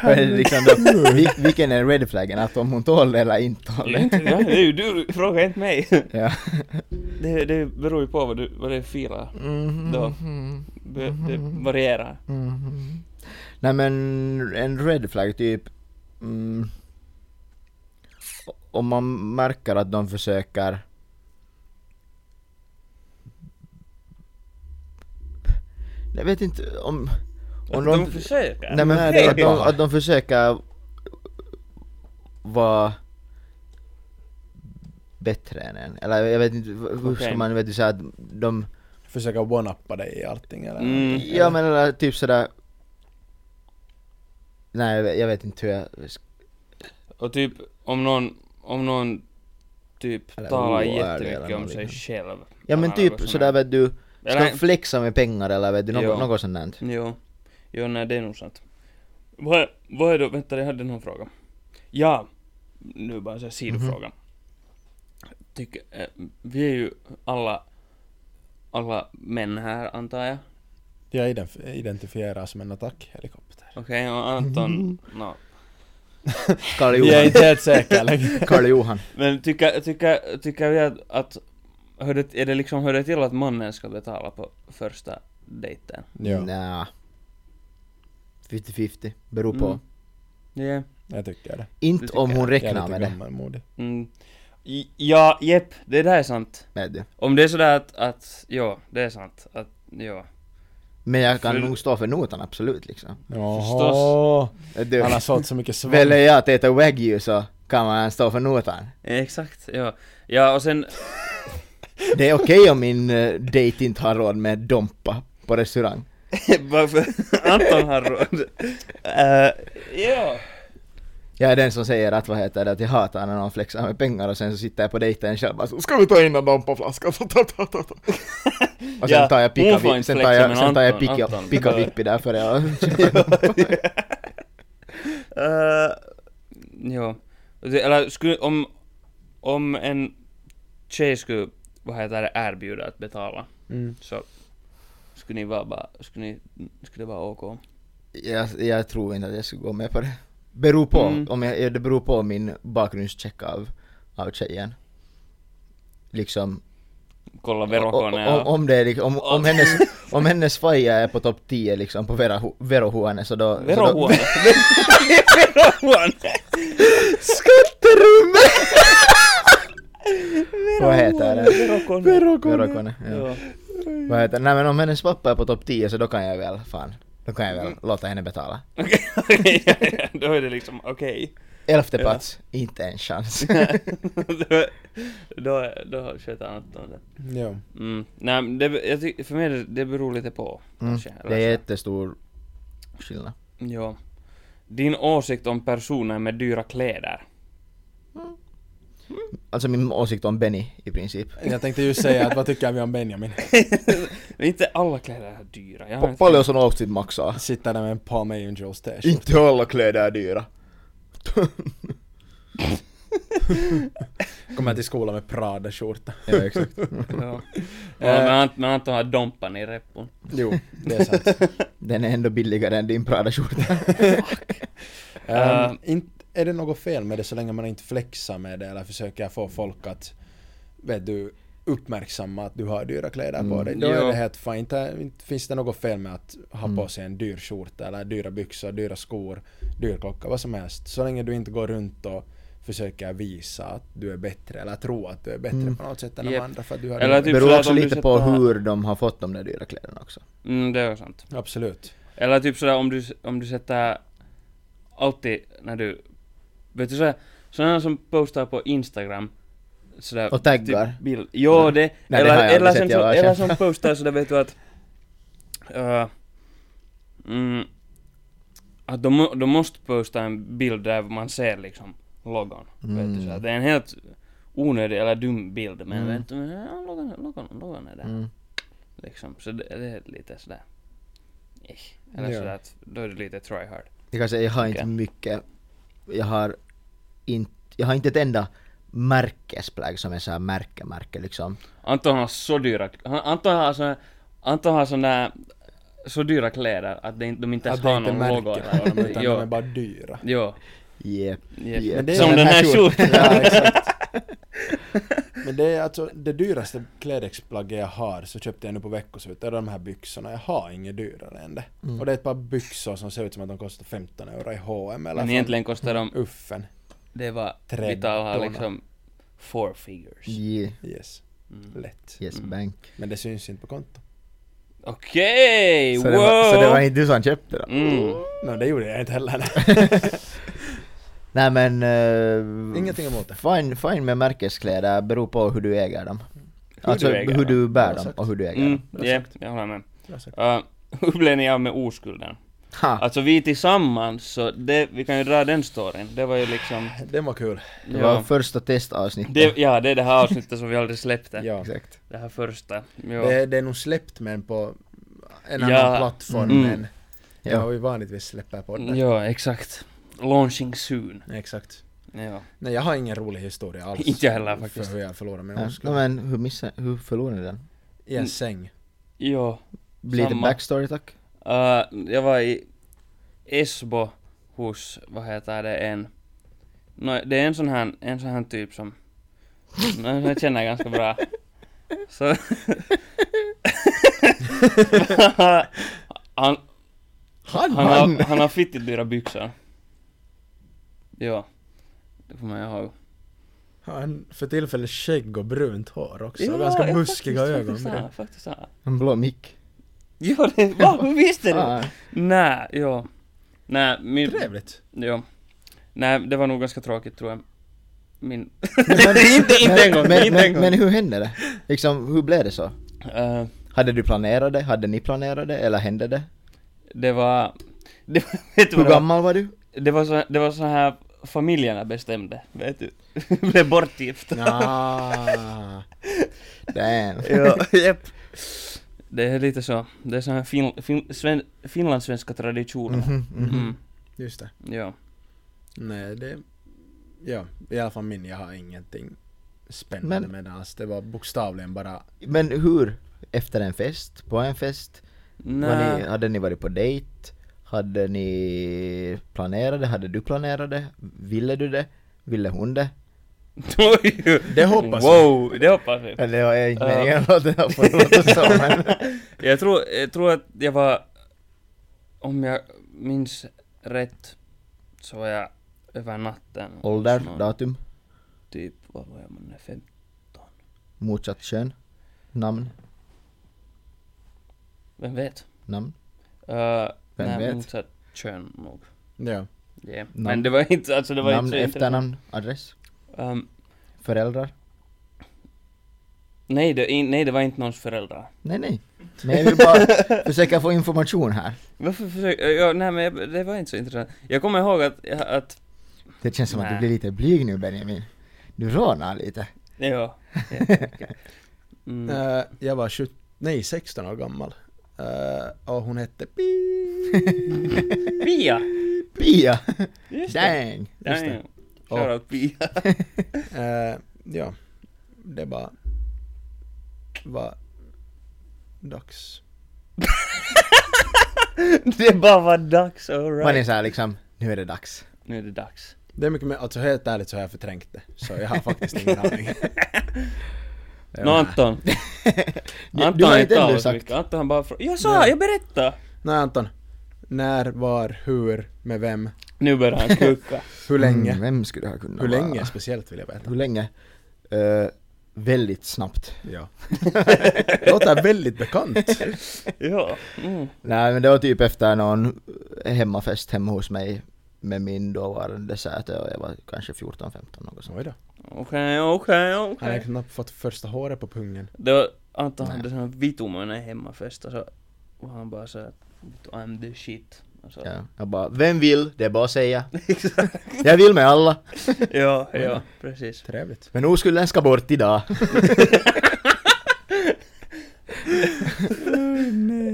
S4: Men liksom då, vil- vilken är red flaggen? Att om hon tål det eller inte tål det?
S3: Inte- ja, <laughs> det är ju du, fråga inte mig. <laughs>
S4: Ja.
S3: Det, det beror ju på vad du, vad det filar. Då. Det, det varierar.
S4: Mhm. Nej men en red flag typ... Mm, om man märker att de försöker... Jag vet inte om...
S3: Att
S4: om
S3: de försöker.
S4: Nej men
S3: Hej.
S4: att de, att de försöker vara bättre än en. Eller jag vet inte, hur ska
S3: Okej.
S4: man vet du, säga att de...
S2: Försöka one-uppa dig i allting eller
S3: Mm.
S2: någonting.
S4: Ja men eller, typ sådär... Nej jag vet, jag vet inte hur jag...
S3: Och typ om någon, om någon typ
S4: Eller
S3: talar
S4: oärlig
S3: jättemycket
S4: eller
S3: om
S4: något
S3: sig
S4: liknande.
S3: själv.
S4: Ja men
S3: Eller något
S4: typ
S3: sånt där.
S4: sådär vet du, ska
S3: Eller-
S4: de flexa med pengar eller vet du,
S3: Jo.
S4: något, något sånt där.
S3: Jo, jo nej det är nog sant. Vad, vad är då, vänta jag hade någon fråga. Ja, nu bara så här sidofråga.
S4: Mhm.
S3: Tycker, eh, vi är ju alla, alla män här antar jag.
S2: Jag identif- identifierar som en attackhelikopter.
S3: Okej, och
S4: Mhm.
S3: Anton, nå. <laughs>
S2: Jag
S4: Karl
S2: är
S4: Johan.
S2: inte helt säker längre.
S4: Karl Johan.
S3: Men tycker, tycker, tycker vi att, att hör det, är det liksom, hör det till att mannen ska betala på första dejten?
S2: Ja,
S4: Nja. 50-50, beror på.
S3: Mm. Ja.
S2: jag tycker det.
S4: Inte
S3: Det tycker
S4: om hon
S2: Jag är
S4: räknar
S2: lite
S4: med det.
S2: gammalmodig.
S3: Mm. I- Ja, jepp, det där är sant.
S4: Vet du.
S3: Om det är sådär att, att ja, det är sant. Att, ja.
S4: Men jag kan
S3: För-
S4: nog stå för notan absolut liksom.
S2: Jaha.
S4: Du,
S2: Han har sålt så mycket svamp.
S4: väljer jag att äta wagyu så kan man stå för notan.
S3: Eh, Exakt, ja. Ja, och sen,
S4: Det är okej om min eh, dejt inte har råd med Dompa på restaurang.
S3: varför <laughs> Anton har råd. Eh, ja.
S4: Jag är den som säger att vad heter det, att jag hatar när någon flexar med pengar och sen så sitter jag på dejten själv bara så ska vi ta in en Dompa-flaska? Så ta, ta,
S3: <laughs>
S4: ta, ta. Och sen
S3: Ja,
S4: tar jag
S3: hon får
S4: pickavipp,
S3: inte
S4: sen tar
S3: flexa,
S4: jag,
S3: men
S4: sen tar jag
S3: Anton-
S4: picka-
S3: Anton
S4: pickavippi där för jag... <laughs>
S3: Uh, ja. Och det- Eller skulle, om, om en tjej skulle, vad heter det, erbjuda att betala,
S2: Mm.
S3: så skulle ni vara bara, skulle ni, skulle det vara OK?
S4: jag, jag tror inte att jag skulle gå med på det. Beror på,
S3: Mm.
S4: om jag, det beror på min bakgrundscheck av, av tjejen. Liksom,
S3: Kolla
S4: om,
S3: verokorna
S4: om,
S3: ja.
S4: om det är liksom, om, om hennes,
S3: <laughs>
S4: om hennes faja är på topp 10 liksom på Vero- Verohuone så då... så då-
S3: Verohuone. Verohuone.
S4: Skatterummet! Vad heter det?
S3: Verokorna. <laughs>
S4: Verohuone. Ja.
S3: Ja.
S4: Vad heter det? Nej men om hennes pappa är på topp 10 så då kan jag väl, fan. Då kan jag
S3: Mm-hmm.
S4: väl låta henne betala.
S3: Okej, okej, ja, ja, då är det liksom okej. <laughs>
S4: Elfte
S3: Ja.
S4: plats, inte
S3: <laughs>
S4: en chans.
S3: då, då, då sköter Anton det.
S2: Ja.
S3: Mm. Nej, men det, jag tycker, för mig det, det beror lite på.
S4: Mm.
S3: kanske, eller
S4: Det är
S3: så.
S4: jättestor skillnad.
S3: Ja. Din åsikt om personer med dyra kläder?
S4: Alltså min åsikt om Benny i princip.
S2: Jag tänkte ju säga att vad tycker vi om Benjamin?
S3: Inte alla kläder är dyra. Jag har
S4: Pa-
S3: inte-
S4: Paljon sån outfit maksaa?
S2: Sitter där med en Palm Angels t-shirt.
S4: Inte alla kläder
S3: <laughs>
S4: är dyra.
S2: Kommer till skolan med Prada-skjorta.
S4: Ja, exakt.
S3: <laughs> Ja.
S4: Eh.
S3: Men Ant- Men Anton har dompan i repon.
S2: Jo, det är <laughs> sant.
S4: Den är ändå billigare än din Prada-skjorta.
S2: Ehm, inte, är det något fel med det så länge man inte flexar med det eller försöker få folk att, vet du, uppmärksamma att du har dyra kläder på
S4: Mm.
S2: dig. Då
S3: Ja.
S2: är det helt fine. Inte, inte finns det något fel med att ha på sig en dyr skjorta eller dyra byxor, dyra skor, dyr klocka, vad som helst. Så länge du inte går runt och försöker visa att du är bättre eller tro att du är bättre på något sätt än de
S3: Japp.
S2: andra för att du har
S3: Eller
S2: dyra-
S4: Det
S3: typ
S4: beror
S3: sådär
S4: också
S3: om du
S4: lite på
S3: sätter-
S4: hur de har fått de där dyra kläderna också.
S3: Mm, det är sant.
S2: Absolut.
S3: Eller typ sådär om du, om du sätter alltid när du... Vet du sådär, sådana som postar på Instagram sådär...
S4: Och taggar.
S3: Typ bild. Jo, det...
S4: det har jag
S3: eller,
S4: aldrig
S3: eller,
S4: sett,
S3: sen,
S4: jag
S3: så,
S4: har
S3: eller
S4: känt.
S3: som postar sådär vet du att... eh, mm, att de, må- de måste posta en bild där man ser liksom logon.
S4: Mm.
S3: Vet du, sådär. Det är en helt onödig eller dum bild men
S4: Mm.
S3: vet du, men, ja, logon, logon, logon är där.
S4: Mm.
S3: Liksom. Så det, det är lite sådär... Eh, Eller
S2: Ja.
S3: sådär att då är det lite try hard.
S4: Jag kan säga, jag har inte
S3: Okej.
S4: mycket. Jag har inte, jag har inte ett enda märkesplagg som är såhär märke, märke liksom.
S3: Anton har så dyra... Han, Anton har såna... Anton har såna... Så dyra kläder att de, de inte ens
S2: Att det
S3: har
S2: inte
S3: någon
S2: märker
S3: logo.
S2: på
S4: <laughs>
S2: dem utan de är
S3: jo,
S2: bara dyra.
S3: jo,
S4: Yep.
S3: Yep.
S4: yep.
S2: Men det är
S3: Som
S2: den
S3: den
S2: här
S3: här skjortan.
S2: Ja,
S3: <laughs>
S2: exakt. Men det är alltså det dyraste klädesplagget jag har så köpte jag nu på veckoslutet, är de här byxorna. Jag har inget dyrare än det. Och det är ett par byxor som ser ut som att de kostar 15 euro i H&M eller
S3: Men
S2: från
S3: egentligen kostar de...
S2: Uffen.
S3: Det var...
S2: Trädorna.
S3: Vital har liksom... Four figures.
S4: Yeah.
S2: Yes.
S3: Mm.
S2: Lätt.
S4: Yes, bank.
S2: Men det syns inte på konto.
S3: Okej!
S4: Så
S3: wow!
S4: det, var, så det var inte du som köpte den?
S3: Mm.
S2: Nej, det gjorde jag inte heller. nej.
S4: Nej men... eh,
S2: <laughs> Ingenting emot det.
S4: Fine, fine med märkeskläder, beror på hur du äger dem.
S3: Hur
S4: alltså
S3: du äger
S4: hur
S3: dem.
S4: du bär
S2: Bra
S4: dem
S2: sagt.
S4: och hur du äger
S3: Mm,
S4: dem.
S2: Bra
S3: ja, jag håller med.
S2: Bra sagt.
S3: Uh, <laughs> hur blev ni av med oskulden?
S4: Ha,
S3: Alltså vi tillsammans, så det, vi kan ju dra den storyn. Det var ju liksom...
S2: Det var kul.
S4: det
S3: ja.
S4: var första testavsnittet.
S3: Det, ja, det är det här avsnittet som vi aldrig släppte.
S2: Ja.
S4: Exakt.
S3: Det här första. Jo.
S2: Det, det är nog släppt men på en
S3: Ja.
S2: annan plattform
S3: Mm.
S2: än
S4: Ja.
S2: ja. vi vanligtvis släpper podden.
S3: Ja, exakt. Launching soon.
S2: Exakt.
S3: Ja.
S2: Nej, jag har ingen rolig historia alls.
S3: <laughs> Inte jag heller faktiskt.
S2: För hur jag förlorade min
S4: Ja.
S2: oskuld.
S4: No, men hur, missade, hur förlorade ni den?
S2: I
S3: Mm.
S2: en säng.
S3: Jo.
S4: Blir det
S3: Samma.
S4: backstory tack?
S3: Äh, jag var i Esbo hos, vad heter det, en... No, det är en sån här, en sån här typ som... No, jag känner ganska bra. Så... han,
S4: Han,
S3: han, har, han har fittigt dyra byxor. Ja. Det kommer jag ihåg.
S2: Han för tillfället skägg och brunt hår också.
S3: Ja,
S2: och ganska
S3: ja,
S2: buskiga
S3: faktiskt,
S2: ögon.
S3: Faktiskt,
S2: med
S3: ja,
S2: det.
S3: faktiskt, ja.
S4: En blå mick.
S3: Jo, det, <laughs> va? Hur visste du? <laughs>
S4: Ah,
S3: Nä, ja. Nä, min...
S2: Trevligt.
S3: Ja. Nä, det var nog ganska tråkigt tror jag. Min...
S4: inte,
S3: inte en gång,
S4: men,
S3: inte
S4: men,
S3: en gång.
S4: Men hur hände det? Liksom, hur blev det så?
S3: eh,
S4: Hade du planerat det? Hade ni planerat det? Eller hände det?
S3: det var... <laughs> Det var, vet du
S4: Hur
S3: vad det var?
S4: gammal var du?
S3: Det var så, det var så här familjerna bestämde, vet du. <laughs> Blev bortgift.
S2: Ah.
S4: Damn.
S3: <laughs> ja, japp. Det är lite så. Det är så här fin, fin, sven, finlandssvenska traditioner.
S4: <laughs> Mhm, mhm.
S3: Mm,
S2: Just det.
S3: ja.
S2: Nej, det... Ja, i alla fall min. Jag har ingenting spännande
S4: Men-
S2: med det alls. Det var bokstavligen bara...
S4: Men hur? Efter en fest? På en fest? Var ni,
S3: Nä.
S4: hade ni varit på dejt? Hade ni planerat det? Hade du planerat det? Ville du det? Ville hon det?
S3: <laughs> Oj.
S2: Det hoppas jag.
S3: Wow, det hoppas vi.
S4: Eller det var inte
S3: Ja.
S4: meningen att låta det här få låta så
S3: <laughs>
S4: men...
S3: Jag tror, jag tror att jag var, om jag minns rätt, så var jag över natten. hos
S4: Ålder,
S3: någon
S4: datum,
S3: Typ, vad var jag man är fem?
S4: motsatt kön, namn,
S3: Vem vet?
S4: namn.
S3: Uh,
S4: Vem
S3: nej,
S4: vet?
S3: Motsatt kön nog.
S2: Ja.
S3: Yeah.
S4: Namn.
S3: Men det var inte, alltså det var
S4: namn,
S3: inte så intressant.
S4: efternamn, adress,
S3: Ehm,
S4: föräldrar.
S3: nej, det, in, nej, det var inte någons föräldrar.
S4: Nej nej. Men jag vill bara försöka få information här.
S3: Varför försöker, ja, nej men jag, det var inte så intressant. Jag kommer ihåg att, att,
S4: Det känns som att du
S3: Nä.
S4: blir lite blyg nu Benjamin. Du rodnar lite.
S3: ja. ja. Mm.
S2: Eh, jag var 17 nej 16 år gammal. Eh, och hon hette
S3: <laughs> Pia!
S4: Pia!
S3: Just
S4: Dang!
S2: just det.
S3: Shoutout Pia. <laughs>
S2: Eh, ja, det bara var dags.
S3: Det bara var dags,
S4: Man är
S3: alright.
S4: såhär liksom, nu är det dags.
S3: Nu är det dags.
S2: Det är mycket mer, alltså helt ärligt så har jag förträngt det. Så jag har faktiskt <laughs> ingen aning.
S3: Nå
S4: <laughs>
S3: Anton.
S4: Du-
S3: Anton
S4: du har
S3: har
S4: inte
S3: inte
S4: ännu
S3: av så
S4: sagt.
S3: mycket. Anton han bara frå- Jag sa, jag berättade!
S2: Nej Anton, när, var, hur, med vem,
S3: Nu börjar
S4: <laughs>
S3: han kuka.
S2: hur länge?
S4: Mm, vem skulle det ha kunnat
S2: Hur
S4: vara?
S2: länge speciellt vill jag veta.
S4: Hur länge? Eh, väldigt snabbt.
S2: Ja. <laughs> Det låter väldigt bekant.
S3: ja. Mm.
S4: Nej men det var typ efter någon eh, hemmafest hemma hos mig med min dåvarande säte och jag var kanske 14-15 något sånt.
S2: Oj då.
S3: Okej, okej,
S2: Han har
S3: okej.
S2: knappt fått första håret på pungen.
S3: Det var Anton
S4: Nej.
S3: hade sån här vitomoinen hemmafest och så var han bara så här, "Vet du, I'm the shit. Alltså, Och så.
S4: Ja, jag bara, vem vill? Det är bara att säga.
S3: Exakt.
S4: Jag vill med alla.
S3: ja, ja, precis.
S2: Trevligt.
S4: Men oskulden ska bort idag.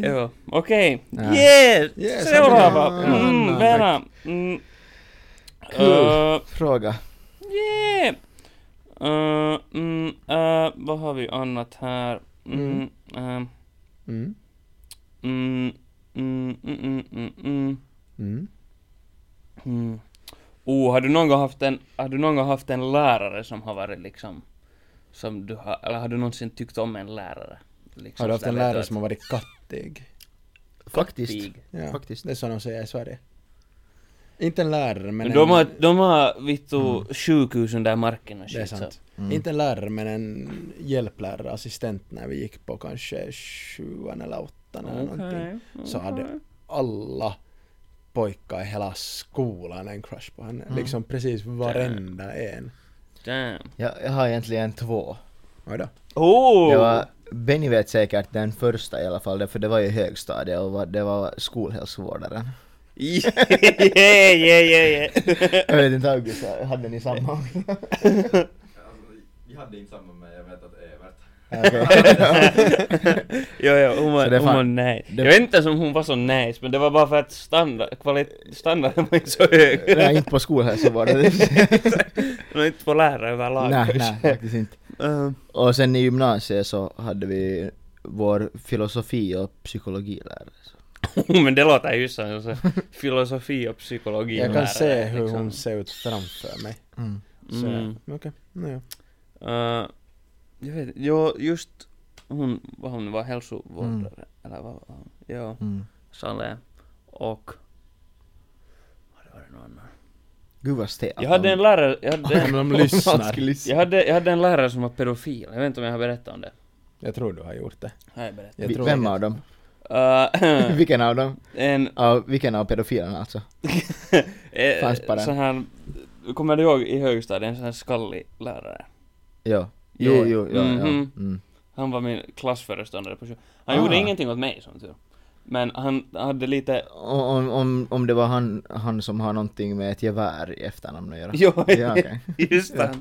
S3: Ja, okej.
S4: Ja.
S3: Yes!
S2: Yes,
S3: Seuraava!
S2: Anton.
S3: Mm,
S2: Anna.
S3: Vera. Mm.
S4: Cool.
S3: Öh,
S4: Fråga.
S3: yeah! Öh, mm, öh, vad har vi annat här? Mm, ehm,
S2: Mm.
S3: mm, mm, mm, mm, mm, mm.
S2: Mm.
S3: Mm. Oh, har du någon gång haft en, har du någon gång haft en lärare som har varit liksom, som du har, eller har du någonsin tyckt om en lärare? Liksom
S2: Har du haft
S3: sådär,
S2: en
S3: vet
S2: lärare
S3: att-
S2: som har varit kattig?
S4: Faktiskt.
S3: Pig.
S2: Ja,
S4: Faktiskt.
S2: det är så de säger i Sverige. Inte en lärare men
S3: Men
S2: en... Mm.
S3: de har, de har vittu sjukhus under marken och
S2: Det är
S3: shit så.
S2: sant. Inte en lärare men en hjälplärare, assistent när vi gick på kanske sjuan eller åttan eller någonting.
S3: Okej.
S2: Så hade alla pojkar i hela skolan en crush på
S3: Mm.
S2: henne. Liksom precis varenda en.
S3: Damn.
S4: Jag, jag har egentligen två.
S2: Oj då.
S3: Oh!
S4: Det var, Benny vet säkert den första i alla fall, för det var ju högstadiet och var, det var skolhälsovårdaren.
S3: Yeah, <laughs> yeah, yeah, yeah. <laughs>
S4: Jag vet inte August, hade ni samma?
S1: Alltså, Vi hade inte samma men jag vet att Evert...
S3: jo, jo, hon
S4: Så
S3: var,
S4: det är
S3: hon
S4: fan-
S3: var nice.
S4: det-
S3: Jag vet inte som hon var så nice, men det var bara för att standard, kvalit, standarden var inte så
S2: <laughs>
S3: hög.
S4: Nej, inte
S3: <laughs>
S4: på skolhälsovården.
S3: Hon är inte på lärare överlag.
S4: nej, nej, faktiskt inte.
S3: Ehm,
S4: Och sen i gymnasiet så hade vi vår filosofi och psykologilärare.
S3: men det låter ju som så, filosofi och psykologi.
S2: Jag
S3: lärare,
S2: kan se hur
S3: liksom.
S2: hon ser ut framför mig.
S4: Mm.
S2: Så,
S3: Mm.
S2: men okej, nu ja.
S3: Eh, jag vet jo, just hon, vad hon var, hälsovårdare, eller vad var hon? Ja,
S4: Mm.
S3: Salé och... Vad var det någon annan?
S4: Gud vad stel.
S3: Jag hade en lärare, jag <laughs> hade
S2: <laughs> Om
S3: en,
S2: de
S4: Om man
S2: lyssnar.
S4: skulle lyssna.
S3: jag hade, jag hade en lärare som var pedofil, jag vet inte om jag har berättat om det.
S2: Jag tror du har gjort det.
S3: Har jag berättat?
S2: Jag
S4: Vi-
S2: tror
S4: Vem
S2: det.
S4: av dem?
S3: <laughs> Eh,
S4: Vilken av dem?
S3: en,
S4: Av, vilken av pedofilerna alltså?
S3: eh,
S4: Fanns bara en.
S3: så här, kommer du ihåg i högstadiet, en sån här skallig lärare?
S4: Ja. Jo,
S3: Yeah.
S4: jo, ja, ja.
S3: Mhm.
S4: Mm.
S3: Han var min klassföreståndare på sjö. Han
S4: Ah.
S3: gjorde ingenting åt mig som tur. Men han hade lite... <laughs>
S4: O- Om, om, om det var han, han som har någonting med ett gevär i efternamn att göra?
S3: Jo, <laughs>
S4: Ja, okej.
S3: just det.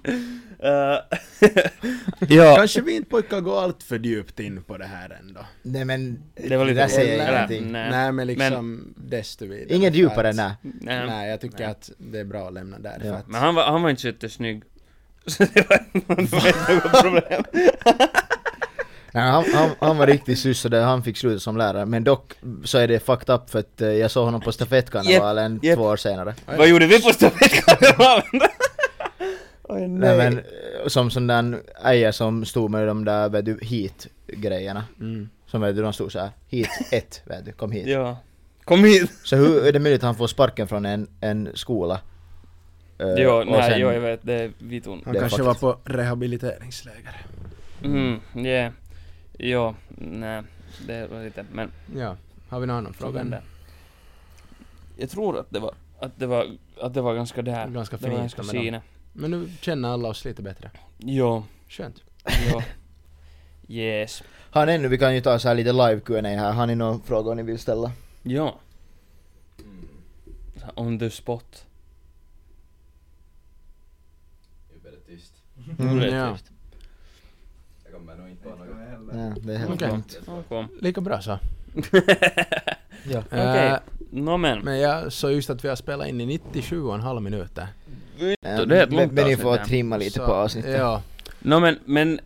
S3: Eh,
S2: Kanske vi inte pojkar går allt för djupt in på det här ändå.
S4: Nej men,
S3: Det var lite
S4: där säger
S3: roligt.
S4: jag
S3: Eller,
S4: ingenting.
S3: Nej. Mm.
S2: Nej, men liksom desto vidare.
S4: Inget
S2: För
S4: djupare,
S2: att-
S4: nej.
S3: Ehm, nej.
S2: Nej, jag tycker att det är bra att lämna där
S4: Ja.
S2: för att...
S3: Men han var, han var inte så jättesnygg. <laughs> Så det var det var inte något <laughs> problem.
S4: nej han, han, han var riktigt sus och det- han fick sluta som lärare. Men dock så är det fucked up för att eh, jag såg honom på stafettkarnevalen
S3: Japp, japp.
S4: två år senare.
S3: Vad gjorde vi på stafettkarnevalen? Oj, nej.
S4: Nej, men eh, som sån där äja som stod med de där vet du, hit grejerna.
S2: Mm.
S4: Som vet du, de stod såhär, hit ett, vet du, kom hit.
S3: Ja. Kom hit!
S4: Så hur är det möjligt att han får sparken från en, en skola? Eh,
S3: Jo,
S4: och sen-
S3: nej, jo, jag vet, det är vitun.
S2: Han
S4: Det är
S2: kanske
S4: faktiskt-
S2: var på rehabiliteringsläger.
S3: Mm, yeah. Jo, nej. Det var lite, men...
S2: Ja. Har vi någon annan
S3: Frågan
S2: fråga?
S3: där. Jag tror att det var, att det var, att det var ganska där.
S2: Ganska
S3: det var
S2: fint
S3: ganska
S2: med dem.
S3: sina.
S2: Men nu känner alla oss lite bättre.
S3: Jo,
S2: Skönt.
S3: jo. Yes.
S4: Har ni ännu, vi kan ju ta så här lite live Q&A här, har ni några frågor ni vill ställa?
S3: Ja.
S4: Mm.
S3: Så här On the spot.
S1: Det är väldigt tyst.
S3: Nu är det
S2: Mm, ja.
S3: tyst.
S1: Jag kommer nog inte inte på något.
S4: Nej, det är helt
S2: Okej.
S4: lugnt.
S3: Okej.
S2: Lika bra så.
S4: Ja.
S3: Okej.
S2: Eh,
S3: <laughs> Nå men.
S2: men jag sa just att vi har spelat in i 97 och en halv minuter.
S4: Eh,
S3: det är ett långt
S4: men ni
S3: avsnitt
S4: får
S3: där.
S4: trimma lite
S2: Så-
S4: på avsnittet.
S2: Ja,
S3: Nå men, men...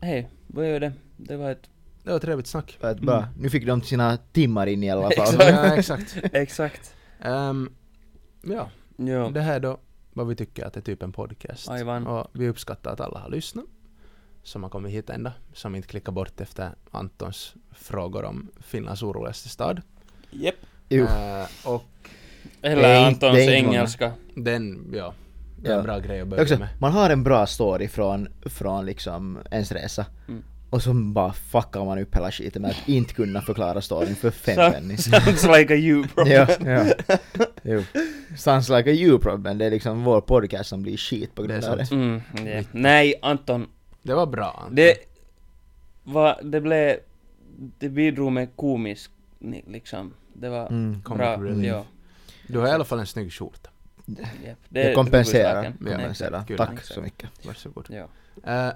S3: Hej, vad gör det? Det var ett...
S2: det var trevligt snack.
S4: För att bara, Nu fick de sina timmar in i alla
S2: <laughs>
S4: fall.
S3: Exakt.
S2: Ja, exakt.
S3: Exakt.
S2: Ehm, ja,
S3: Jo.
S2: det här då vad vi tycker att det är typ en podcast.
S3: Aivan.
S2: Och vi uppskattar att alla har lyssnat. Som har kommit hit ända. Som inte klickar bort efter Antons frågor om Finlands oroligaste stad.
S3: Jep.
S4: Jo.
S2: Eh, och
S4: Det är
S3: Eller
S4: inte-
S3: Antons
S4: det är inte många.
S3: engelska.
S4: <laughs>
S2: den, ja. Det är en
S4: Ja.
S2: bra grej att börja
S4: Också,
S2: med.
S4: man har en bra story från, från liksom ens resa.
S3: Mm.
S4: Och så bara fuckar man upp hela skiten med att inte kunna förklara storyn för fem
S3: So-
S4: pennis.
S3: Sounds like a you problem.
S4: ja, ja. Jo. Sounds like a you problem. Det är liksom vår podcast som blir skit på
S2: Det är
S4: grund av
S2: sant.
S4: det.
S3: Mm, det. Nej, Anton.
S2: Det var bra Anton.
S3: Det... Var, det blev... Det bidrog med komisk... ni- Liksom. Det var...
S4: Mm.
S2: Comic
S3: Bra.
S2: relief.
S3: Ja.
S2: Du har i alla fall en snygg skjorta.
S3: Jep.
S4: Det kompenserar.
S3: huvudsaken.
S2: Ja,
S3: Nej,
S4: kompenserar.
S2: exakt.
S4: Tack
S3: Exakt.
S4: så mycket.
S2: Varsågod.
S3: Ja.
S2: Eh,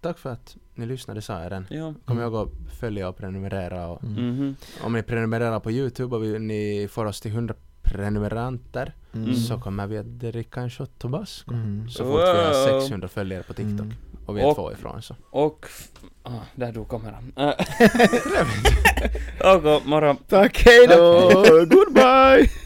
S2: tack för att ni lyssnade sa jag redan.
S3: Ja.
S2: Kom
S4: Mm.
S2: ihåg att följa och prenumerera och
S3: Mhm.
S2: om ni prenumererar på Youtube och vi, ni får oss till 100 prenumeranter
S4: Mm.
S2: så kommer vi att dricka en shot tobasco.
S4: Mm.
S2: Så fort vi har
S3: Wow.
S2: 600 följare på TikTok
S4: Mm.
S2: och vi är
S3: Och-
S2: två ifrån så.
S3: Och... f- Ah, där dog <laughs> kameran. Eh, Okej, morgon.
S4: Tack, hejdå! Goodbye!